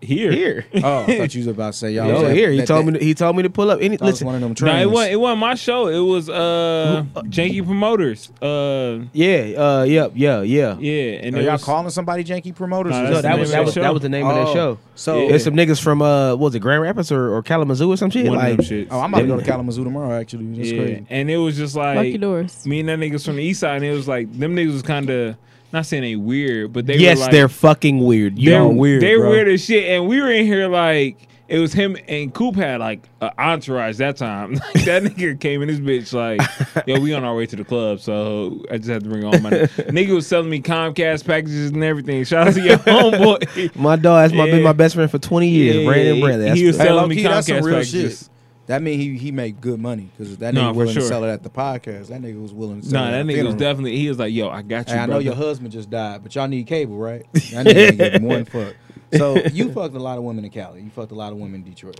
Speaker 4: Here,
Speaker 3: Here.
Speaker 1: Oh, I thought you was about to say y'all.
Speaker 3: (laughs) Oh,
Speaker 1: was at-
Speaker 3: here. He
Speaker 1: that-
Speaker 3: told
Speaker 1: that-
Speaker 3: me. To, he told me to pull up. Any
Speaker 1: that was
Speaker 3: listen.
Speaker 1: one of them
Speaker 4: No,
Speaker 1: trains.
Speaker 4: it wasn't. It wasn't my show. It was uh Janky Promoters. Uh,
Speaker 3: Yeah. Uh. Yep. Yeah. Yeah.
Speaker 4: yeah. And
Speaker 1: Are
Speaker 4: it
Speaker 1: Oh, y'all
Speaker 4: was-
Speaker 1: calling somebody janky promoters?
Speaker 4: Nah,
Speaker 1: or
Speaker 4: that's
Speaker 3: No,
Speaker 1: something?
Speaker 3: that was
Speaker 4: the
Speaker 3: that
Speaker 4: name
Speaker 3: was
Speaker 4: of that
Speaker 3: that was the name of
Speaker 1: Oh.
Speaker 3: that show.
Speaker 1: So
Speaker 4: Yeah.
Speaker 3: There's some niggas from uh, what was it Grand Rapids or, or Kalamazoo or some shit?
Speaker 4: One of
Speaker 3: like,
Speaker 4: them shits.
Speaker 1: oh, I'm about to go to Kalamazoo tomorrow. Actually, that's
Speaker 4: yeah.
Speaker 1: crazy.
Speaker 4: And it was just
Speaker 6: Lock
Speaker 4: like
Speaker 6: your doors.
Speaker 4: me and that niggas from the east side, and it was like them niggas was kind of not saying they weird, but they
Speaker 3: yes,
Speaker 4: were like,
Speaker 3: they're fucking weird. You
Speaker 4: they're
Speaker 3: are weird.
Speaker 4: They're
Speaker 3: bro.
Speaker 4: weird as shit. And we were in here like it was him and Coop had like an entourage that time. (laughs) Like, that nigga came in this bitch like, yo, we on our way to the club, so I just had to bring all my
Speaker 3: (laughs)
Speaker 4: nigga was selling me Comcast packages and everything. Shout out to
Speaker 3: (laughs)
Speaker 4: your homeboy.
Speaker 3: My dog has my, been
Speaker 4: Yeah.
Speaker 3: my best friend for 20 years,
Speaker 4: Yeah,
Speaker 3: Brandon
Speaker 4: yeah,
Speaker 3: Bradley.
Speaker 4: he-
Speaker 3: That's
Speaker 4: he was
Speaker 3: good.
Speaker 1: Hey,
Speaker 4: Tell
Speaker 1: low
Speaker 4: me
Speaker 1: key, that's some
Speaker 4: Comcast
Speaker 1: real
Speaker 4: packages.
Speaker 1: shit. That mean he he made good money because that nigga
Speaker 4: Nah, for
Speaker 1: willing to
Speaker 4: sure.
Speaker 1: sell it at the podcast. That nigga was willing to sell
Speaker 4: nah,
Speaker 1: it.
Speaker 4: that
Speaker 1: at
Speaker 4: nigga was
Speaker 1: funeral.
Speaker 4: definitely he was like, yo, I got you.
Speaker 1: Hey, I know
Speaker 4: brother.
Speaker 1: your husband just died, but y'all need cable, right? I need to get one fuck. So you fucked a lot of women in Cali. You fucked a lot of women in Detroit.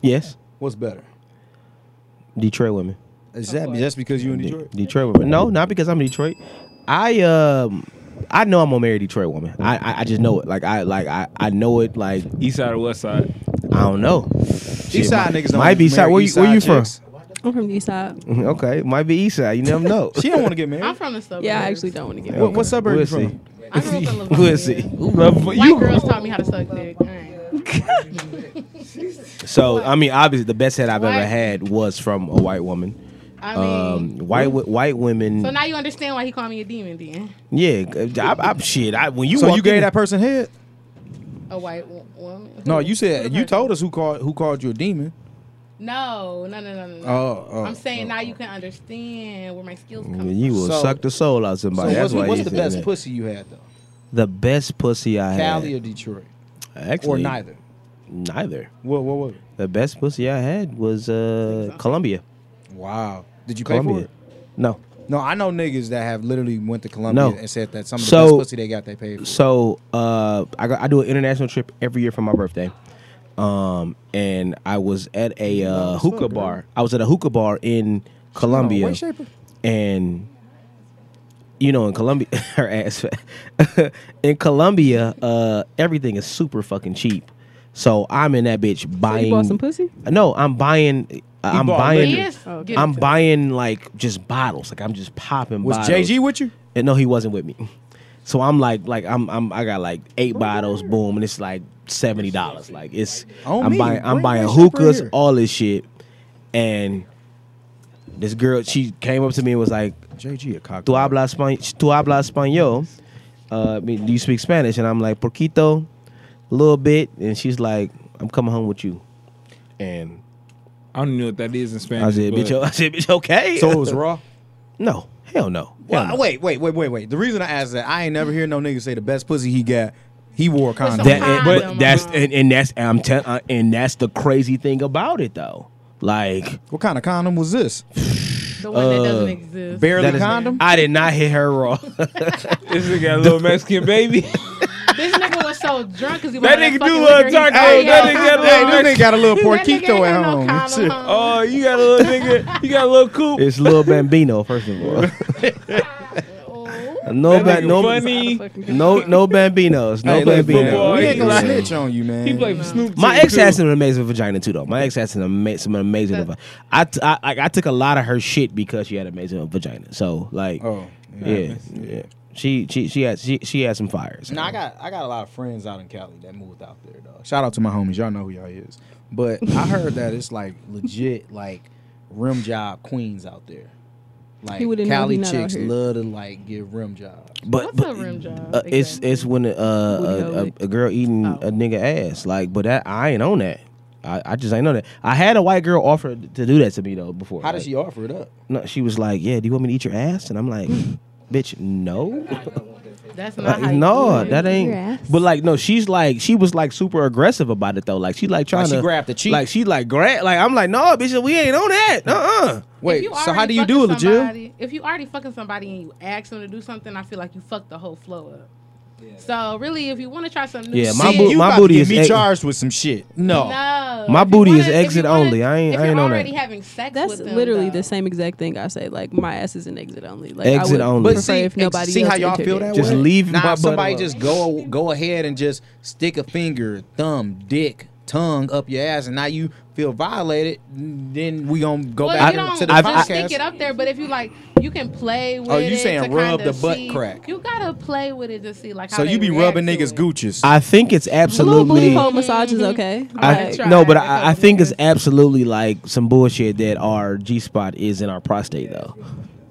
Speaker 3: yes,
Speaker 1: What's better?
Speaker 3: Detroit women.
Speaker 1: Is that just because you in
Speaker 3: De-
Speaker 1: Detroit?
Speaker 3: Detroit women. No, not because I'm in Detroit. I um, I know I'm gonna marry a Detroit woman. I, I I just know it. Like I like I I know it. Like
Speaker 4: East side or west side?
Speaker 3: I don't know.
Speaker 1: East side niggas don't
Speaker 3: might be
Speaker 1: marry
Speaker 3: side. Where you
Speaker 1: east
Speaker 3: where
Speaker 1: side
Speaker 3: you from?
Speaker 1: chicks.
Speaker 6: I'm from the east side.
Speaker 3: (laughs) Okay, might be east side. You never know.
Speaker 1: (laughs) She don't want to get married.
Speaker 5: I'm from the suburbs.
Speaker 6: Yeah, I actually don't want to get.
Speaker 1: What, what suburb
Speaker 3: We'll
Speaker 1: you from?
Speaker 3: see. (laughs)
Speaker 5: I grew up in Livonia.
Speaker 3: We'll see.
Speaker 5: White girls taught me how to suck dick. All right.
Speaker 3: So I mean, obviously, the best head I've
Speaker 5: White.
Speaker 3: ever had was from a white woman.
Speaker 5: I mean,
Speaker 3: Um, white wo- white women.
Speaker 5: so now you understand why he called me a demon then.
Speaker 3: yeah, uh, I, I, shit. I, when you
Speaker 1: so
Speaker 3: walked
Speaker 1: you gave
Speaker 3: in-
Speaker 1: that person head?
Speaker 5: A white wo- woman. Who-
Speaker 1: No, you said
Speaker 5: who
Speaker 1: you
Speaker 5: person?
Speaker 1: told us who called who called you a demon.
Speaker 5: No, no, no, no, no. no.
Speaker 1: Oh, oh,
Speaker 5: I'm saying
Speaker 1: oh,
Speaker 5: now you can understand where my skills come.
Speaker 3: (laughs) You will
Speaker 1: So-
Speaker 3: suck the soul out of
Speaker 1: So
Speaker 3: somebody.
Speaker 1: what's,
Speaker 3: That's why
Speaker 1: what's
Speaker 3: you
Speaker 1: the
Speaker 3: said
Speaker 1: best
Speaker 3: that.
Speaker 1: pussy you had though?
Speaker 3: The best pussy I
Speaker 1: Cali or
Speaker 3: had.
Speaker 1: Detroit
Speaker 3: Actually,
Speaker 1: or neither?
Speaker 3: Neither.
Speaker 1: What what what?
Speaker 3: The best pussy I had was uh, Colombia.
Speaker 1: Wow. Did you pay for
Speaker 3: Colombia.
Speaker 1: it?
Speaker 3: No.
Speaker 1: No, I know niggas that have literally went to Colombia
Speaker 3: No.
Speaker 1: and said that some of the
Speaker 3: So-
Speaker 1: best pussy they got they paid for.
Speaker 3: So uh, I, go- I do an international trip every year for my birthday. Um, and I was at a uh, hookah bar. I was at a hookah bar in Colombia.
Speaker 1: Wait, Shaper.
Speaker 3: and you know in Colombia (laughs) her ass fat. in Colombia uh everything is super fucking cheap so I'm in that bitch
Speaker 6: So
Speaker 3: buying
Speaker 6: you bought some pussy?
Speaker 3: no I'm buying I'm
Speaker 1: bought
Speaker 3: buying
Speaker 5: Yes.
Speaker 6: Oh,
Speaker 5: Get
Speaker 3: I'm
Speaker 5: it.
Speaker 3: buying like just bottles like I'm just popping
Speaker 1: Was
Speaker 3: bottles
Speaker 1: JG with you?
Speaker 3: and no he wasn't with me so I'm like like I'm I'm I got like eight bottles boom and it's like seventy dollars like it's
Speaker 1: On
Speaker 3: I'm
Speaker 1: me.
Speaker 3: buying I'm
Speaker 1: Bring
Speaker 3: buying
Speaker 1: that shit right
Speaker 3: hookahs
Speaker 1: here.
Speaker 3: all this shit and this girl she came up to me and was like
Speaker 2: JG a cock.
Speaker 3: (laughs) tú hablas, span- tú hablas español. Uh, I mean, do you speak Spanish? And I'm like, poquito, a little bit. And she's like, I'm coming home with you. And
Speaker 4: I don't even know what that is in Spanish.
Speaker 3: I said,
Speaker 4: but-
Speaker 3: bitch, o- (laughs) I said, bitch, okay.
Speaker 1: So
Speaker 3: (laughs)
Speaker 1: it (laughs) was raw.
Speaker 3: no, hell no.
Speaker 1: Well,
Speaker 3: Hell no.
Speaker 1: wait, wait, wait, wait, wait. The reason I asked that, I ain't never hear no nigga say the best pussy he got. He wore a condom.
Speaker 5: some
Speaker 3: That,
Speaker 5: Sometimes,
Speaker 3: and, but
Speaker 5: um,
Speaker 3: that's and, and that's I'm tell, uh, and that's the crazy thing about it though. Like
Speaker 1: what kind of condom was this?
Speaker 5: The one that doesn't
Speaker 3: Uh,
Speaker 5: exist.
Speaker 1: Barely
Speaker 3: that is-
Speaker 1: condom.
Speaker 3: I did not hit her raw.
Speaker 4: This nigga got a little Mexican baby. (laughs)
Speaker 5: this nigga was so drunk because he
Speaker 4: That
Speaker 5: wasn't
Speaker 4: nigga
Speaker 5: fucking
Speaker 4: do
Speaker 5: with
Speaker 4: love
Speaker 5: her. He
Speaker 4: tacos.
Speaker 5: thought he
Speaker 4: That
Speaker 5: had
Speaker 4: nigga got
Speaker 5: a
Speaker 4: love
Speaker 5: condom.
Speaker 1: Hey, this nigga got a (laughs) little
Speaker 5: That nigga ain't
Speaker 1: porquito
Speaker 5: got
Speaker 1: at
Speaker 5: no
Speaker 1: home.
Speaker 5: condom,
Speaker 1: Shit.
Speaker 5: huh?
Speaker 4: oh, you got a little nigga. You got a little coop.
Speaker 3: (laughs) it's Lil Bambino, first of (laughs) all. no,
Speaker 4: that
Speaker 3: ba-
Speaker 4: nigga
Speaker 3: no,
Speaker 4: funny.
Speaker 3: no, no Bambinos, no
Speaker 1: Hey, look,
Speaker 3: Bambinos.
Speaker 4: football,
Speaker 1: we ain't gonna
Speaker 4: Yeah.
Speaker 1: snitch on you, man.
Speaker 4: He played for Snoop.
Speaker 3: My
Speaker 4: Team,
Speaker 3: ex
Speaker 4: too.
Speaker 3: had some amazing vagina too, though. My ex had some, ama- some amazing.
Speaker 1: Uh,
Speaker 5: That-
Speaker 3: vagina. I, t- I I I took a lot of her shit because she had amazing vagina. So like,
Speaker 1: Oh,
Speaker 3: yeah, yeah, She she she had she, she had some fires.
Speaker 1: No, I got I got a lot of friends out in Cali that moved out there though. Shout out to my homies, y'all know who y'all is. But I heard that it's like legit like rim job queens out there. Like
Speaker 6: He wouldn't know
Speaker 1: Cali
Speaker 6: he not out
Speaker 1: chicks
Speaker 6: here.
Speaker 1: love to like give rim jobs.
Speaker 3: but,
Speaker 5: What's
Speaker 3: but
Speaker 5: a rim job?
Speaker 3: uh, it's it's when uh,
Speaker 6: Booty hole
Speaker 3: a,
Speaker 6: lick.
Speaker 3: a, a girl eating
Speaker 5: Oh.
Speaker 3: a nigga ass like, but that I ain't on that. I, I just ain't know that. I had a white girl offer to do that to me though before.
Speaker 1: How does
Speaker 3: Like,
Speaker 1: she offer it up?
Speaker 3: No, she was like, "Yeah, do you want me to eat your ass?" And I'm like, "Bitch,
Speaker 6: (laughs)
Speaker 3: no."
Speaker 5: That's
Speaker 3: Uh,
Speaker 5: not how you
Speaker 3: no,
Speaker 5: do it.
Speaker 3: that
Speaker 6: Your
Speaker 3: ain't.
Speaker 6: ass.
Speaker 3: But like, no, she's like, she was like super aggressive about it though. Like she like trying
Speaker 1: Like she
Speaker 3: to
Speaker 1: grabbed the cheek.
Speaker 3: Like she like grab. Like I'm like, no, bitch, we ain't on that. Uh uh
Speaker 1: Wait,
Speaker 5: If you
Speaker 1: so how
Speaker 5: already
Speaker 1: do you do it,
Speaker 5: fucking
Speaker 1: Legit?
Speaker 5: somebody- If you already fucking somebody and you ask them to do something, I feel like you fucked the whole flow up. So really, if you want to try something new,
Speaker 3: Yeah, my
Speaker 5: shit,
Speaker 3: boo-
Speaker 1: you
Speaker 3: my
Speaker 1: about to
Speaker 3: booty
Speaker 1: get
Speaker 3: is
Speaker 1: me
Speaker 3: egg-
Speaker 1: charged with some shit. No.
Speaker 5: No,
Speaker 3: My
Speaker 5: If you
Speaker 3: booty is
Speaker 5: wanna- if you
Speaker 3: exit
Speaker 5: wanna-
Speaker 3: only. I ain't-
Speaker 5: if
Speaker 3: I ain't
Speaker 5: you're
Speaker 3: on that.
Speaker 5: already having sex
Speaker 6: That's
Speaker 5: with them,
Speaker 6: literally
Speaker 5: though.
Speaker 6: the same exact thing I say. Like my ass is an exit only. Like
Speaker 3: Exit
Speaker 6: I would
Speaker 3: only.
Speaker 1: But
Speaker 6: Prefer
Speaker 1: see,
Speaker 6: if nobody
Speaker 1: see
Speaker 6: else
Speaker 1: how y'all
Speaker 6: entered
Speaker 1: feel
Speaker 6: it.
Speaker 1: that
Speaker 3: Just
Speaker 1: way.
Speaker 3: leave
Speaker 1: nah,
Speaker 3: my
Speaker 1: if
Speaker 3: butt
Speaker 1: somebody
Speaker 3: alone.
Speaker 1: just go go ahead and just stick a finger, thumb, dick, tongue up your ass, and now you feel violated. Then we gonna go
Speaker 5: Well,
Speaker 1: back
Speaker 5: you don't
Speaker 1: to the
Speaker 3: I've-
Speaker 5: just
Speaker 1: podcast.
Speaker 5: stick it up there, but if you like, you can play with it.
Speaker 1: Oh, you saying
Speaker 5: to
Speaker 1: rub
Speaker 5: kinda
Speaker 1: the butt
Speaker 5: see-
Speaker 1: crack.
Speaker 5: You gotta play with it to see like. How
Speaker 1: so
Speaker 5: they
Speaker 1: you be
Speaker 5: react
Speaker 1: rubbing
Speaker 5: to
Speaker 1: niggas
Speaker 5: it.
Speaker 1: gooches.
Speaker 3: I think it's
Speaker 6: A little booty
Speaker 3: absolutely. Mm-hmm.
Speaker 6: hole massage is okay.
Speaker 3: I,
Speaker 6: Like,
Speaker 5: try
Speaker 3: no, but
Speaker 5: it a
Speaker 3: I, I
Speaker 5: couple
Speaker 3: think it's
Speaker 5: minutes.
Speaker 3: absolutely like some bullshit that our G spot is in our prostate though.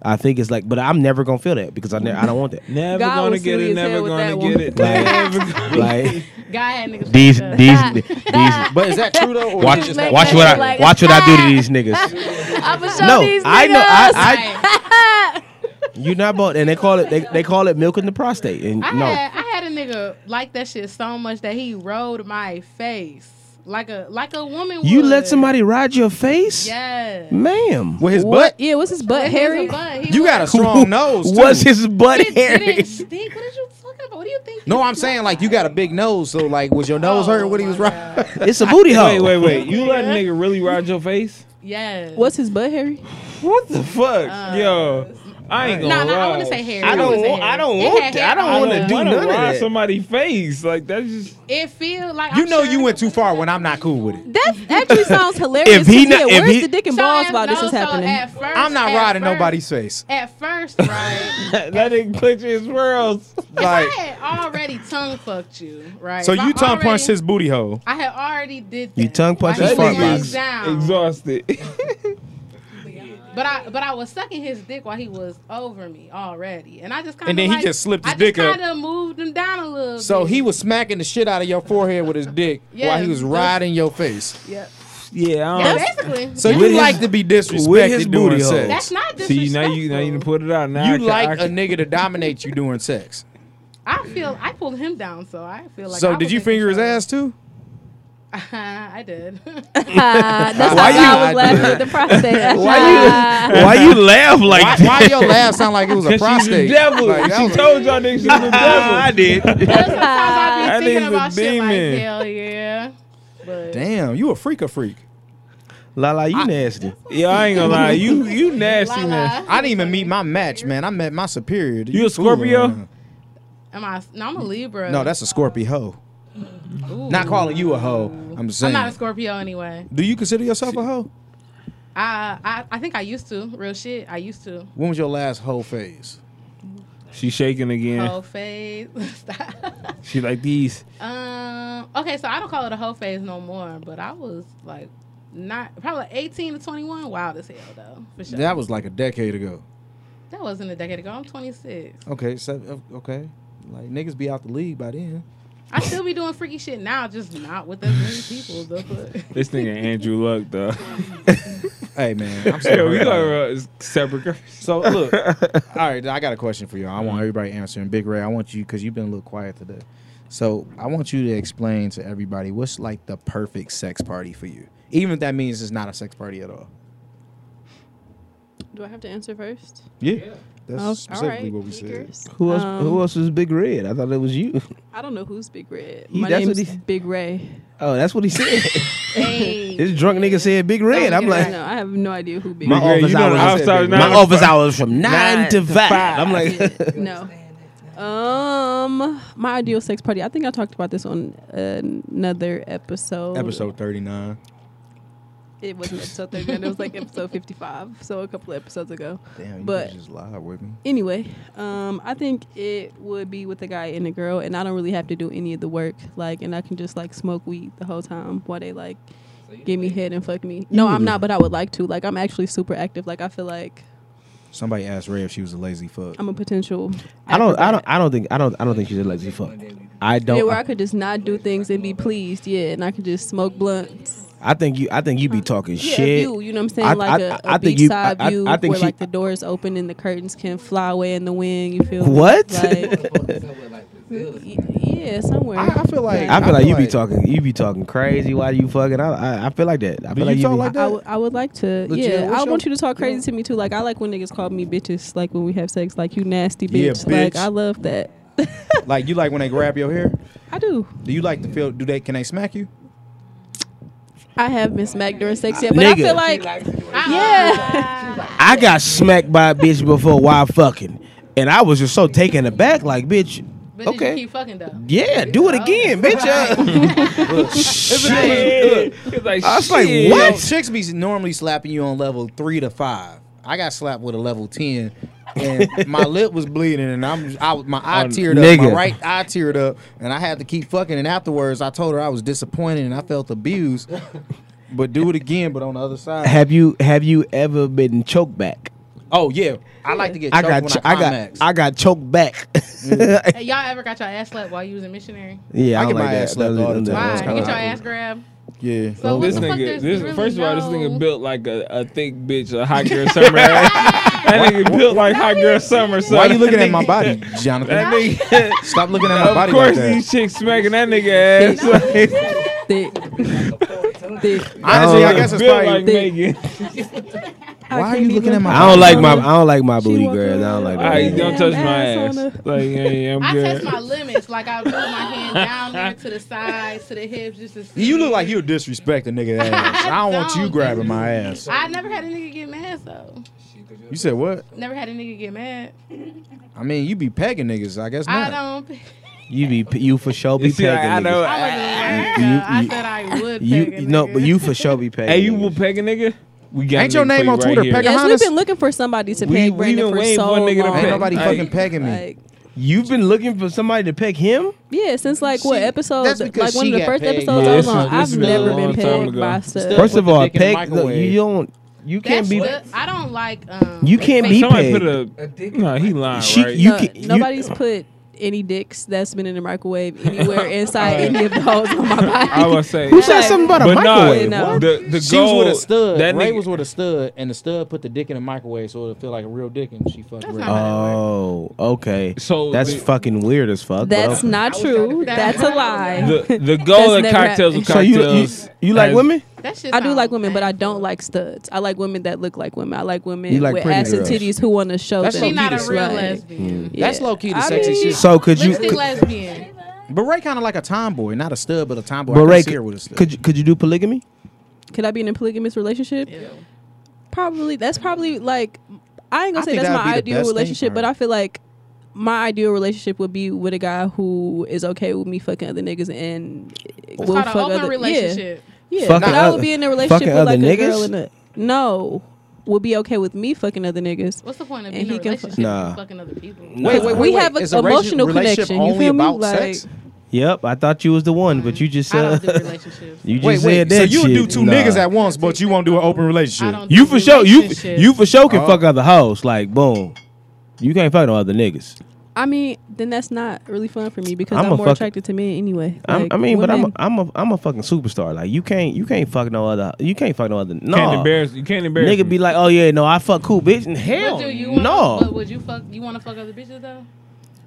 Speaker 3: I think it's like, but I'm never gonna feel that because I ne- I don't want that.
Speaker 4: Never
Speaker 6: God
Speaker 4: gonna
Speaker 6: was
Speaker 4: get
Speaker 6: silly
Speaker 4: it.
Speaker 6: as
Speaker 4: Never
Speaker 6: hell with
Speaker 4: gonna get
Speaker 6: that one.
Speaker 4: it.
Speaker 3: (laughs) Like-
Speaker 4: Never gonna-
Speaker 3: Like
Speaker 5: Guy had niggas.
Speaker 3: these
Speaker 5: fucked up.
Speaker 3: these these.
Speaker 1: but is that true though? Or
Speaker 3: Watch
Speaker 1: is it just
Speaker 3: watch what I watch what I do to these niggas.
Speaker 6: I'ma show
Speaker 3: no,
Speaker 6: these
Speaker 3: I know. I,
Speaker 6: niggas.
Speaker 3: I you're not both, and they call it they, they call it milking the prostate. And
Speaker 5: I
Speaker 3: no,
Speaker 5: had I had a nigga like that shit so much that he rode my face like a like a woman.
Speaker 3: you
Speaker 5: would.
Speaker 3: let somebody ride your face,
Speaker 5: Yes.
Speaker 3: ma'am.
Speaker 1: with his
Speaker 6: What?
Speaker 1: butt?
Speaker 6: Yeah, what's his butt,
Speaker 5: It was a
Speaker 6: Harry?
Speaker 5: butt. He
Speaker 1: You
Speaker 5: was-
Speaker 1: got a strong nose. Too.
Speaker 3: What's his butt
Speaker 5: (laughs) It
Speaker 3: hair?
Speaker 5: didn't stink. What are you talking about? What do you think?
Speaker 1: No,
Speaker 5: it
Speaker 1: I'm saying like you got a big nose. So like, was your nose
Speaker 5: Oh,
Speaker 1: hurt when he was
Speaker 5: my
Speaker 1: riding?
Speaker 3: It's a (laughs) booty hole.
Speaker 4: Wait, wait, wait. You let a nigga really ride your face?
Speaker 5: Yes.
Speaker 6: What's his butt, Harry?
Speaker 4: What the fuck? Yo, I ain't
Speaker 5: no?
Speaker 4: gonna
Speaker 5: No, I want
Speaker 4: lie.
Speaker 5: to say hair.
Speaker 3: I
Speaker 5: wanna
Speaker 3: don't
Speaker 5: say
Speaker 3: want.
Speaker 5: hair.
Speaker 3: I don't
Speaker 5: It
Speaker 3: want.
Speaker 5: had
Speaker 3: That. I
Speaker 5: hair
Speaker 3: don't
Speaker 5: all
Speaker 3: want
Speaker 5: over.
Speaker 3: to do
Speaker 4: wanna
Speaker 3: none of
Speaker 4: ride
Speaker 3: that.
Speaker 4: somebody's face. Like that's just (laughs)
Speaker 5: It feel like
Speaker 1: (laughs) You
Speaker 5: I'm
Speaker 1: know
Speaker 5: sure-
Speaker 1: you went too far when I'm not cool with it.
Speaker 6: That
Speaker 3: (laughs)
Speaker 6: actually sounds hilarious.
Speaker 3: If he
Speaker 6: 'cause,
Speaker 3: not-
Speaker 6: yeah,
Speaker 3: if
Speaker 6: where's
Speaker 3: he-
Speaker 6: the dick and
Speaker 5: So
Speaker 6: balls
Speaker 5: at-
Speaker 6: while this
Speaker 5: no,
Speaker 6: is
Speaker 5: so
Speaker 6: happening?
Speaker 5: at first-
Speaker 1: I'm not
Speaker 5: at
Speaker 1: riding
Speaker 5: first-
Speaker 1: nobody's face.
Speaker 5: At first, right?
Speaker 4: that nigga clutch his worlds.
Speaker 1: (laughs) Like,
Speaker 5: I had already tongue fucked you, right?
Speaker 1: so
Speaker 5: If
Speaker 1: you
Speaker 5: I
Speaker 1: tongue punched
Speaker 5: already-
Speaker 1: his booty hole.
Speaker 5: I had already did. That.
Speaker 3: You tongue punched
Speaker 5: Like,
Speaker 3: his
Speaker 5: he
Speaker 3: fart
Speaker 5: laid
Speaker 3: box.
Speaker 5: down.
Speaker 4: Exhausted. (laughs)
Speaker 5: But I but I was sucking his dick while he was over me already, and I just kind of
Speaker 1: And then he
Speaker 5: like,
Speaker 1: just slipped his
Speaker 5: I
Speaker 1: dick up.
Speaker 5: Kind of moved him down a little.
Speaker 1: So
Speaker 5: bit.
Speaker 1: he was smacking the shit out of your forehead with his dick while
Speaker 5: Yeah,
Speaker 1: he was
Speaker 5: that's-
Speaker 1: riding your face.
Speaker 4: yeah, I
Speaker 5: yeah,
Speaker 4: don't.
Speaker 5: basically.
Speaker 1: So
Speaker 5: that's,
Speaker 1: you like to be
Speaker 3: with his
Speaker 1: disrespected during
Speaker 3: booty hole.
Speaker 1: sex.
Speaker 5: that's not disrespectful.
Speaker 4: (laughs) See now you now you done put it out. Now I
Speaker 1: you
Speaker 4: can- I
Speaker 1: like a
Speaker 4: can-
Speaker 1: nigga to dominate you during sex.
Speaker 5: I feel I pulled him down, so I feel like.
Speaker 1: so
Speaker 5: I
Speaker 1: did
Speaker 5: was
Speaker 1: you
Speaker 5: in
Speaker 1: finger his
Speaker 5: control.
Speaker 1: ass too?
Speaker 5: (laughs) I did.
Speaker 6: Ah, that's
Speaker 1: Why
Speaker 6: why,
Speaker 1: you-
Speaker 6: I was
Speaker 3: (laughs)
Speaker 6: laughing at the prostate. Ah.
Speaker 3: Why you laugh like
Speaker 1: Why,
Speaker 3: that?
Speaker 1: why your laugh sound like it was a
Speaker 4: She's the
Speaker 1: prostate?
Speaker 4: devil.
Speaker 1: Like, that
Speaker 4: she
Speaker 1: was-
Speaker 4: told y'all
Speaker 3: (laughs)
Speaker 4: niggas she's the devil.
Speaker 3: I did.
Speaker 5: Sometimes I
Speaker 4: That
Speaker 5: be thinking
Speaker 4: nigga's a
Speaker 5: about shit
Speaker 4: demon.
Speaker 5: like hell yeah. But
Speaker 1: damn, you a freak of freak.
Speaker 3: La la, you nasty.
Speaker 4: (laughs) Yeah, I ain't gonna lie. You you nasty
Speaker 5: la,
Speaker 4: man.
Speaker 5: la.
Speaker 1: I didn't even meet my match, man. I met my superior.
Speaker 4: You a
Speaker 1: fooling
Speaker 4: Scorpio?
Speaker 1: right now.
Speaker 5: am I? No, I'm a Libra.
Speaker 1: No, that's a Scorpio hoe.
Speaker 5: Ooh.
Speaker 1: Not calling you a hoe. I'm
Speaker 5: I'm
Speaker 1: saying.
Speaker 5: not a Scorpio anyway.
Speaker 1: Do you consider yourself a hoe?
Speaker 5: I, I I think I used to. Real shit. I used to.
Speaker 1: When was your last hoe phase?
Speaker 4: She shaking again.
Speaker 5: Whole phase. Stop.
Speaker 4: She like these.
Speaker 5: (laughs) um. Okay, so I don't call it a whole phase no more. But I was like, not probably 18 to 21. Wild as hell though. For sure.
Speaker 1: That was like a decade ago.
Speaker 5: That wasn't a decade ago. I'm 26.
Speaker 1: Okay, so uh, okay, like niggas be out the league by then.
Speaker 5: I still be doing freaky shit now, just not with as many people. The
Speaker 6: (laughs)
Speaker 5: fuck.
Speaker 4: This nigga Andrew Luck though.
Speaker 1: Hey man, (laughs) I'm
Speaker 4: yeah,
Speaker 3: Oh,
Speaker 1: sorry.
Speaker 4: we are uh, separate. girls.
Speaker 1: So look, all right, I got a question for you. I want everybody answering. Big Ray, I want you because you've been a little quiet today. So I want you to explain to everybody what's like the perfect sex party for you, even if that means it's not a sex party at all.
Speaker 6: Do I have to answer first?
Speaker 1: Yeah, that's
Speaker 6: Oh, all
Speaker 1: specifically
Speaker 6: right.
Speaker 1: what we
Speaker 6: You
Speaker 1: said.
Speaker 6: curious?
Speaker 3: Who else?
Speaker 6: Um,
Speaker 3: who else was Big Red? I thought it was you. (laughs)
Speaker 6: I don't know who's Big Red.
Speaker 3: He-
Speaker 6: My
Speaker 3: that's what
Speaker 6: name's
Speaker 3: he-
Speaker 6: Big Ray.
Speaker 3: Oh, that's what he said.
Speaker 6: (laughs)
Speaker 5: Hey.
Speaker 3: this drunk nigga said Big Red.
Speaker 5: Yeah.
Speaker 3: I'm
Speaker 6: I
Speaker 3: like,
Speaker 6: don't know. I have no idea who Big
Speaker 3: my
Speaker 4: Big Red,
Speaker 3: office
Speaker 4: you know the
Speaker 3: hours.
Speaker 4: outside
Speaker 3: My
Speaker 1: (laughs)
Speaker 4: nine to
Speaker 3: office
Speaker 4: five.
Speaker 3: hours from nine to five. I'm like,
Speaker 6: Red
Speaker 3: (laughs)
Speaker 6: is. (laughs) no. Um, my ideal sex party. I think I talked about this on another episode.
Speaker 1: Episode thirty nine.
Speaker 6: It wasn't episode 39. it was like episode 55. So a couple of episodes ago.
Speaker 1: Damn, you
Speaker 6: But-
Speaker 1: just lied with me.
Speaker 6: Anyway, um, I think it would be with a guy and a girl, and I don't really have to do any of the work. Like, and I can just like smoke weed the whole time while they like give me head and fuck me. No, I'm not, but I would like to. Like, I'm actually super active. Like, I feel like
Speaker 1: Somebody asked Ray if she was a lazy fuck.
Speaker 6: I'm a potential.
Speaker 3: I don't, I don't, I don't think, I don't, I don't think she's a lazy fuck. I don't.
Speaker 6: yeah, where I could just not do things and be pleased. Yeah, and I could just smoke blunts.
Speaker 3: I think you, I think you be talking
Speaker 6: Yeah,
Speaker 3: shit.
Speaker 6: a view. You know what I'm saying?
Speaker 3: I-
Speaker 6: like
Speaker 3: I-
Speaker 6: a
Speaker 3: I-
Speaker 6: a
Speaker 3: I think
Speaker 6: beachside
Speaker 3: you- I- I-
Speaker 6: view
Speaker 3: I think
Speaker 6: where
Speaker 3: she-
Speaker 6: like the doors open and the curtains can fly away in the wind. You feel me?
Speaker 3: What?
Speaker 4: (laughs)
Speaker 6: Like,
Speaker 13: like Brazil.
Speaker 6: y- yeah, somewhere.
Speaker 1: I, I feel like
Speaker 3: I feel like you be
Speaker 1: talking.
Speaker 3: talking, you be talking crazy. Why you fucking? I, I, I feel like that. I feel
Speaker 1: you
Speaker 3: like you
Speaker 1: talk
Speaker 3: be,
Speaker 1: like
Speaker 6: I, w- I would like to.
Speaker 1: Legit,
Speaker 6: yeah,
Speaker 1: what's
Speaker 6: I want
Speaker 1: your-
Speaker 6: you to talk crazy to me too. Like I like when niggas call me bitches. Like when we have sex, like you nasty bitch.
Speaker 1: Yeah,
Speaker 6: Like
Speaker 1: bitch.
Speaker 6: I love that.
Speaker 1: Like you like when they grab your hair?
Speaker 6: I do.
Speaker 1: Do you like to feel? Do they? Can they smack you?
Speaker 6: I have been smacked during sex yet, but I
Speaker 3: Nigga.
Speaker 6: feel like yeah.
Speaker 3: I got smacked by a bitch before while fucking, and I was just so taken aback. Like, bitch,
Speaker 5: But did
Speaker 3: Okay.
Speaker 5: you keep fucking though?
Speaker 3: yeah, do it again, bitch. (laughs) Uh,
Speaker 6: (laughs)
Speaker 4: Shit. It's like,
Speaker 3: I was like,
Speaker 4: shit.
Speaker 3: what?
Speaker 1: Yo, chicks be normally slapping you on level three to five. I got slapped with a level ten, and my lip was bleeding, and I'm I, was- my eye
Speaker 4: Oh,
Speaker 1: teared up,
Speaker 3: nigga.
Speaker 1: my right eye teared up, and I had to keep fucking. And afterwards, I told her I was disappointed and I felt abused. But do it again, but on the other side.
Speaker 3: have you have you ever been choked back?
Speaker 1: oh yeah, I like to get
Speaker 3: I
Speaker 1: choked
Speaker 3: got,
Speaker 1: when
Speaker 3: ch-
Speaker 1: I
Speaker 3: I
Speaker 1: climax.
Speaker 3: got, I got choked back. (laughs)
Speaker 5: Hey, y'all ever got your ass slapped while you was a missionary?
Speaker 3: Mm-hmm. yeah,
Speaker 1: I
Speaker 3: I, don't
Speaker 1: get
Speaker 3: like
Speaker 1: my
Speaker 3: that.
Speaker 1: ass slapped
Speaker 3: That was-
Speaker 1: all the
Speaker 3: that
Speaker 5: Why?
Speaker 1: time.
Speaker 3: was
Speaker 5: Get
Speaker 3: kinda
Speaker 5: your
Speaker 1: awkward.
Speaker 5: ass grabbed.
Speaker 1: yeah.
Speaker 5: So what
Speaker 4: this
Speaker 5: the fuck
Speaker 4: nigga,
Speaker 5: there's
Speaker 4: this,
Speaker 5: really
Speaker 4: first of all, this
Speaker 5: no-
Speaker 4: nigga built like a, a thick bitch, a hot girl summer. that nigga built like hot girl summer. So
Speaker 1: Why you looking
Speaker 4: that
Speaker 1: at my
Speaker 4: nigga-
Speaker 1: (laughs) body,
Speaker 4: That
Speaker 1: Jonathan?
Speaker 4: (laughs) nigga,
Speaker 1: Stop looking at my
Speaker 4: of
Speaker 1: body
Speaker 4: course,
Speaker 1: like that.
Speaker 4: these chicks smacking that nigga ass. Like,
Speaker 6: Thick, (laughs) thick.
Speaker 1: Honestly, I
Speaker 3: Oh.
Speaker 1: guess it's
Speaker 4: built
Speaker 1: probably
Speaker 4: like Megan.
Speaker 1: Why are you looking at my?
Speaker 3: I don't like my,
Speaker 6: She
Speaker 3: I don't like my booty,
Speaker 6: walking
Speaker 3: girl. I don't like
Speaker 6: around.
Speaker 4: All right,
Speaker 3: that.
Speaker 4: don't
Speaker 6: Yeah,
Speaker 4: touch my ass.
Speaker 6: ass on
Speaker 4: Like, yeah, yeah, I'm
Speaker 5: I
Speaker 4: good.
Speaker 5: test my limits. Like I move my
Speaker 3: (laughs)
Speaker 5: hand down there to the sides, to the hips, just to. see.
Speaker 1: You look like you disrespect a nigga ass. I don't want you
Speaker 5: Don't.
Speaker 1: grabbing my ass.
Speaker 5: I never had a nigga get mad though.
Speaker 1: You said what?
Speaker 5: Never had a nigga get mad.
Speaker 1: I mean, you be pegging niggas. I guess
Speaker 5: I
Speaker 1: not.
Speaker 5: don't.
Speaker 3: You be, you for sure be
Speaker 4: You see,
Speaker 3: pegging.
Speaker 4: I, I know.
Speaker 3: niggas.
Speaker 5: I was a
Speaker 3: You-
Speaker 5: girl. I
Speaker 3: you-
Speaker 5: said I would.
Speaker 3: You,
Speaker 5: peg a
Speaker 3: no,
Speaker 5: nigga.
Speaker 3: but you for sure be pegging.
Speaker 4: Hey, you will
Speaker 3: niggas.
Speaker 4: peg a nigga? We got
Speaker 1: Ain't
Speaker 4: a
Speaker 1: your
Speaker 4: nigga
Speaker 1: name
Speaker 4: for you
Speaker 1: on
Speaker 4: right
Speaker 1: Twitter,
Speaker 4: here.
Speaker 1: peg
Speaker 6: Yes,
Speaker 1: Johannes-
Speaker 6: we've been looking for somebody to
Speaker 4: We-
Speaker 6: peg
Speaker 4: we
Speaker 6: Brandon
Speaker 4: been
Speaker 6: for
Speaker 4: waiting
Speaker 6: so
Speaker 4: for a nigga to
Speaker 6: long.
Speaker 1: Ain't nobody
Speaker 4: Hey.
Speaker 1: fucking pegging me.
Speaker 6: Like,
Speaker 3: You've been looking for somebody to peg him.
Speaker 6: yeah, since like what
Speaker 1: She-
Speaker 6: episode?
Speaker 1: that's
Speaker 6: Like
Speaker 1: because
Speaker 6: one of
Speaker 1: she
Speaker 6: the
Speaker 1: got
Speaker 6: first
Speaker 1: pegged.
Speaker 6: episodes
Speaker 4: Yeah,
Speaker 6: I was
Speaker 4: this
Speaker 6: on.
Speaker 4: is- this
Speaker 6: I've
Speaker 4: has been a
Speaker 6: never
Speaker 4: long
Speaker 6: been
Speaker 4: time
Speaker 6: pegged
Speaker 4: ago.
Speaker 6: by stuff.
Speaker 3: First of
Speaker 1: put the
Speaker 3: all,
Speaker 1: dick in the
Speaker 3: peg. Look,
Speaker 1: microwave.
Speaker 3: you don't. You can't
Speaker 5: That's
Speaker 3: be.
Speaker 5: good. I don't like. Um,
Speaker 3: You can't be
Speaker 4: Somebody
Speaker 3: pegged.
Speaker 4: put a.
Speaker 13: A dick
Speaker 4: No, he lying,
Speaker 3: She-
Speaker 4: right?
Speaker 3: you
Speaker 6: No,
Speaker 3: can- you-
Speaker 6: nobody's put any dicks that's been in the microwave anywhere inside any of the holes on my body.
Speaker 4: I was saying.
Speaker 3: Who said something about a
Speaker 4: But
Speaker 3: microwave?
Speaker 6: no.
Speaker 4: nah,
Speaker 6: What?
Speaker 4: the, the
Speaker 1: She
Speaker 4: goal,
Speaker 1: was with a stud.
Speaker 4: That
Speaker 1: Ray
Speaker 4: nigga,
Speaker 1: was with a stud, and the stud put the dick in the microwave so it'll feel like a real dick, and she fucked
Speaker 5: That's
Speaker 1: Ray.
Speaker 5: not-
Speaker 3: Oh, okay.
Speaker 4: So
Speaker 3: That's
Speaker 4: the-
Speaker 3: fucking weird as fuck. but
Speaker 6: That's
Speaker 3: okay.
Speaker 6: not true. That's a lie.
Speaker 4: the
Speaker 1: (laughs)
Speaker 4: the goal of
Speaker 6: never
Speaker 4: cocktails with
Speaker 6: happened.
Speaker 3: So you you,
Speaker 4: cocktails.
Speaker 3: you like
Speaker 4: has-
Speaker 3: women?
Speaker 5: That shit
Speaker 6: I do like
Speaker 5: sounds
Speaker 6: women, but I don't
Speaker 5: painful.
Speaker 6: like studs. I like women that look like women. I like women
Speaker 3: You like
Speaker 6: with
Speaker 3: pretty
Speaker 6: ass and
Speaker 3: girls.
Speaker 6: titties who want to show
Speaker 1: That's
Speaker 6: them.
Speaker 5: She not a real
Speaker 6: Right.
Speaker 5: lesbian.
Speaker 6: Yeah.
Speaker 1: That's low key the
Speaker 6: I
Speaker 1: sexy
Speaker 6: mean-
Speaker 1: shit.
Speaker 3: So could Mm. you?
Speaker 5: Lipstick
Speaker 3: Could,
Speaker 5: lesbian.
Speaker 1: but Ray kind of like a tomboy, not a stud, but a tomboy.
Speaker 3: but
Speaker 1: I
Speaker 3: Ray,
Speaker 1: can see her with a
Speaker 3: could,
Speaker 1: stud.
Speaker 3: could you could you do polygamy?
Speaker 6: Could I be in a polygamous relationship? Probably. That's probably like I ain't
Speaker 1: I
Speaker 6: gonna say
Speaker 1: think
Speaker 6: that's
Speaker 1: that'd be
Speaker 6: my
Speaker 1: the best
Speaker 6: ideal
Speaker 1: thing
Speaker 6: relationship,
Speaker 1: for
Speaker 6: but
Speaker 1: her.
Speaker 6: I feel like my ideal relationship would be with a guy who is okay with me fucking other niggas and
Speaker 5: It's
Speaker 6: will
Speaker 5: called
Speaker 6: fuck
Speaker 5: an open
Speaker 6: other
Speaker 5: relationship.
Speaker 6: Yeah, yeah.
Speaker 3: Fucking
Speaker 6: but I
Speaker 3: oth-
Speaker 6: would be in a relationship
Speaker 3: fucking
Speaker 6: with like a
Speaker 3: other
Speaker 6: girl
Speaker 3: niggas?
Speaker 6: in a no. Would be okay with me fucking other niggas.
Speaker 5: What's the point of being
Speaker 6: And
Speaker 5: in a
Speaker 6: he can fu-
Speaker 5: relationship if
Speaker 3: Nah.
Speaker 5: you fucking other people?
Speaker 1: wait, wait, wait,
Speaker 6: we
Speaker 1: wait.
Speaker 6: have a
Speaker 1: Is a
Speaker 6: emotional
Speaker 1: relationship
Speaker 6: connection. You
Speaker 1: only
Speaker 6: feel me?
Speaker 1: about
Speaker 6: Like,
Speaker 1: sex?
Speaker 3: Yep, I thought you was the one, but you just
Speaker 5: I
Speaker 3: uh,
Speaker 5: don't do relationships.
Speaker 3: (laughs) you just
Speaker 1: Wait,
Speaker 3: said
Speaker 1: wait. So
Speaker 3: that
Speaker 1: you would do
Speaker 3: shit.
Speaker 1: two
Speaker 3: Nah.
Speaker 1: niggas at once, but you won't do an open
Speaker 5: I
Speaker 1: relationship.
Speaker 5: don't
Speaker 3: You
Speaker 5: do
Speaker 3: for sure, you
Speaker 5: relationships.
Speaker 3: you for sure can
Speaker 1: Oh.
Speaker 3: fuck other hoes. Like boom, You can't fuck no other niggas.
Speaker 6: I mean, then that's not really fun for me because
Speaker 3: I'm
Speaker 6: I'm,
Speaker 3: a
Speaker 6: more
Speaker 3: fucking-
Speaker 6: attracted to men anyway.
Speaker 3: I'm,
Speaker 6: Like,
Speaker 3: I mean, but I'm a,
Speaker 6: women-
Speaker 3: I'm a I'm a fucking superstar. Like you can't you can't fuck no other you can't fuck no other no
Speaker 4: Can't embarrass you. Can't embarrass.
Speaker 3: nigga
Speaker 4: me.
Speaker 3: be like oh yeah no I fuck cool bitch and hell
Speaker 5: but do you want,
Speaker 3: no
Speaker 5: But would you fuck? You want to fuck other bitches though?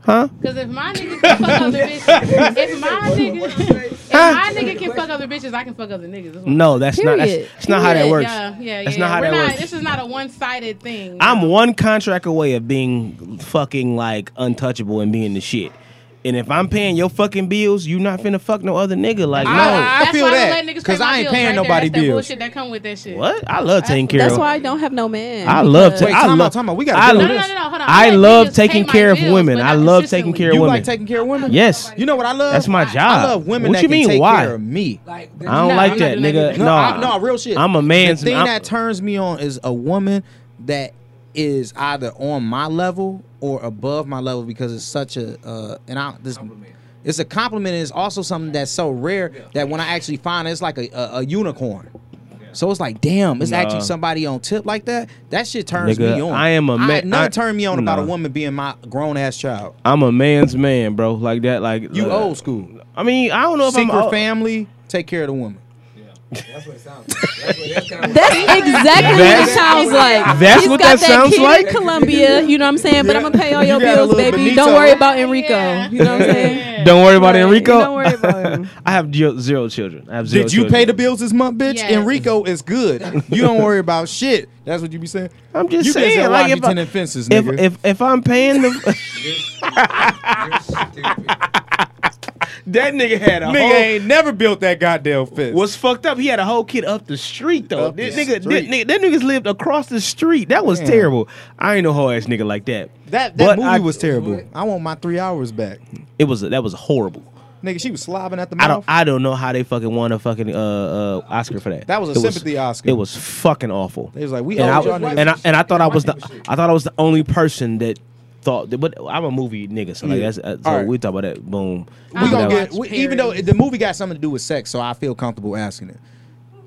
Speaker 3: huh
Speaker 5: Because if my nigga can fuck
Speaker 3: (laughs)
Speaker 5: other bitches, if my nigga, if my nigga can fuck other bitches, I can fuck other niggas. That's what-
Speaker 3: no that's not that's,
Speaker 6: Period.
Speaker 3: that's not how that
Speaker 6: Period,
Speaker 3: works.
Speaker 5: Yeah, yeah,
Speaker 3: That's
Speaker 5: yeah.
Speaker 3: not how
Speaker 5: We're
Speaker 3: that
Speaker 5: not,
Speaker 3: works.
Speaker 5: This is not a one-sided thing.
Speaker 3: I'm one contract away of being fucking like untouchable and being the shit. And if I'm paying your fucking bills, you not finna fuck no other nigga. Like
Speaker 1: I-
Speaker 3: no.
Speaker 1: I
Speaker 5: that's
Speaker 1: feel
Speaker 5: why
Speaker 1: that,
Speaker 5: don't let niggas
Speaker 1: 'cause
Speaker 5: pay my
Speaker 1: I ain't
Speaker 5: bills
Speaker 1: paying
Speaker 5: right there.
Speaker 1: nobody
Speaker 5: That's that
Speaker 1: bills.
Speaker 5: bullshit that come with that shit.
Speaker 3: What? I love taking care
Speaker 6: That's
Speaker 3: of.
Speaker 6: why I don't have no man.
Speaker 3: I love.
Speaker 6: because-
Speaker 3: ta- I
Speaker 1: time
Speaker 3: love.
Speaker 1: out, time out. We gotta
Speaker 3: I
Speaker 1: do
Speaker 3: lo-
Speaker 1: this.
Speaker 5: No, no, no, no, hold on.
Speaker 3: I
Speaker 5: I like
Speaker 3: love
Speaker 5: niggas pay
Speaker 3: taking
Speaker 5: my
Speaker 3: care of
Speaker 5: bills,
Speaker 3: women.
Speaker 5: but
Speaker 3: I
Speaker 5: not
Speaker 3: love taking care of
Speaker 1: You
Speaker 3: women.
Speaker 1: like taking care of women?
Speaker 3: yes,
Speaker 1: You know what I love?
Speaker 3: that's my job.
Speaker 1: I love women
Speaker 3: What
Speaker 1: that
Speaker 3: you
Speaker 1: can
Speaker 3: mean?
Speaker 1: take
Speaker 3: why?
Speaker 1: care of me.
Speaker 8: Like,
Speaker 3: I don't
Speaker 5: Nah,
Speaker 3: like
Speaker 5: I'm
Speaker 3: that,
Speaker 5: not doing
Speaker 3: nigga.
Speaker 5: that.
Speaker 1: No,
Speaker 3: no,
Speaker 1: I, no, real shit.
Speaker 3: I'm a man's
Speaker 1: The thing
Speaker 3: I'm-
Speaker 1: that turns me on is a woman that is either on my level or above my level because it's such a uh, and I this it's a compliment. And it's also something that's so rare that when I actually find it, it's like a, a, a unicorn. So it's like, damn, it's actually somebody on tip like that. That shit turns
Speaker 3: Nigga,
Speaker 1: me on.
Speaker 3: I am a
Speaker 1: I-
Speaker 3: man-
Speaker 1: Nothing
Speaker 3: I-
Speaker 1: turned me on about a
Speaker 3: no.
Speaker 1: woman being my grown ass child.
Speaker 3: I'm a man's man, bro. Like that. Like
Speaker 1: You
Speaker 3: uh,
Speaker 1: old school.
Speaker 3: I mean, I don't know if
Speaker 1: Secret
Speaker 3: I'm old-
Speaker 1: family, take care of the woman.
Speaker 10: That's what it sounds like. That's what that's kind of
Speaker 6: That's exactly what
Speaker 3: That's-
Speaker 6: it sounds like.
Speaker 3: that's
Speaker 6: He's
Speaker 3: what
Speaker 6: got
Speaker 3: that sounds
Speaker 6: kid in
Speaker 3: like?
Speaker 6: Columbia, you know what I'm saying? But I'm gonna pay all your
Speaker 1: got a
Speaker 6: bills,
Speaker 1: little
Speaker 6: baby.
Speaker 1: Benito.
Speaker 6: Don't worry about Enrico.
Speaker 5: Yeah.
Speaker 6: You know what I'm
Speaker 5: (laughs)
Speaker 6: saying?
Speaker 5: Yeah.
Speaker 3: Don't worry about
Speaker 6: Right,
Speaker 3: Enrico.
Speaker 6: Don't worry about him.
Speaker 3: (laughs) I have zero, zero children. I have zero.
Speaker 1: Did you
Speaker 3: children.
Speaker 1: pay the bills this month, bitch?
Speaker 5: Yes.
Speaker 1: Enrico is good. You don't worry about shit. That's what you be saying.
Speaker 3: I'm just
Speaker 1: you
Speaker 3: saying,
Speaker 1: at
Speaker 3: like, if
Speaker 1: Washington
Speaker 3: I-
Speaker 1: and fences,
Speaker 3: If,
Speaker 1: nigga.
Speaker 3: if if I'm paying the (laughs)
Speaker 10: stupid.
Speaker 3: that nigga had a
Speaker 1: nigga ain't never built that goddamn fence.
Speaker 3: was fucked up. He had a whole kid up the street though.
Speaker 1: Up
Speaker 3: This
Speaker 1: the
Speaker 3: nigga,
Speaker 1: street.
Speaker 3: That, nigga, that niggas lived across the street. That was terrible. I ain't no whole ass nigga like that.
Speaker 1: that that
Speaker 3: But
Speaker 1: movie
Speaker 3: I-
Speaker 1: was terrible. I want my three hours back,
Speaker 3: It was that was horrible.
Speaker 1: nigga. She was slobbing at the mouth.
Speaker 3: I don't I don't know how they fucking won a fucking uh, uh Oscar for that.
Speaker 1: That was a
Speaker 3: It
Speaker 1: sympathy Oscar.
Speaker 3: It was fucking awful.
Speaker 1: They was like, we
Speaker 3: and I,
Speaker 1: owed y'all niggas.
Speaker 3: and I and I thought I was the
Speaker 10: White people shit.
Speaker 3: I thought I was the only person that thought that, but I'm a movie nigga, so like
Speaker 1: Yeah.
Speaker 3: that's uh, so
Speaker 1: All right.
Speaker 3: we talk about that. Boom.
Speaker 1: we
Speaker 5: I
Speaker 1: gonna
Speaker 5: don't
Speaker 1: get
Speaker 5: watch
Speaker 1: we, even though the movie got something to do with sex, so I feel comfortable asking it.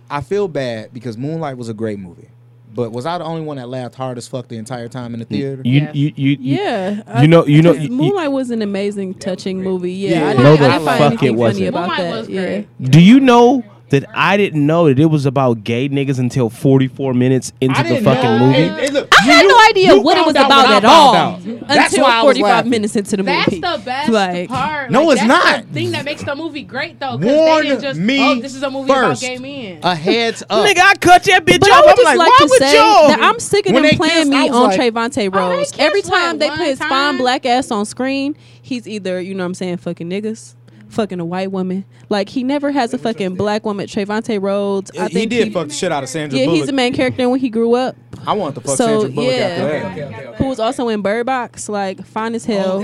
Speaker 1: I feel bad because Moonlight was a great movie, but was I the only one that laughed hard as fuck the entire time in the theater?
Speaker 3: you,
Speaker 5: Yes.
Speaker 3: you you you
Speaker 6: (laughs) Yeah,
Speaker 3: you know- you know-
Speaker 6: because
Speaker 3: you- you-
Speaker 6: Moonlight was an amazing, touching movie. Yeah,
Speaker 1: Yeah.
Speaker 6: I didn't,
Speaker 3: No,
Speaker 6: I
Speaker 3: the
Speaker 6: didn't find
Speaker 3: fuck
Speaker 6: anything
Speaker 3: it
Speaker 6: funny
Speaker 3: wasn't.
Speaker 6: about
Speaker 5: Moonlight
Speaker 6: that.
Speaker 5: was
Speaker 6: yeah.
Speaker 5: great.
Speaker 3: Do you know that I didn't know that it was about gay niggas until 44 minutes into
Speaker 1: I
Speaker 3: the
Speaker 1: didn't
Speaker 3: fucking
Speaker 1: know.
Speaker 3: movie?
Speaker 1: Hey, hey, look,
Speaker 6: I had
Speaker 1: you-
Speaker 6: no idea
Speaker 1: you
Speaker 6: what it was
Speaker 1: found out
Speaker 6: about
Speaker 1: when I
Speaker 6: at
Speaker 1: found
Speaker 6: all
Speaker 1: out. That's
Speaker 6: until
Speaker 1: why I was
Speaker 6: 45
Speaker 1: laughing.
Speaker 6: minutes into the
Speaker 5: That's
Speaker 6: movie.
Speaker 5: the best
Speaker 6: Like,
Speaker 5: part.
Speaker 1: No,
Speaker 5: Like,
Speaker 1: it's
Speaker 5: that's
Speaker 1: not.
Speaker 5: The thing that makes the movie great though, because
Speaker 1: Warn
Speaker 5: they didn't just
Speaker 1: me
Speaker 5: oh, this is a movie
Speaker 1: first. Uh,
Speaker 5: about gay men.
Speaker 1: A heads up,
Speaker 3: Nigga, I cut that bitch
Speaker 6: But
Speaker 3: off.
Speaker 6: I would
Speaker 3: I'm
Speaker 6: just
Speaker 3: like,
Speaker 6: like,
Speaker 3: why
Speaker 6: to
Speaker 3: would
Speaker 6: say
Speaker 3: y'all?
Speaker 6: that I'm sick of
Speaker 1: When
Speaker 6: them
Speaker 1: they
Speaker 6: playing
Speaker 1: kissed, I
Speaker 6: me
Speaker 1: was
Speaker 6: on
Speaker 1: like-
Speaker 6: Trayvonte Rose.
Speaker 5: kissed
Speaker 6: Every
Speaker 5: what,
Speaker 6: time they
Speaker 5: one
Speaker 6: put his fine
Speaker 5: time?
Speaker 6: black ass on screen, he's either, you know what I'm saying, fucking niggas. Fucking a white woman, like he never has a fucking black woman. Trayvonte Rhodes, I
Speaker 1: he
Speaker 6: think
Speaker 1: did
Speaker 6: he-
Speaker 1: fuck the shit out of Sandra
Speaker 6: Yeah,
Speaker 1: Bullock.
Speaker 6: he's the main character when he grew up.
Speaker 1: I want to fuck
Speaker 6: So,
Speaker 1: Sandra Bullock
Speaker 6: yeah.
Speaker 1: after that.
Speaker 10: Okay, okay, okay.
Speaker 6: who was also in Bird Box, like fine
Speaker 1: Oh,
Speaker 6: as hell.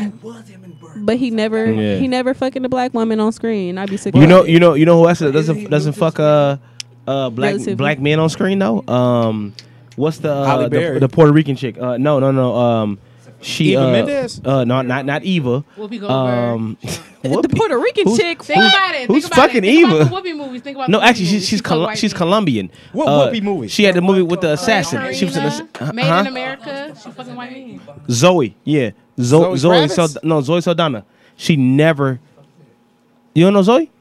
Speaker 6: But he never,
Speaker 3: Yeah.
Speaker 6: he never fucking a black woman on screen. I'd be sick.
Speaker 3: You
Speaker 6: of
Speaker 3: know,
Speaker 6: it.
Speaker 3: you know, you know who else doesn't doesn't fuck uh uh black
Speaker 6: Relatively.
Speaker 3: black men on screen though? Um, what's the
Speaker 1: Halle
Speaker 3: uh, the,
Speaker 1: Berry.
Speaker 3: the Puerto Rican chick? Uh, no, no, no. Um, she
Speaker 1: Eva
Speaker 3: uh,
Speaker 1: Mendes?
Speaker 3: uh, not not not Eva.
Speaker 5: Whoopi Goldberg.
Speaker 3: Um, (laughs)
Speaker 6: the
Speaker 3: Whoopi-
Speaker 6: Puerto Rican
Speaker 3: who's-
Speaker 6: chick.
Speaker 5: Think
Speaker 6: fuck-
Speaker 5: about it.
Speaker 3: who's
Speaker 5: Think about
Speaker 3: fucking
Speaker 5: it. Think about
Speaker 3: Eva?
Speaker 5: the Whoopi movies. Think about
Speaker 3: No,
Speaker 5: the
Speaker 3: actually,
Speaker 5: Whoopi
Speaker 3: she's
Speaker 5: movies.
Speaker 3: she's
Speaker 5: She
Speaker 3: Col-
Speaker 5: fuck
Speaker 3: she's
Speaker 5: white
Speaker 3: Colombian.
Speaker 1: What
Speaker 3: Uh,
Speaker 1: Whoopi movie?
Speaker 3: She had the movie with
Speaker 5: people.
Speaker 3: the
Speaker 5: Like
Speaker 3: assassin. She was in uh-huh. the
Speaker 5: Serena, Made in America. She fucking white men.
Speaker 3: Zoe, yeah, Zo-
Speaker 1: Zoe
Speaker 3: Zoe,
Speaker 1: Kravitz?
Speaker 3: Sald- no Zoe Saldana. She never. You don't know Zoe?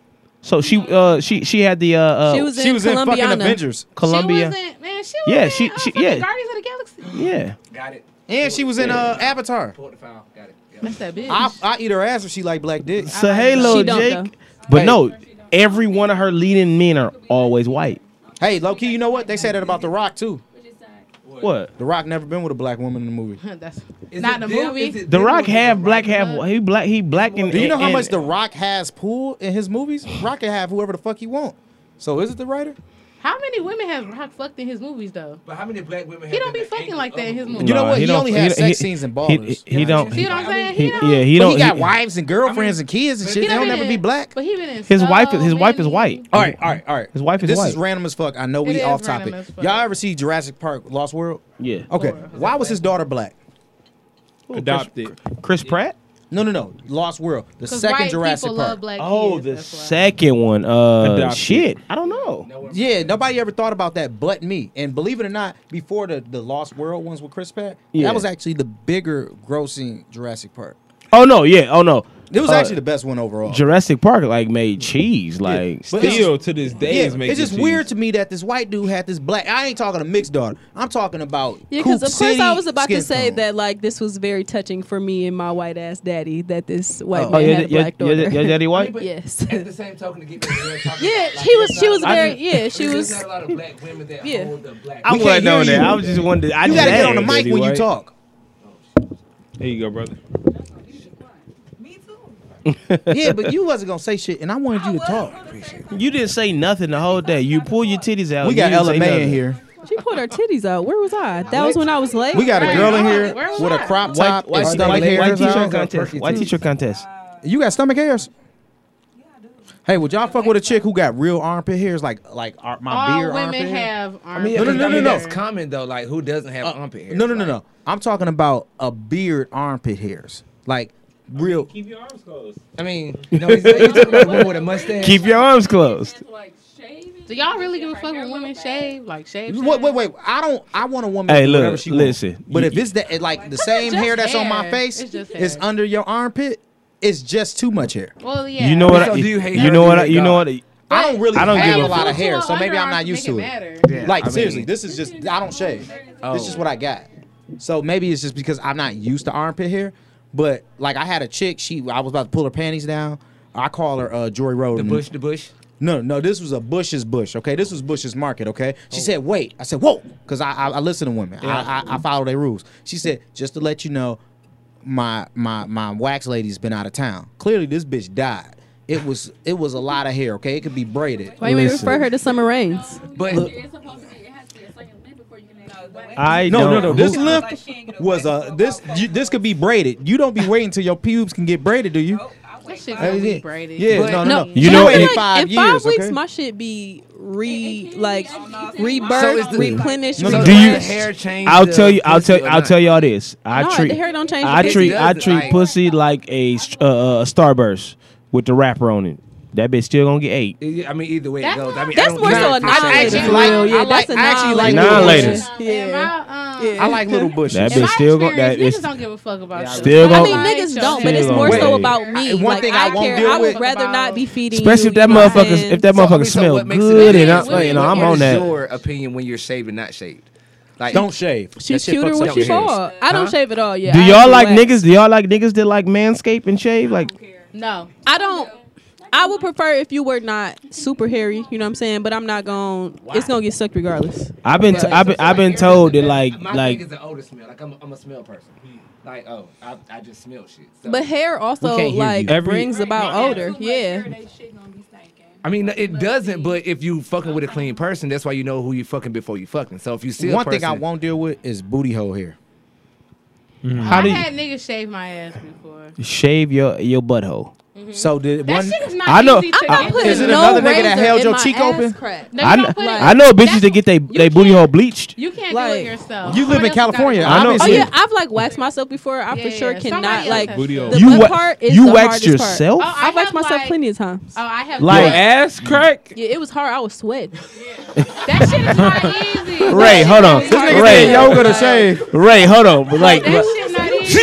Speaker 3: So she uh she she had the uh, uh
Speaker 6: She was in
Speaker 1: She was in fucking
Speaker 6: Columbiana.
Speaker 1: Avengers,
Speaker 3: Columbia.
Speaker 5: She wasn't, man. She was
Speaker 3: Yeah,
Speaker 5: in,
Speaker 3: she-
Speaker 5: uh,
Speaker 3: she-
Speaker 5: fucking
Speaker 3: yeah.
Speaker 5: Guardians of the Galaxy.
Speaker 3: yeah.
Speaker 10: Got it.
Speaker 1: and she was in uh, Avatar.
Speaker 10: Pull the file. Got it. Yeah.
Speaker 5: That's that bitch.
Speaker 1: I, I eat her ass if she like black dick. (laughs)
Speaker 3: So hey, little
Speaker 6: She don't,
Speaker 3: Jake.
Speaker 6: though.
Speaker 3: But
Speaker 1: Hey.
Speaker 3: no, every one of her leading men are always white.
Speaker 1: Hey, low key, you know what they said that about The Rock too.
Speaker 3: What?
Speaker 1: The Rock never been with a black woman in the movie.
Speaker 5: That's
Speaker 10: Is
Speaker 5: not
Speaker 10: it
Speaker 5: the
Speaker 10: them?
Speaker 5: movie.
Speaker 10: Is it
Speaker 3: The
Speaker 10: them
Speaker 3: Rock
Speaker 10: or is it
Speaker 3: half
Speaker 10: the
Speaker 3: black,
Speaker 10: Rock?
Speaker 3: half he black, he black and
Speaker 1: Do you know how
Speaker 3: and-
Speaker 1: much The Rock has pool in his movies? Rock can have whoever the fuck he want. So is it the writer?
Speaker 5: How many women has Rock fucked in his movies though?
Speaker 10: But how many black women?
Speaker 5: He don't be fucking like that in his movies.
Speaker 1: You know
Speaker 3: Nah,
Speaker 1: what? He
Speaker 3: don't-
Speaker 1: only has
Speaker 3: don't-
Speaker 1: sex scenes and ballers.
Speaker 3: He, he don't.
Speaker 5: See what I'm saying?
Speaker 3: he-
Speaker 5: He, don't-
Speaker 3: yeah, he
Speaker 1: He
Speaker 3: don't.
Speaker 1: but he got
Speaker 3: he-
Speaker 1: wives and girlfriends and kids and shit. They
Speaker 5: done
Speaker 1: don't
Speaker 5: been
Speaker 1: never
Speaker 5: in-
Speaker 1: be black.
Speaker 5: But he been in
Speaker 3: His
Speaker 5: so
Speaker 3: wife. His wife is
Speaker 5: many-
Speaker 3: white.
Speaker 1: All right, all right, all right.
Speaker 3: His wife is
Speaker 1: this
Speaker 3: white.
Speaker 1: is random as fuck. I know
Speaker 5: It
Speaker 1: we
Speaker 5: is
Speaker 1: off
Speaker 5: random
Speaker 1: topic.
Speaker 5: as fuck.
Speaker 1: Y'all ever see Jurassic Park: Lost World?
Speaker 3: yeah.
Speaker 1: Okay. Why was his daughter black?
Speaker 4: adopted.
Speaker 3: Oh, Chris Pratt.
Speaker 1: No, no, no. Lost World, the
Speaker 5: 'Cause
Speaker 1: second
Speaker 5: white
Speaker 1: Jurassic
Speaker 5: people
Speaker 1: Park.
Speaker 5: love black
Speaker 3: Oh,
Speaker 5: kids,
Speaker 3: the
Speaker 5: that's why.
Speaker 3: second one. Uh,
Speaker 4: Adopted.
Speaker 3: shit. I don't know. know.
Speaker 10: No one-
Speaker 1: Yeah, nobody ever thought about that but me. And believe it or not, before the, the Lost World ones with Chris Pratt,
Speaker 3: Yeah.
Speaker 1: that was actually the bigger grossing Jurassic Park.
Speaker 3: Oh no, yeah, oh no.
Speaker 1: It was
Speaker 3: Uh,
Speaker 1: actually the best one overall.
Speaker 3: Jurassic Park like made cheese, like
Speaker 1: But it's-
Speaker 4: Still to this day
Speaker 1: Yeah,
Speaker 4: is making
Speaker 1: it's just
Speaker 4: cheese.
Speaker 1: weird to me that this white dude had this black. I ain't talking a mixed daughter. I'm talking about
Speaker 6: Yeah, because
Speaker 1: Coop
Speaker 6: of course
Speaker 1: City
Speaker 6: I was about to
Speaker 1: skin
Speaker 6: say
Speaker 1: tone.
Speaker 6: that like this was very touching for me and my white ass daddy that this white
Speaker 1: Oh.
Speaker 6: man
Speaker 1: Oh,
Speaker 6: had a black
Speaker 3: your,
Speaker 6: daughter.
Speaker 3: your daddy (laughs)
Speaker 10: I mean,
Speaker 3: white.
Speaker 10: but
Speaker 6: yes.
Speaker 10: At the same token, to get back to what we're talking
Speaker 6: Yeah,
Speaker 10: about, like,
Speaker 6: she was.
Speaker 10: there's
Speaker 6: She
Speaker 10: not-
Speaker 6: was
Speaker 3: I
Speaker 6: very.
Speaker 3: just-
Speaker 6: Yeah, she
Speaker 10: there's
Speaker 6: was.
Speaker 10: Not a lot of black women that
Speaker 6: Yeah.
Speaker 10: hold the black.
Speaker 3: I
Speaker 1: We
Speaker 3: wasn't
Speaker 1: can't
Speaker 3: on
Speaker 1: hear
Speaker 3: that.
Speaker 1: you.
Speaker 3: I was just wondering. I
Speaker 1: You
Speaker 3: just
Speaker 1: gotta get
Speaker 3: asked
Speaker 1: on the mic
Speaker 3: Daddy
Speaker 1: when you
Speaker 3: White.
Speaker 1: talk.
Speaker 4: There you go, brother.
Speaker 8: Me too.
Speaker 1: yeah, but you wasn't gonna say shit, and I wanted you to talk.
Speaker 3: You didn't say nothing the whole day. You pull your titties out. Oh,
Speaker 1: We
Speaker 3: you
Speaker 1: got
Speaker 3: didn't
Speaker 1: Ella
Speaker 3: say
Speaker 1: May
Speaker 3: nothing.
Speaker 1: in here.
Speaker 6: She pulled her titties out. Where was I? That was when I was late.
Speaker 1: We got a
Speaker 5: Right.
Speaker 1: girl in here
Speaker 5: Where was
Speaker 1: with a
Speaker 5: I?
Speaker 1: crop
Speaker 3: White,
Speaker 1: top
Speaker 3: white,
Speaker 1: and
Speaker 3: white,
Speaker 1: stomach
Speaker 3: white,
Speaker 1: hairs
Speaker 3: t-shirt
Speaker 1: out.
Speaker 3: contest. White t-shirt contest.
Speaker 1: You got stomach hairs. Hey, would y'all fuck with a chick who got real armpit hairs, like like ar- my
Speaker 5: All
Speaker 1: beard
Speaker 5: women
Speaker 1: armpit? hair?
Speaker 5: have
Speaker 10: I
Speaker 5: armpit
Speaker 10: mean,
Speaker 1: No, no, no,
Speaker 10: I mean,
Speaker 1: no, no.
Speaker 10: That's common though. Like, who doesn't
Speaker 1: Uh,
Speaker 10: have armpit hair?
Speaker 1: No, no, no,
Speaker 10: Like,
Speaker 1: no. I'm talking about a beard armpit hairs, like real.
Speaker 4: Keep your arms closed.
Speaker 10: I mean, (laughs) no, he's he's talking about a woman with a mustache.
Speaker 3: Keep your arms closed.
Speaker 5: Do y'all really give a fuck when women shave? Like shave?
Speaker 1: Wait,
Speaker 5: shave?
Speaker 1: wait, wait. I don't. I want a woman.
Speaker 3: Hey,
Speaker 1: with whatever
Speaker 3: look,
Speaker 1: she wants.
Speaker 3: listen.
Speaker 1: But
Speaker 3: You-
Speaker 1: if it's that, it, like the same
Speaker 5: just
Speaker 1: hair that's on my
Speaker 5: hair.
Speaker 1: face
Speaker 5: It's just
Speaker 1: is
Speaker 5: hair.
Speaker 1: under your armpit, it's just too much hair.
Speaker 5: Well, yeah.
Speaker 3: You know what? I-
Speaker 10: So do you
Speaker 3: You
Speaker 10: hate her
Speaker 3: you
Speaker 10: or
Speaker 3: know
Speaker 10: do
Speaker 3: what?
Speaker 10: you
Speaker 3: I-
Speaker 10: hate
Speaker 3: You know
Speaker 10: God?
Speaker 3: what? I-
Speaker 1: I don't really.
Speaker 3: I don't
Speaker 1: have
Speaker 3: give
Speaker 1: a
Speaker 3: a
Speaker 1: lot of
Speaker 3: fuck.
Speaker 1: hair, so maybe I'm not used to it.
Speaker 10: Yeah,
Speaker 1: Like
Speaker 10: I mean,
Speaker 1: seriously, this is just I don't shave. This
Speaker 3: Oh.
Speaker 1: is what I got. So maybe it's just because I'm not used to armpit hair. But like I had a chick, she I was about to pull her panties down. I call her uh Joy Road.
Speaker 10: The bush, the bush.
Speaker 1: No, no, this was a Bush's Bush, okay? This was Bush's Market, okay? She
Speaker 3: Oh.
Speaker 1: said, wait. I said, whoa, because I, I I listen to women. I, I I follow their rules. She said, just to let you know, my my my wax lady's been out of town. Clearly this bitch died. It was it was a lot of hair, okay? It could be braided.
Speaker 6: Why you may
Speaker 3: Listen.
Speaker 6: refer her to Summer Rains?
Speaker 10: But
Speaker 11: It's supposed to be. It has to be a certain length before you can make it. wet.
Speaker 3: I
Speaker 1: No, no,
Speaker 3: don't-
Speaker 1: no.
Speaker 3: who-
Speaker 1: This
Speaker 8: Who-
Speaker 1: lip was a this you, this could be braided. You don't be waiting till your pubes can get braided, do you?
Speaker 5: That shit
Speaker 1: Hey,
Speaker 5: gonna
Speaker 1: yeah.
Speaker 5: be braided.
Speaker 1: Yeah,
Speaker 10: But-
Speaker 1: no, no,
Speaker 6: No,
Speaker 1: no.
Speaker 3: You know,
Speaker 6: I feel
Speaker 3: in
Speaker 6: like
Speaker 1: five
Speaker 6: in five
Speaker 1: years,
Speaker 6: weeks,
Speaker 1: okay?
Speaker 6: my shit be re
Speaker 11: It- it
Speaker 6: like
Speaker 11: can be- So
Speaker 6: rebirth,
Speaker 10: is the-
Speaker 6: replenished,
Speaker 1: No, no,
Speaker 10: does
Speaker 3: Do you-
Speaker 10: the
Speaker 6: refreshed.
Speaker 10: hair change?
Speaker 3: I'll
Speaker 10: the
Speaker 3: tell you. I'll
Speaker 10: pussy
Speaker 3: tell.
Speaker 10: or
Speaker 3: I'll
Speaker 10: not?
Speaker 3: tell y'all this. I
Speaker 6: No, the
Speaker 3: treat.
Speaker 6: hair don't change.
Speaker 3: I
Speaker 6: the
Speaker 3: treat. I
Speaker 10: doesn't,
Speaker 3: treat
Speaker 10: like-
Speaker 3: pussy like a st- uh, uh, starburst with the wrapper on it. That bitch still gonna get eight.
Speaker 10: Yeah, I mean, either way it
Speaker 5: That's
Speaker 10: goes. I mean, I
Speaker 6: That's
Speaker 10: don't
Speaker 6: more
Speaker 10: care
Speaker 6: so a
Speaker 10: if you're saying
Speaker 1: actually
Speaker 10: that.
Speaker 1: like-
Speaker 6: non-later.
Speaker 1: I like- I actually like
Speaker 3: Non-latest.
Speaker 6: Yeah.
Speaker 5: Yeah.
Speaker 6: Yeah.
Speaker 1: I like little bushes.
Speaker 3: That
Speaker 5: In my
Speaker 3: bitch still gonna. That
Speaker 5: um, experience,
Speaker 3: it's
Speaker 5: niggas don't give a fuck about you.
Speaker 3: still
Speaker 6: I
Speaker 3: gonna.
Speaker 6: mean, niggas don't, but it's
Speaker 3: Shit.
Speaker 6: more so
Speaker 3: Wait.
Speaker 6: about me.
Speaker 1: One
Speaker 6: like,
Speaker 1: thing
Speaker 6: I,
Speaker 1: I won't
Speaker 6: care.
Speaker 1: deal
Speaker 6: I would
Speaker 1: with-
Speaker 6: rather not be feeding.
Speaker 3: Especially
Speaker 6: you,
Speaker 3: if that
Speaker 6: you know what I'm
Speaker 3: motherfucker.
Speaker 6: saying?
Speaker 3: If that
Speaker 10: So, I mean,
Speaker 3: motherfucker
Speaker 10: so
Speaker 3: smell
Speaker 10: what makes it
Speaker 3: good, and
Speaker 10: different?
Speaker 3: I, you know,
Speaker 5: What
Speaker 3: I'm
Speaker 10: What
Speaker 3: on
Speaker 10: is
Speaker 3: that.
Speaker 10: your opinion when you're shaved and not shaved? Like,
Speaker 1: Don't shave. That
Speaker 6: She's
Speaker 1: shit
Speaker 6: cuter
Speaker 1: fucks
Speaker 6: when
Speaker 1: up
Speaker 6: she
Speaker 1: your hairs.
Speaker 6: fall. I don't
Speaker 10: Huh?
Speaker 6: shave at all. Yeah.
Speaker 3: Do
Speaker 6: I
Speaker 3: y'all
Speaker 6: do
Speaker 3: like
Speaker 6: wax.
Speaker 3: niggas? Do y'all like niggas that like manscape and shave? Like,
Speaker 5: No.
Speaker 6: I don't. I would prefer if you were not super hairy. You know what I'm saying? But I'm not going. to It's gonna get sucked regardless.
Speaker 3: I've been, t- I've been, I've been told that like,
Speaker 10: my
Speaker 3: like,
Speaker 10: thing is the odor smell. Like I'm, a, I'm a smell person. Like oh, I, I just smell shit. So.
Speaker 6: But hair also
Speaker 1: hear you.
Speaker 6: like
Speaker 3: Every-
Speaker 6: brings about
Speaker 11: If
Speaker 6: odor.
Speaker 11: it's too much
Speaker 6: Yeah.
Speaker 11: hair,
Speaker 1: Uh,
Speaker 11: they shit gonna be stinking.
Speaker 10: I mean, it doesn't. But if you fucking with a clean person, that's why you know who you fucking before you fucking. So if you see a
Speaker 1: One thing I
Speaker 10: person-
Speaker 1: won't deal with is booty hole hair.
Speaker 3: how
Speaker 5: I
Speaker 3: do
Speaker 5: had niggas shave my ass before.
Speaker 3: you shave your your butthole?
Speaker 1: So did
Speaker 5: That
Speaker 1: one
Speaker 5: shit is not
Speaker 3: I know-
Speaker 5: easy to
Speaker 3: I-
Speaker 5: get.
Speaker 6: putting
Speaker 1: Is it
Speaker 6: no
Speaker 1: another nigga that
Speaker 6: razor
Speaker 1: held
Speaker 6: in
Speaker 1: your
Speaker 6: my
Speaker 1: cheek
Speaker 6: ass
Speaker 1: open?
Speaker 6: crack.
Speaker 5: No, you
Speaker 3: I,
Speaker 5: don't
Speaker 3: kn-
Speaker 5: put it-
Speaker 3: I know bitches that
Speaker 5: that's-
Speaker 3: get they they booty
Speaker 5: can't-
Speaker 3: hole bleached.
Speaker 5: You can't do
Speaker 6: Like-
Speaker 5: it yourself.
Speaker 1: You
Speaker 5: Someone
Speaker 1: live in
Speaker 5: else gotta
Speaker 1: California.
Speaker 5: do it.
Speaker 3: I know.
Speaker 6: Oh
Speaker 1: Obviously.
Speaker 6: yeah, I've like waxed myself before. I
Speaker 5: Yeah,
Speaker 6: for sure
Speaker 5: yeah.
Speaker 6: cannot
Speaker 5: Somebody
Speaker 6: like
Speaker 5: else
Speaker 4: Booty
Speaker 6: the
Speaker 4: hole.
Speaker 6: butt
Speaker 3: You wa-
Speaker 6: part is
Speaker 3: you
Speaker 6: the
Speaker 3: waxed
Speaker 6: hardest part.
Speaker 3: yourself?
Speaker 5: Oh, I
Speaker 6: I've waxed
Speaker 5: have,
Speaker 6: myself
Speaker 5: like-
Speaker 6: plenty of times.
Speaker 5: Oh, I have.
Speaker 3: Like-
Speaker 4: Your
Speaker 5: done it.
Speaker 4: ass crack.
Speaker 6: yeah, it was hard. I was
Speaker 1: (laughs)
Speaker 6: sweating.
Speaker 5: that shit is not
Speaker 3: (laughs)
Speaker 5: easy.
Speaker 3: eh. Ray, hold on.
Speaker 6: This nigga
Speaker 3: Ray,
Speaker 6: said yoga
Speaker 1: to shave.
Speaker 3: Ray, hold on. But like,
Speaker 5: That shit not easy.
Speaker 3: Gee!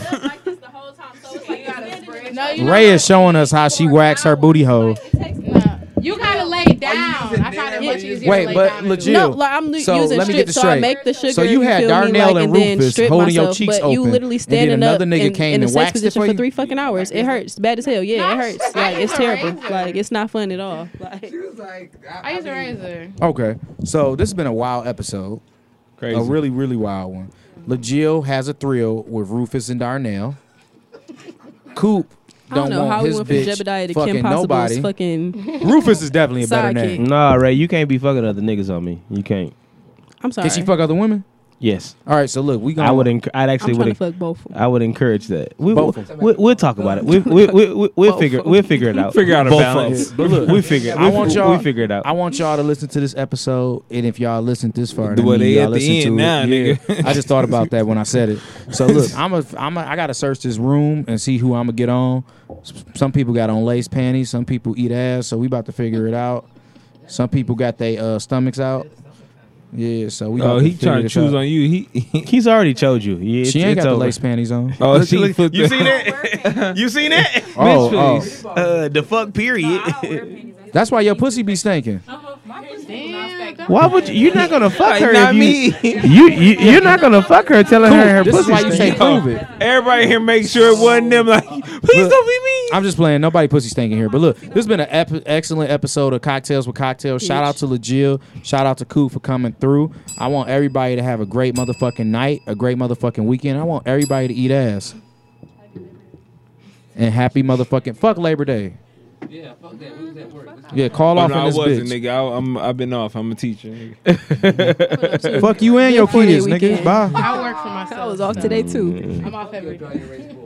Speaker 11: It's like this the whole time. So it's like you gotta spread.
Speaker 5: No, you
Speaker 1: Ray
Speaker 5: know
Speaker 1: is showing us how she waxed her booty hole.
Speaker 5: what? No. You gotta lay down. I find it much easier
Speaker 1: Wait,
Speaker 5: to lay
Speaker 1: but
Speaker 5: down. and do
Speaker 1: legit-
Speaker 5: it.
Speaker 6: No,
Speaker 1: Jill,
Speaker 6: like I'm
Speaker 1: so
Speaker 6: using
Speaker 1: let me get
Speaker 6: strips,
Speaker 1: this
Speaker 6: so I
Speaker 1: straight.
Speaker 6: make the sugar.
Speaker 1: So you had
Speaker 6: feel me,
Speaker 1: Darnell
Speaker 6: like,
Speaker 1: and
Speaker 6: then
Speaker 1: Rufus
Speaker 6: strip
Speaker 1: holding your
Speaker 6: myself,
Speaker 1: cheeks
Speaker 6: but you
Speaker 1: open,
Speaker 6: literally
Speaker 1: and then
Speaker 6: standing
Speaker 1: another
Speaker 6: up
Speaker 1: nigga
Speaker 6: in,
Speaker 1: came
Speaker 6: in the
Speaker 1: and
Speaker 6: sex
Speaker 1: waxed it
Speaker 6: position
Speaker 1: for
Speaker 6: for
Speaker 1: you?
Speaker 6: three fucking hours. It hurts bad as hell. Yeah,
Speaker 5: No,
Speaker 6: it (laughs) hurts.
Speaker 5: I
Speaker 6: Like
Speaker 5: use
Speaker 6: it's
Speaker 5: a
Speaker 6: terrible.
Speaker 5: razor.
Speaker 6: Like it's not fun at all. Like
Speaker 10: She was like, I,
Speaker 5: I use a
Speaker 10: mean,
Speaker 5: razor.
Speaker 1: Okay, so this has been a wild episode,
Speaker 4: Crazy.
Speaker 1: a really really wild one. Legio has a thrill with Rufus and Darnell. Coop
Speaker 6: I
Speaker 1: don't,
Speaker 6: don't know
Speaker 1: want
Speaker 6: how we
Speaker 1: his
Speaker 6: went from
Speaker 1: bitch
Speaker 6: Jebediah to
Speaker 1: fucking
Speaker 6: Kim Possible's
Speaker 1: nobody.
Speaker 6: fucking.
Speaker 1: Rufus is definitely a better
Speaker 6: Sidekick.
Speaker 1: name.
Speaker 3: nah, Ray, you can't be fucking other niggas on me. You can't.
Speaker 6: I'm sorry.
Speaker 1: Can she fuck other women?
Speaker 3: Yes,
Speaker 1: All right, so look, we gonna
Speaker 3: I would. Enc- I'd
Speaker 6: I'm
Speaker 3: actually
Speaker 6: trying
Speaker 3: would.
Speaker 6: to fuck both.
Speaker 3: (laughs)
Speaker 6: Of them.
Speaker 3: I would encourage that. We, we,
Speaker 1: Both of
Speaker 3: we, we'll talk about it. We, we, we, we, we'll figure we'll figure it out.
Speaker 4: Figure out a
Speaker 3: Both
Speaker 4: balance.
Speaker 3: of us. we figure. it-
Speaker 1: I want
Speaker 3: we-
Speaker 1: y'all-
Speaker 3: We figure it out.
Speaker 1: I want y'all to listen to this episode, and if y'all listened this far,
Speaker 4: Well,
Speaker 1: then
Speaker 4: they at
Speaker 1: y'all
Speaker 4: the
Speaker 1: listen
Speaker 4: end
Speaker 1: to it.
Speaker 4: now,
Speaker 1: Yeah.
Speaker 4: nigga.
Speaker 1: I just thought about that when I said it.
Speaker 4: (laughs)
Speaker 1: So look, I'm a, I'm a, I gotta search this room and see who I'm gonna get on. S- Some people got on lace panties, some people eat ass, so we about to figure it out. Some people got their uh, stomachs out. Yeah, so we.
Speaker 4: Oh,
Speaker 1: gonna
Speaker 4: he
Speaker 1: figure
Speaker 4: trying to
Speaker 1: this
Speaker 4: choose
Speaker 1: out.
Speaker 4: on you. He.
Speaker 3: He's already told you. Yeah,
Speaker 1: She
Speaker 3: it's-
Speaker 1: ain't
Speaker 3: it's
Speaker 1: got the
Speaker 3: over.
Speaker 1: lace panties on.
Speaker 4: (laughs) Oh,
Speaker 3: Look,
Speaker 4: she
Speaker 3: look,
Speaker 4: flipped
Speaker 3: you
Speaker 4: the- (laughs)
Speaker 3: seen that? (laughs) you seen that?
Speaker 1: Oh, oh.
Speaker 4: face.
Speaker 3: Uh, the fuck
Speaker 14: No,
Speaker 3: period.
Speaker 14: I don't wear panties. I-
Speaker 1: That's why your pussy be stinking.
Speaker 14: My pussy
Speaker 5: Damn,
Speaker 14: not
Speaker 5: don't-
Speaker 3: Why would you? You're not gonna fuck her.
Speaker 4: not
Speaker 3: if you,
Speaker 4: me.
Speaker 3: (laughs) You, you you're not gonna fuck her. Telling her her
Speaker 1: This is
Speaker 3: pussy.
Speaker 1: why you say
Speaker 3: stink.
Speaker 1: prove it.
Speaker 4: Everybody here make sure it wasn't them. Like, (laughs) please don't be me.
Speaker 1: I'm just playing. Nobody pussy stinking here. But look, this has been an ep- excellent episode of Cocktails with Cocktails. Shout out to LaJill. Shout out to Coop for coming through. I want everybody to have a great motherfucking night, a great motherfucking weekend. I want everybody to eat ass. And happy motherfucking fuck Labor Day. Yeah, call
Speaker 4: Oh,
Speaker 1: off
Speaker 4: no, I
Speaker 1: on this
Speaker 4: wasn't,
Speaker 1: bitch.
Speaker 4: nigga. I, I'm, I've been off. I'm a teacher. Nigga.
Speaker 1: Fuck you and your
Speaker 6: Good for you,
Speaker 1: kids, nigga.
Speaker 6: weekend.
Speaker 1: Bye.
Speaker 5: I work for myself.
Speaker 6: I was off today too.
Speaker 5: I'm off every day.